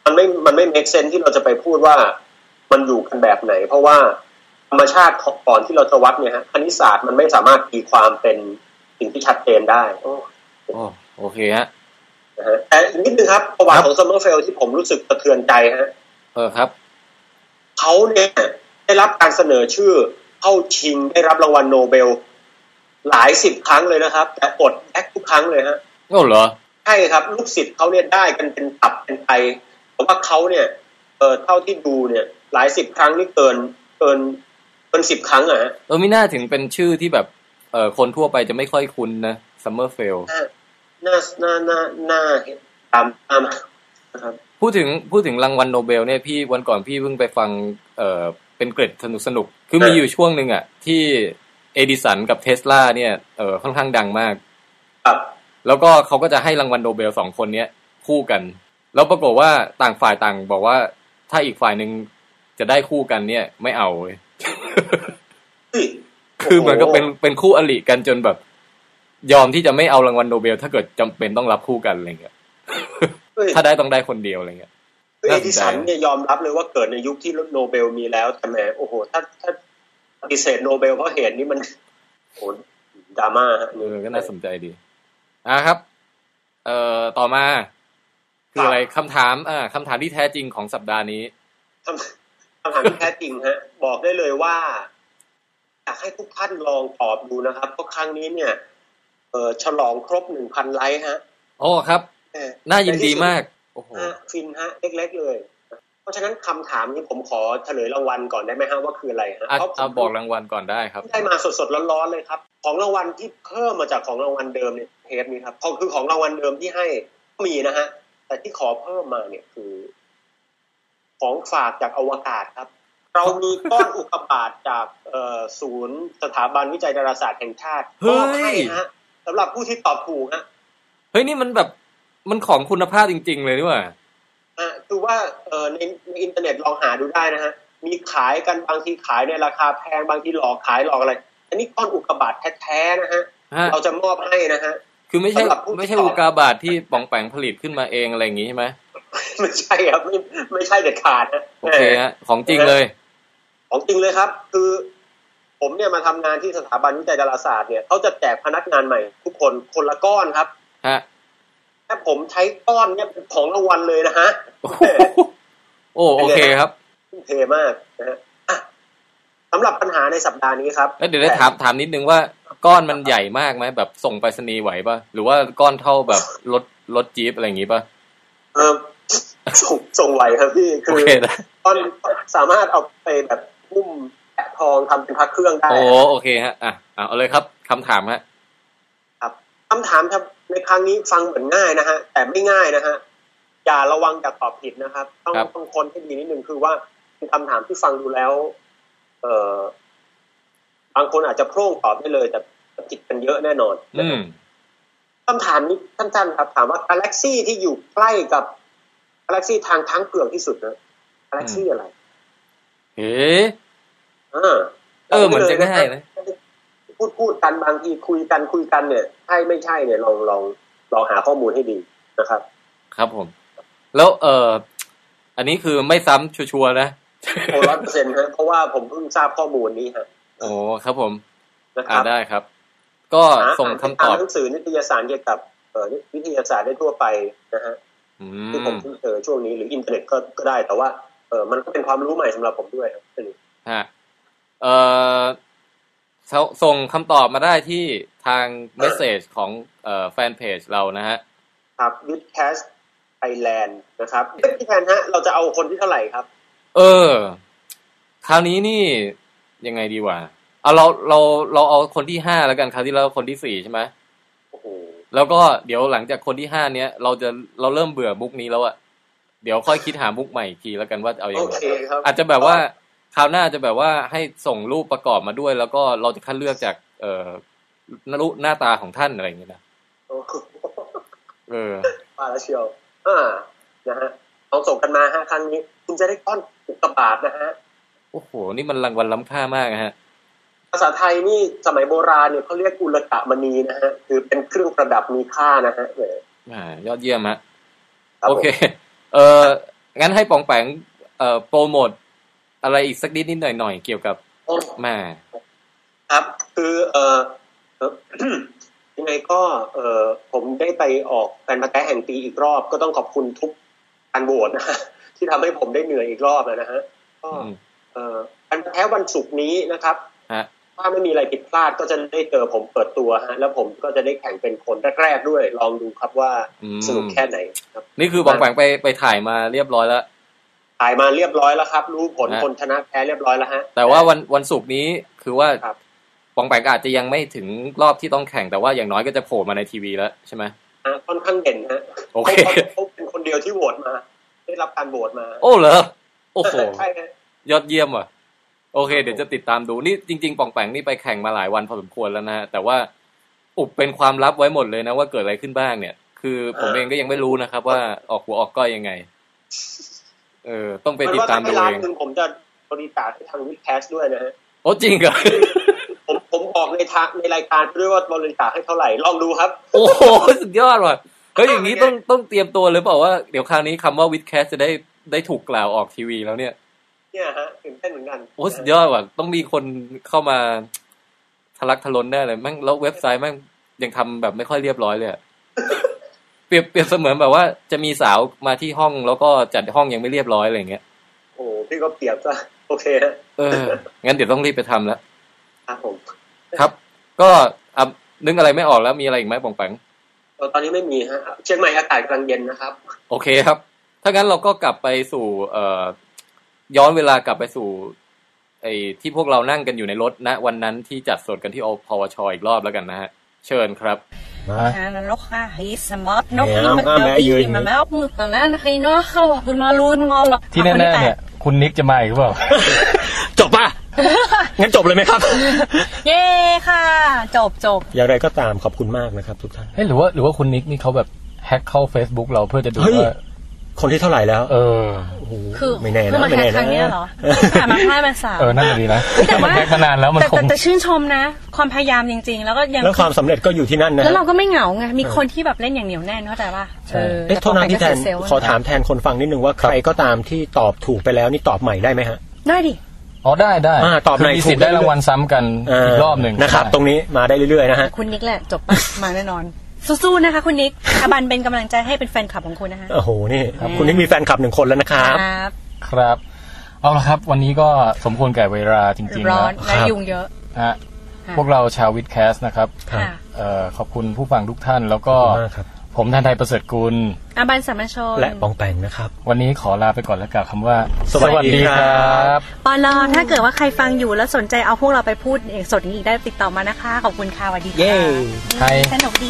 มันไม่มันไม่ make sense ที่เราจะไปพูดว่ามันอยู่กันแบบไหน เพราะว่าธรรมชาติของก่อนที่เราจะวัดเนี่ยฮะคณิตศาสตร์มันไม่สามารถตีความเป็นสิ่งที่ชัดเจนได้โอ้
โอ้โอเคฮะ
นะฮะแต่อีกนิดนึงครับ ประวั
ครั
ติ
บ
ของซัมเมอร์เฟลที่ผมรู้สึกสะเทือนใจฮะ
เออครับ
เขาเนี่ยได้รับการเสนอชื่อเข้าชิงได้รับรางวัลโนเบล หลายสิบครั้งเลยนะครับ แต่อดแอคทุกครั้งเลยฮะ
เอาเหรอ
ใช่ครับลูกศิษย์เขาเนี่ยได้กันเป็นตับเป็นไตแต่ว่าเขาเนี่ยเออเท่าที่ดูเนี่ย หลายสิบครั้งนี่เกินเกินเกินสิบครั้งอะฮะ
เออไม่น่าถึงเป็นชื่อที่แบบเออคนทั่วไปจะไม่ค่อยคุ้นนะซัมเมอร์เฟล
น่าน่าน่าน่าเห็นตามตาม นะครับ
พูดถึงพูดถึงรางวัลโนเบลเนี่ยพี่วันก่อนพี่เพิ่งไปฟังเออเป็นเกร็ดสนุกสนุกๆคือมี
เออ
อ
อ
ยู่ช่วงหนึ่งอ่ะที่เอดิสันกับเทสลาเนี่ยเออค่อนข้างดังมาก
ครับ
แล้วก็เขาก็จะให้รางวัลโนเบลสองคนเนี้ยคู่กัน แล้วปรากฏว่าต่างฝ่ายต่างบอกว่าถ้าอีกฝ่ายหนึ่งจะได้คู่กันเนี่ยไม่เอาเว้ย
เฮ้ย
คือเหมือนก็เป็นเป็นคู่อริกันจนแบบ ยอมที่จะไม่เอารางวัลโนเบล ถ้าเกิดจำเป็นต้องรับคู่กันอะไรเงี้ย
เฮ้ย
ถ้าได้ต้องได้คนเดียวอะไรเงี้ย
เอ
น่าสนใจ
ดิสันเนี่ยยอมรับเลยว่าเกิดในยุคที่โนเบลมีแล้วแต่แหมโอ้โห ถ้าถ้าปฏิเสธโนเบลเพราะเหตุนี้มันโหดราม่าฮะ
เออก็น่าสนใจดีอ่ะครับ เอ่อต่อมา คืออะไรคำถามอ่าคำถามที่แท้จริงของสัปดาห์นี้
คำคำถามที่แท้จริงฮะ บอกได้เลยว่าอยากให้ทุกท่านลองตอบดูนะครับเพราะครั้งนี้เนี่ย เออฉลองครบหนึ่งพันไลค์ฮะ
โอ้ครับ
เออ
น่ายินดีมาก โอ้โห
ฮะฟินฮะเล็กๆเลย เพราะฉะนั้นคำถามนี้ผมขอเฉลยรางวัลก่อนได้ไหมฮะว่าคืออะไรฮะ
อ่ะ
เพราะผม
อ่ะบอกรางวัลก่อนได้ครับ
ได้มาสดๆร้อนๆเลยครับ ของรางวัลที่เพิ่มมาจากของรางวัลเดิมเนี่ยเทปนี้ครับของคือของรางวัลเดิมที่ให้มีนะฮะ แต่ที่ขอเพิ่มมาเนี่ยคือ ของฝากจากอวกาศครับ เรามีก้อนอุกกาบาตจากเอ่อศูนย์สถาบันวิจัยดาราศาสตร์แห่งชาติ
เฮ้ย
มอบให้ฮะสำหรับผู้ที่ตอบถูกฮะ
เฮ้ยนี่มันแบบมันของคุณภาพจริง ๆ เลยนี่หว่า
อ่ะคือว่าเอ่อในในอินเทอร์เน็ตลองหาดูได้นะฮะ มีขายกันบางทีขายในราคาแพงบางทีหลอกขายหลอกอะไร อันนี้ก้อนอุกกาบาตแท้ๆนะฮะ
ฮะ
เราจะมอบให้นะฮ ะ
คือไม่ใช่
สำหรับผู้ที่
ไม่ใช่
ตอบ
อุกาบาตที่ป่องแปงผลิตขึ้นมาเองอะไรอย่างงี้ใช่ไหม
ไม่ใช่ครับไม่ไม่ใช่เด็ดขาดนะ
โอเคฮะ ของจริงเลย
ของจริงเลยครับ คือผมเนี่ยมาทำงานที่สถาบันวิจัยดาราศาสตร์เนี่ยเขาจะแจกพนักงานใหม่ ทุกคนคนละก้อนครับ
ฮะ
ถ้าผมใช้ก้อนเนี่ยเป็นของรางวัลเลยนะฮะ
โอ้โอเคครับ
ทุ่มเทมากนะฮะอ่ะสำหรับปัญหาในสัปดาห์นี้ครับ
แล้วเดี๋ยวได้ถามถามนิดนึงว่าก้อนมันใหญ่มากไหมแบบส่งไปรษณีย์ไหวปะหรือว่าก้อนเท่าแบบรถรถจี๊ปอะไรอย่างงี้ปะ
เอ่อส่งส่งไหวครับพี่
โอ
คือ
เคนะ
ตอนสามารถเอาไปแบบหุ้มแปะทองทำเป็นพระเครื่องได้
โอ้โอเคฮะอ่ะอ่ะเอาเลยครับคำถามฮะ
ครับคำถามครับในครั้งนี้ฟังเหมือนง่ายนะฮะแต่ไม่ง่ายนะฮะอย่าระวังอย่าตอบผิดนะครับ ต้อง
ครับ
ต้องคนให้ดีนิดนึงคือว่าเป็นคำถามที่ฟังดูแล้ว เอ่อบางคนอาจจะโพร่งตอบได้เลย แต่ผิดกันเยอะแน่นอนนะ
อื
ครั
ม
บคำถามนี้สั้นๆครับถามว่ากาแล็กซี่ที่อยู่ใกล้กับกาแล็กซี่ทางทั้งเปลือกที่สุดนะกาแล็กซี่อะไร
เอ๊ะ
อ่า
เออเหมือนจะง่ายนะ
พูดพูดกันบางทีคุยกันคุยกันเนี่ยใช่ไม่ใช่เนี่ยลองลองลองหาข้อมูลให้ดีนะครับ
ครับผม แล้วเอออันนี้คือไม่ซ้ำชัวร์ๆนะ
โอร้อยเปอร์เซ็นต์ฮะเพราะว่าผมเพิ่งทราบข้อมูลนี้ฮะ
โอ้ครับผม
นะค
อ่า
รับ
ได้ครับ ก็
หา
ส่งคำต
อ่า
อน บ
หนังสือนิตยสารเกี่ยวกับเอ่อวิทยาศาสตร์ได้ทั่วไปนะฮะ
อื
ที่ผม
ม
เพิ่งเจอช่วงนี้หรืออินเทอร์เน็ตก็ก็ได้แต่ว่าเออมันก็เป็นความรู้ใหม่สำหรับผมด้วยครับ
ฮะเออส่งส่งคำตอบมาได้ที่ทางเมสเซจของเอ่อแฟนเพจเรานะฮะ
ครับวิดแคสไอแลนด์นะครับพี่แทนฮะ เราจะเอาคนที่เท่าไหร่ครับ
เออ คราวนี้นี่ยังไงดีวะเอาเราเราเราเอาคนที่ห้าแล้วกันคราวที่แล้วคนที่สี่ใช่ไหม
โอ้โห
แล้วก็เดี๋ยวหลังจากคนที่ห้าเนี้ยเราจะเราเริ่มเบื่อมุกนี้แล้วอะเดี๋ยวค่อยคิดหามุกใหม่อีกทีแล้วกันว่าจะเอายั
โอง
ไง
เคครับ
อาจจะแบบว่าคราวหน้าจะแบบว่าให้ส่งรูปประกอบมาด้วย แล้วก็เราจะคัดเลือกจาก เอ่อรูปหน้าตาของท่านอะไรอย่างเงี้ยนะ
โอ้โห
เออ
มาแล้วเชียวอ่านะฮะลองส่งกันมาฮะครั้งนี้ คุณจะได้ก้อนอุกกาบาตนะฮะ
โอ้โห นี่มันรางวัลล้ำค่ามากนะฮะ
ภาษาไทยนี่สมัยโบราณเนี่ยเขาเรียกอุลกะมณีนะฮะ คือเป็นเครื่องประดับมีค่านะฮะเออ
อ่ายอดเยี่ยมฮะ
รับ
โอ
ผม
เค เอองั้นให้ปองแปงเอ่อโปรโมทอะไรอีกสักนิดนิดหน่อยหน่อยเกี่ยวกับ
โอ้
แม่
ครับ คือเออเอ่อ ยังไงก็ เออผมได้ไปออกแฟนพันธุ์แท้แห่งปีอีกรอบ ก็ต้องขอบคุณทุกการโหวตนะ ฮะที่ทำให้ผมได้เหนื่อยอีกรอบนะฮะก็
อืม
เออแฟนพันธุ์แท้วันศุกร์นี้นะครับ
ฮะ
ถ้าไม่มีอะไรผิดพลาดก็จะได้เจอผมเปิดตัวฮะแล้วผมก็จะได้แข่งเป็นคนแรกๆด้วย ลองดูครับว่า
อืม
สนุกแค่ไหนครับ
นี่คือปองแปงไปไปถ่ายมาเรียบร้อยแล้ว
ถ่ายมาเรียบร้อยแล้วครับ รู้ผล
ฮะ
คนชนะแพ้เรียบร้อยแล้วฮะ
แต่ว่าวันวันศุกร์นี้คือว่า
ครับ
ปองแปงก็อาจจะยังไม่ถึงรอบที่ต้องแข่งแต่ว่าอย่างน้อยก็จะโผล่มาในทีวีแล้วใช่ไหม
อ่ะค่อนข้างเด่นฮะ
โอเค
เขาเป็นคน ดียวที่โหวตมา ได้รับการโหวตมา
โอ้เหรอโอ้โห
ใช่ฮะ
ยอดเยี่ยมว่ะ โอเค เดี๋ยวจะติดตามดูนี่จริง ๆป่องแปงนี่ไปแข่งมาหลายวันพอสมควรแล้วนะฮะแต่ว่าอุบเป็นความลับไว้หมดเลยนะว่าเกิดอะไรขึ้นบ้างเนี่ย คือผมเองก็ยังไม่รู้นะครับ ว่าออกหัวออกก้อยยังไง เออ ต้องไปติดตาม
เพ
ดู
ระว่ถ้
เอง
ไล้นหนึ่งผมจะบริจาคให้ทางวิดแคสด้วยนะฮะ
โอ้จริงเหรอ
ผมผมบอกในทางในรายการด้วยว่าบริจาคให้เท่าไหร่ ลองดูครับ
โอ้โหสุดยอดว่ะเฮ้ยอย่างนี้ต้องต้องเตรียมตัวหรือเปล่าว่าเดี๋ยวคราวนี้คำว่าวิดแคสจะได้ได้ถูกกล่าวออกทีวีแล้วเนี่ย
เนี่ยฮะตื่นเต้นเหมือนกัน
โอ้สุดยอดว่ะต้องมีคนเข้ามาทะลักทะลนแน่เลยแม่งแล้วเว็บไซต์แม่งยังทำแบบไม่ค่อยเรียบร้อยเลยอะเปรียบเปรียบเสมือนแบบว่าจะมีสาวมาที่ห้องแล้วก็จัดห้องยังไม่เรียบร้อยอะไรอย่างเงี้ย
โอ้โหพี่ก็เปรียบซะโอเคฮะ
เอองั้นเดี๋ยวต้องรีบไปทำแล้ว
ครับผม
ครับ ก็อ่ะนึกอะไรไม่ออกแล้วมีอะไรอีกไหมปองแปง
เอ่อตอนนี้ไม่มีฮะเชียงใหม่อากาศกำลังเย็นนะครับ
โอเคครับ ถ้างั้นเราก็กลับไปสู่ เอ่อ ย้อนเวลากลับไปสู่ ไอ้ที่พวกเรานั่งกันอยู่ในรถนะ วันนั้นที่จัดสดกันที่อพวชอีกรอบแล้วกันนะฮะ เชิญครับ
นะ
อ่านรกค่ะฮิสมอตนกที่มันเดินที่มันแล้วมือตอนแรกนะใครเนาะเข้าคุณมาลูนงอหรอก
ที่แน่ๆเนี่ย คุณนิกจะมาอีกหรือเปล่า
จบป่ะ งั้นจบเลยไหมครับ
เย้ค่ะ จบจบ
อย่างไรก็ตามขอบคุณมากนะครับ ทุกท่าน
เฮ้ยหรือว่าหรือว่าคุณนิกนี่เขาแบบแฮ็กเข้า Facebook เราเพื่อจะดู
เฮ้ย
ว่า
คนที่เท่าไหร่แล้ว
เออ
คือ
ไม่แน่นะ
เพิ่งมา
ไม่
แข่งค
แน่นะ
รั้งเนี้ยเหรอผ่านมาห้ามาสาม
เออนั่นแหละดีนะ
แต่ว่า
มันแฮ็กมานานแล้วมัน
แต่
ค
แต่
ง
แต่ชื่นชมนะ ความพยายามจริง ๆ แล้วก็ยัง
แล้วความสำเร็จก็อยู่ที่นั่นนะ
แล้วเราก็ไม่เหงาไงมีคนที่แบบเล่นอย่างเหนียวแน่นเข้าใจป่ะเออ
เอ๊ะโทษนะพี่แทน
เซลล์
ขอถามแทนคนฟังนิดนึงว่าใครก็ตามที่ตอบถูกไปแล้วนี่ตอบใหม่ได้ไหมฮะ
ได้ดิ
อ๋อได้ได้
อ่าตอบ
คื
ใน
มีสิทธิ์ได้
ถูก
รางวัลซ้ำกัน
เ
อีกรอบหนึ่ง
นะครับ ตรงนี้มาได้เรื่อยๆนะฮะ
คุณนิกแหละ จบปะ มาแน่นอน สู้ๆนะคะคุณนิกอาบันเป็นกำลังใจให้เป็นแฟนคลับของคุณนะคะ
โอ้โหนี่
ครับ
คุณนิกมีแฟนคลับหนึ่งคนแล้วนะครับ
ครับ
ครับ เอาละครับ วันนี้ก็สมควรแก่เวลาจริงๆ
ร้
แล้
อ
วน
และ
ครับ
ยุงเยอะ
ฮะ
ค่ะ
พวกเราชาววิดแคสนะครับ
ครับ
ค่ะ
เอ่อขอบคุณผู้ฟังทุกท่าน แล้วก็
ขอบคุณมากครับ
ผมแทนไทยประเสริฐกุล
อาบันสามัญชน
และปองแปงนะครับ
วันนี้ขอลาไปก่อนแล้วกล่าวคำว่า
สวัสดีครับ
ปอนอถ้าเกิดว่าใครฟังอยู่แล้วสนใจเอาพวกเราไปพูดเองสดอย่างนี้อีกได้ติดต่อมานะคะ ขอบคุณค่ะสวัสดีค่ะ
เย้
ใคร
สนุกดี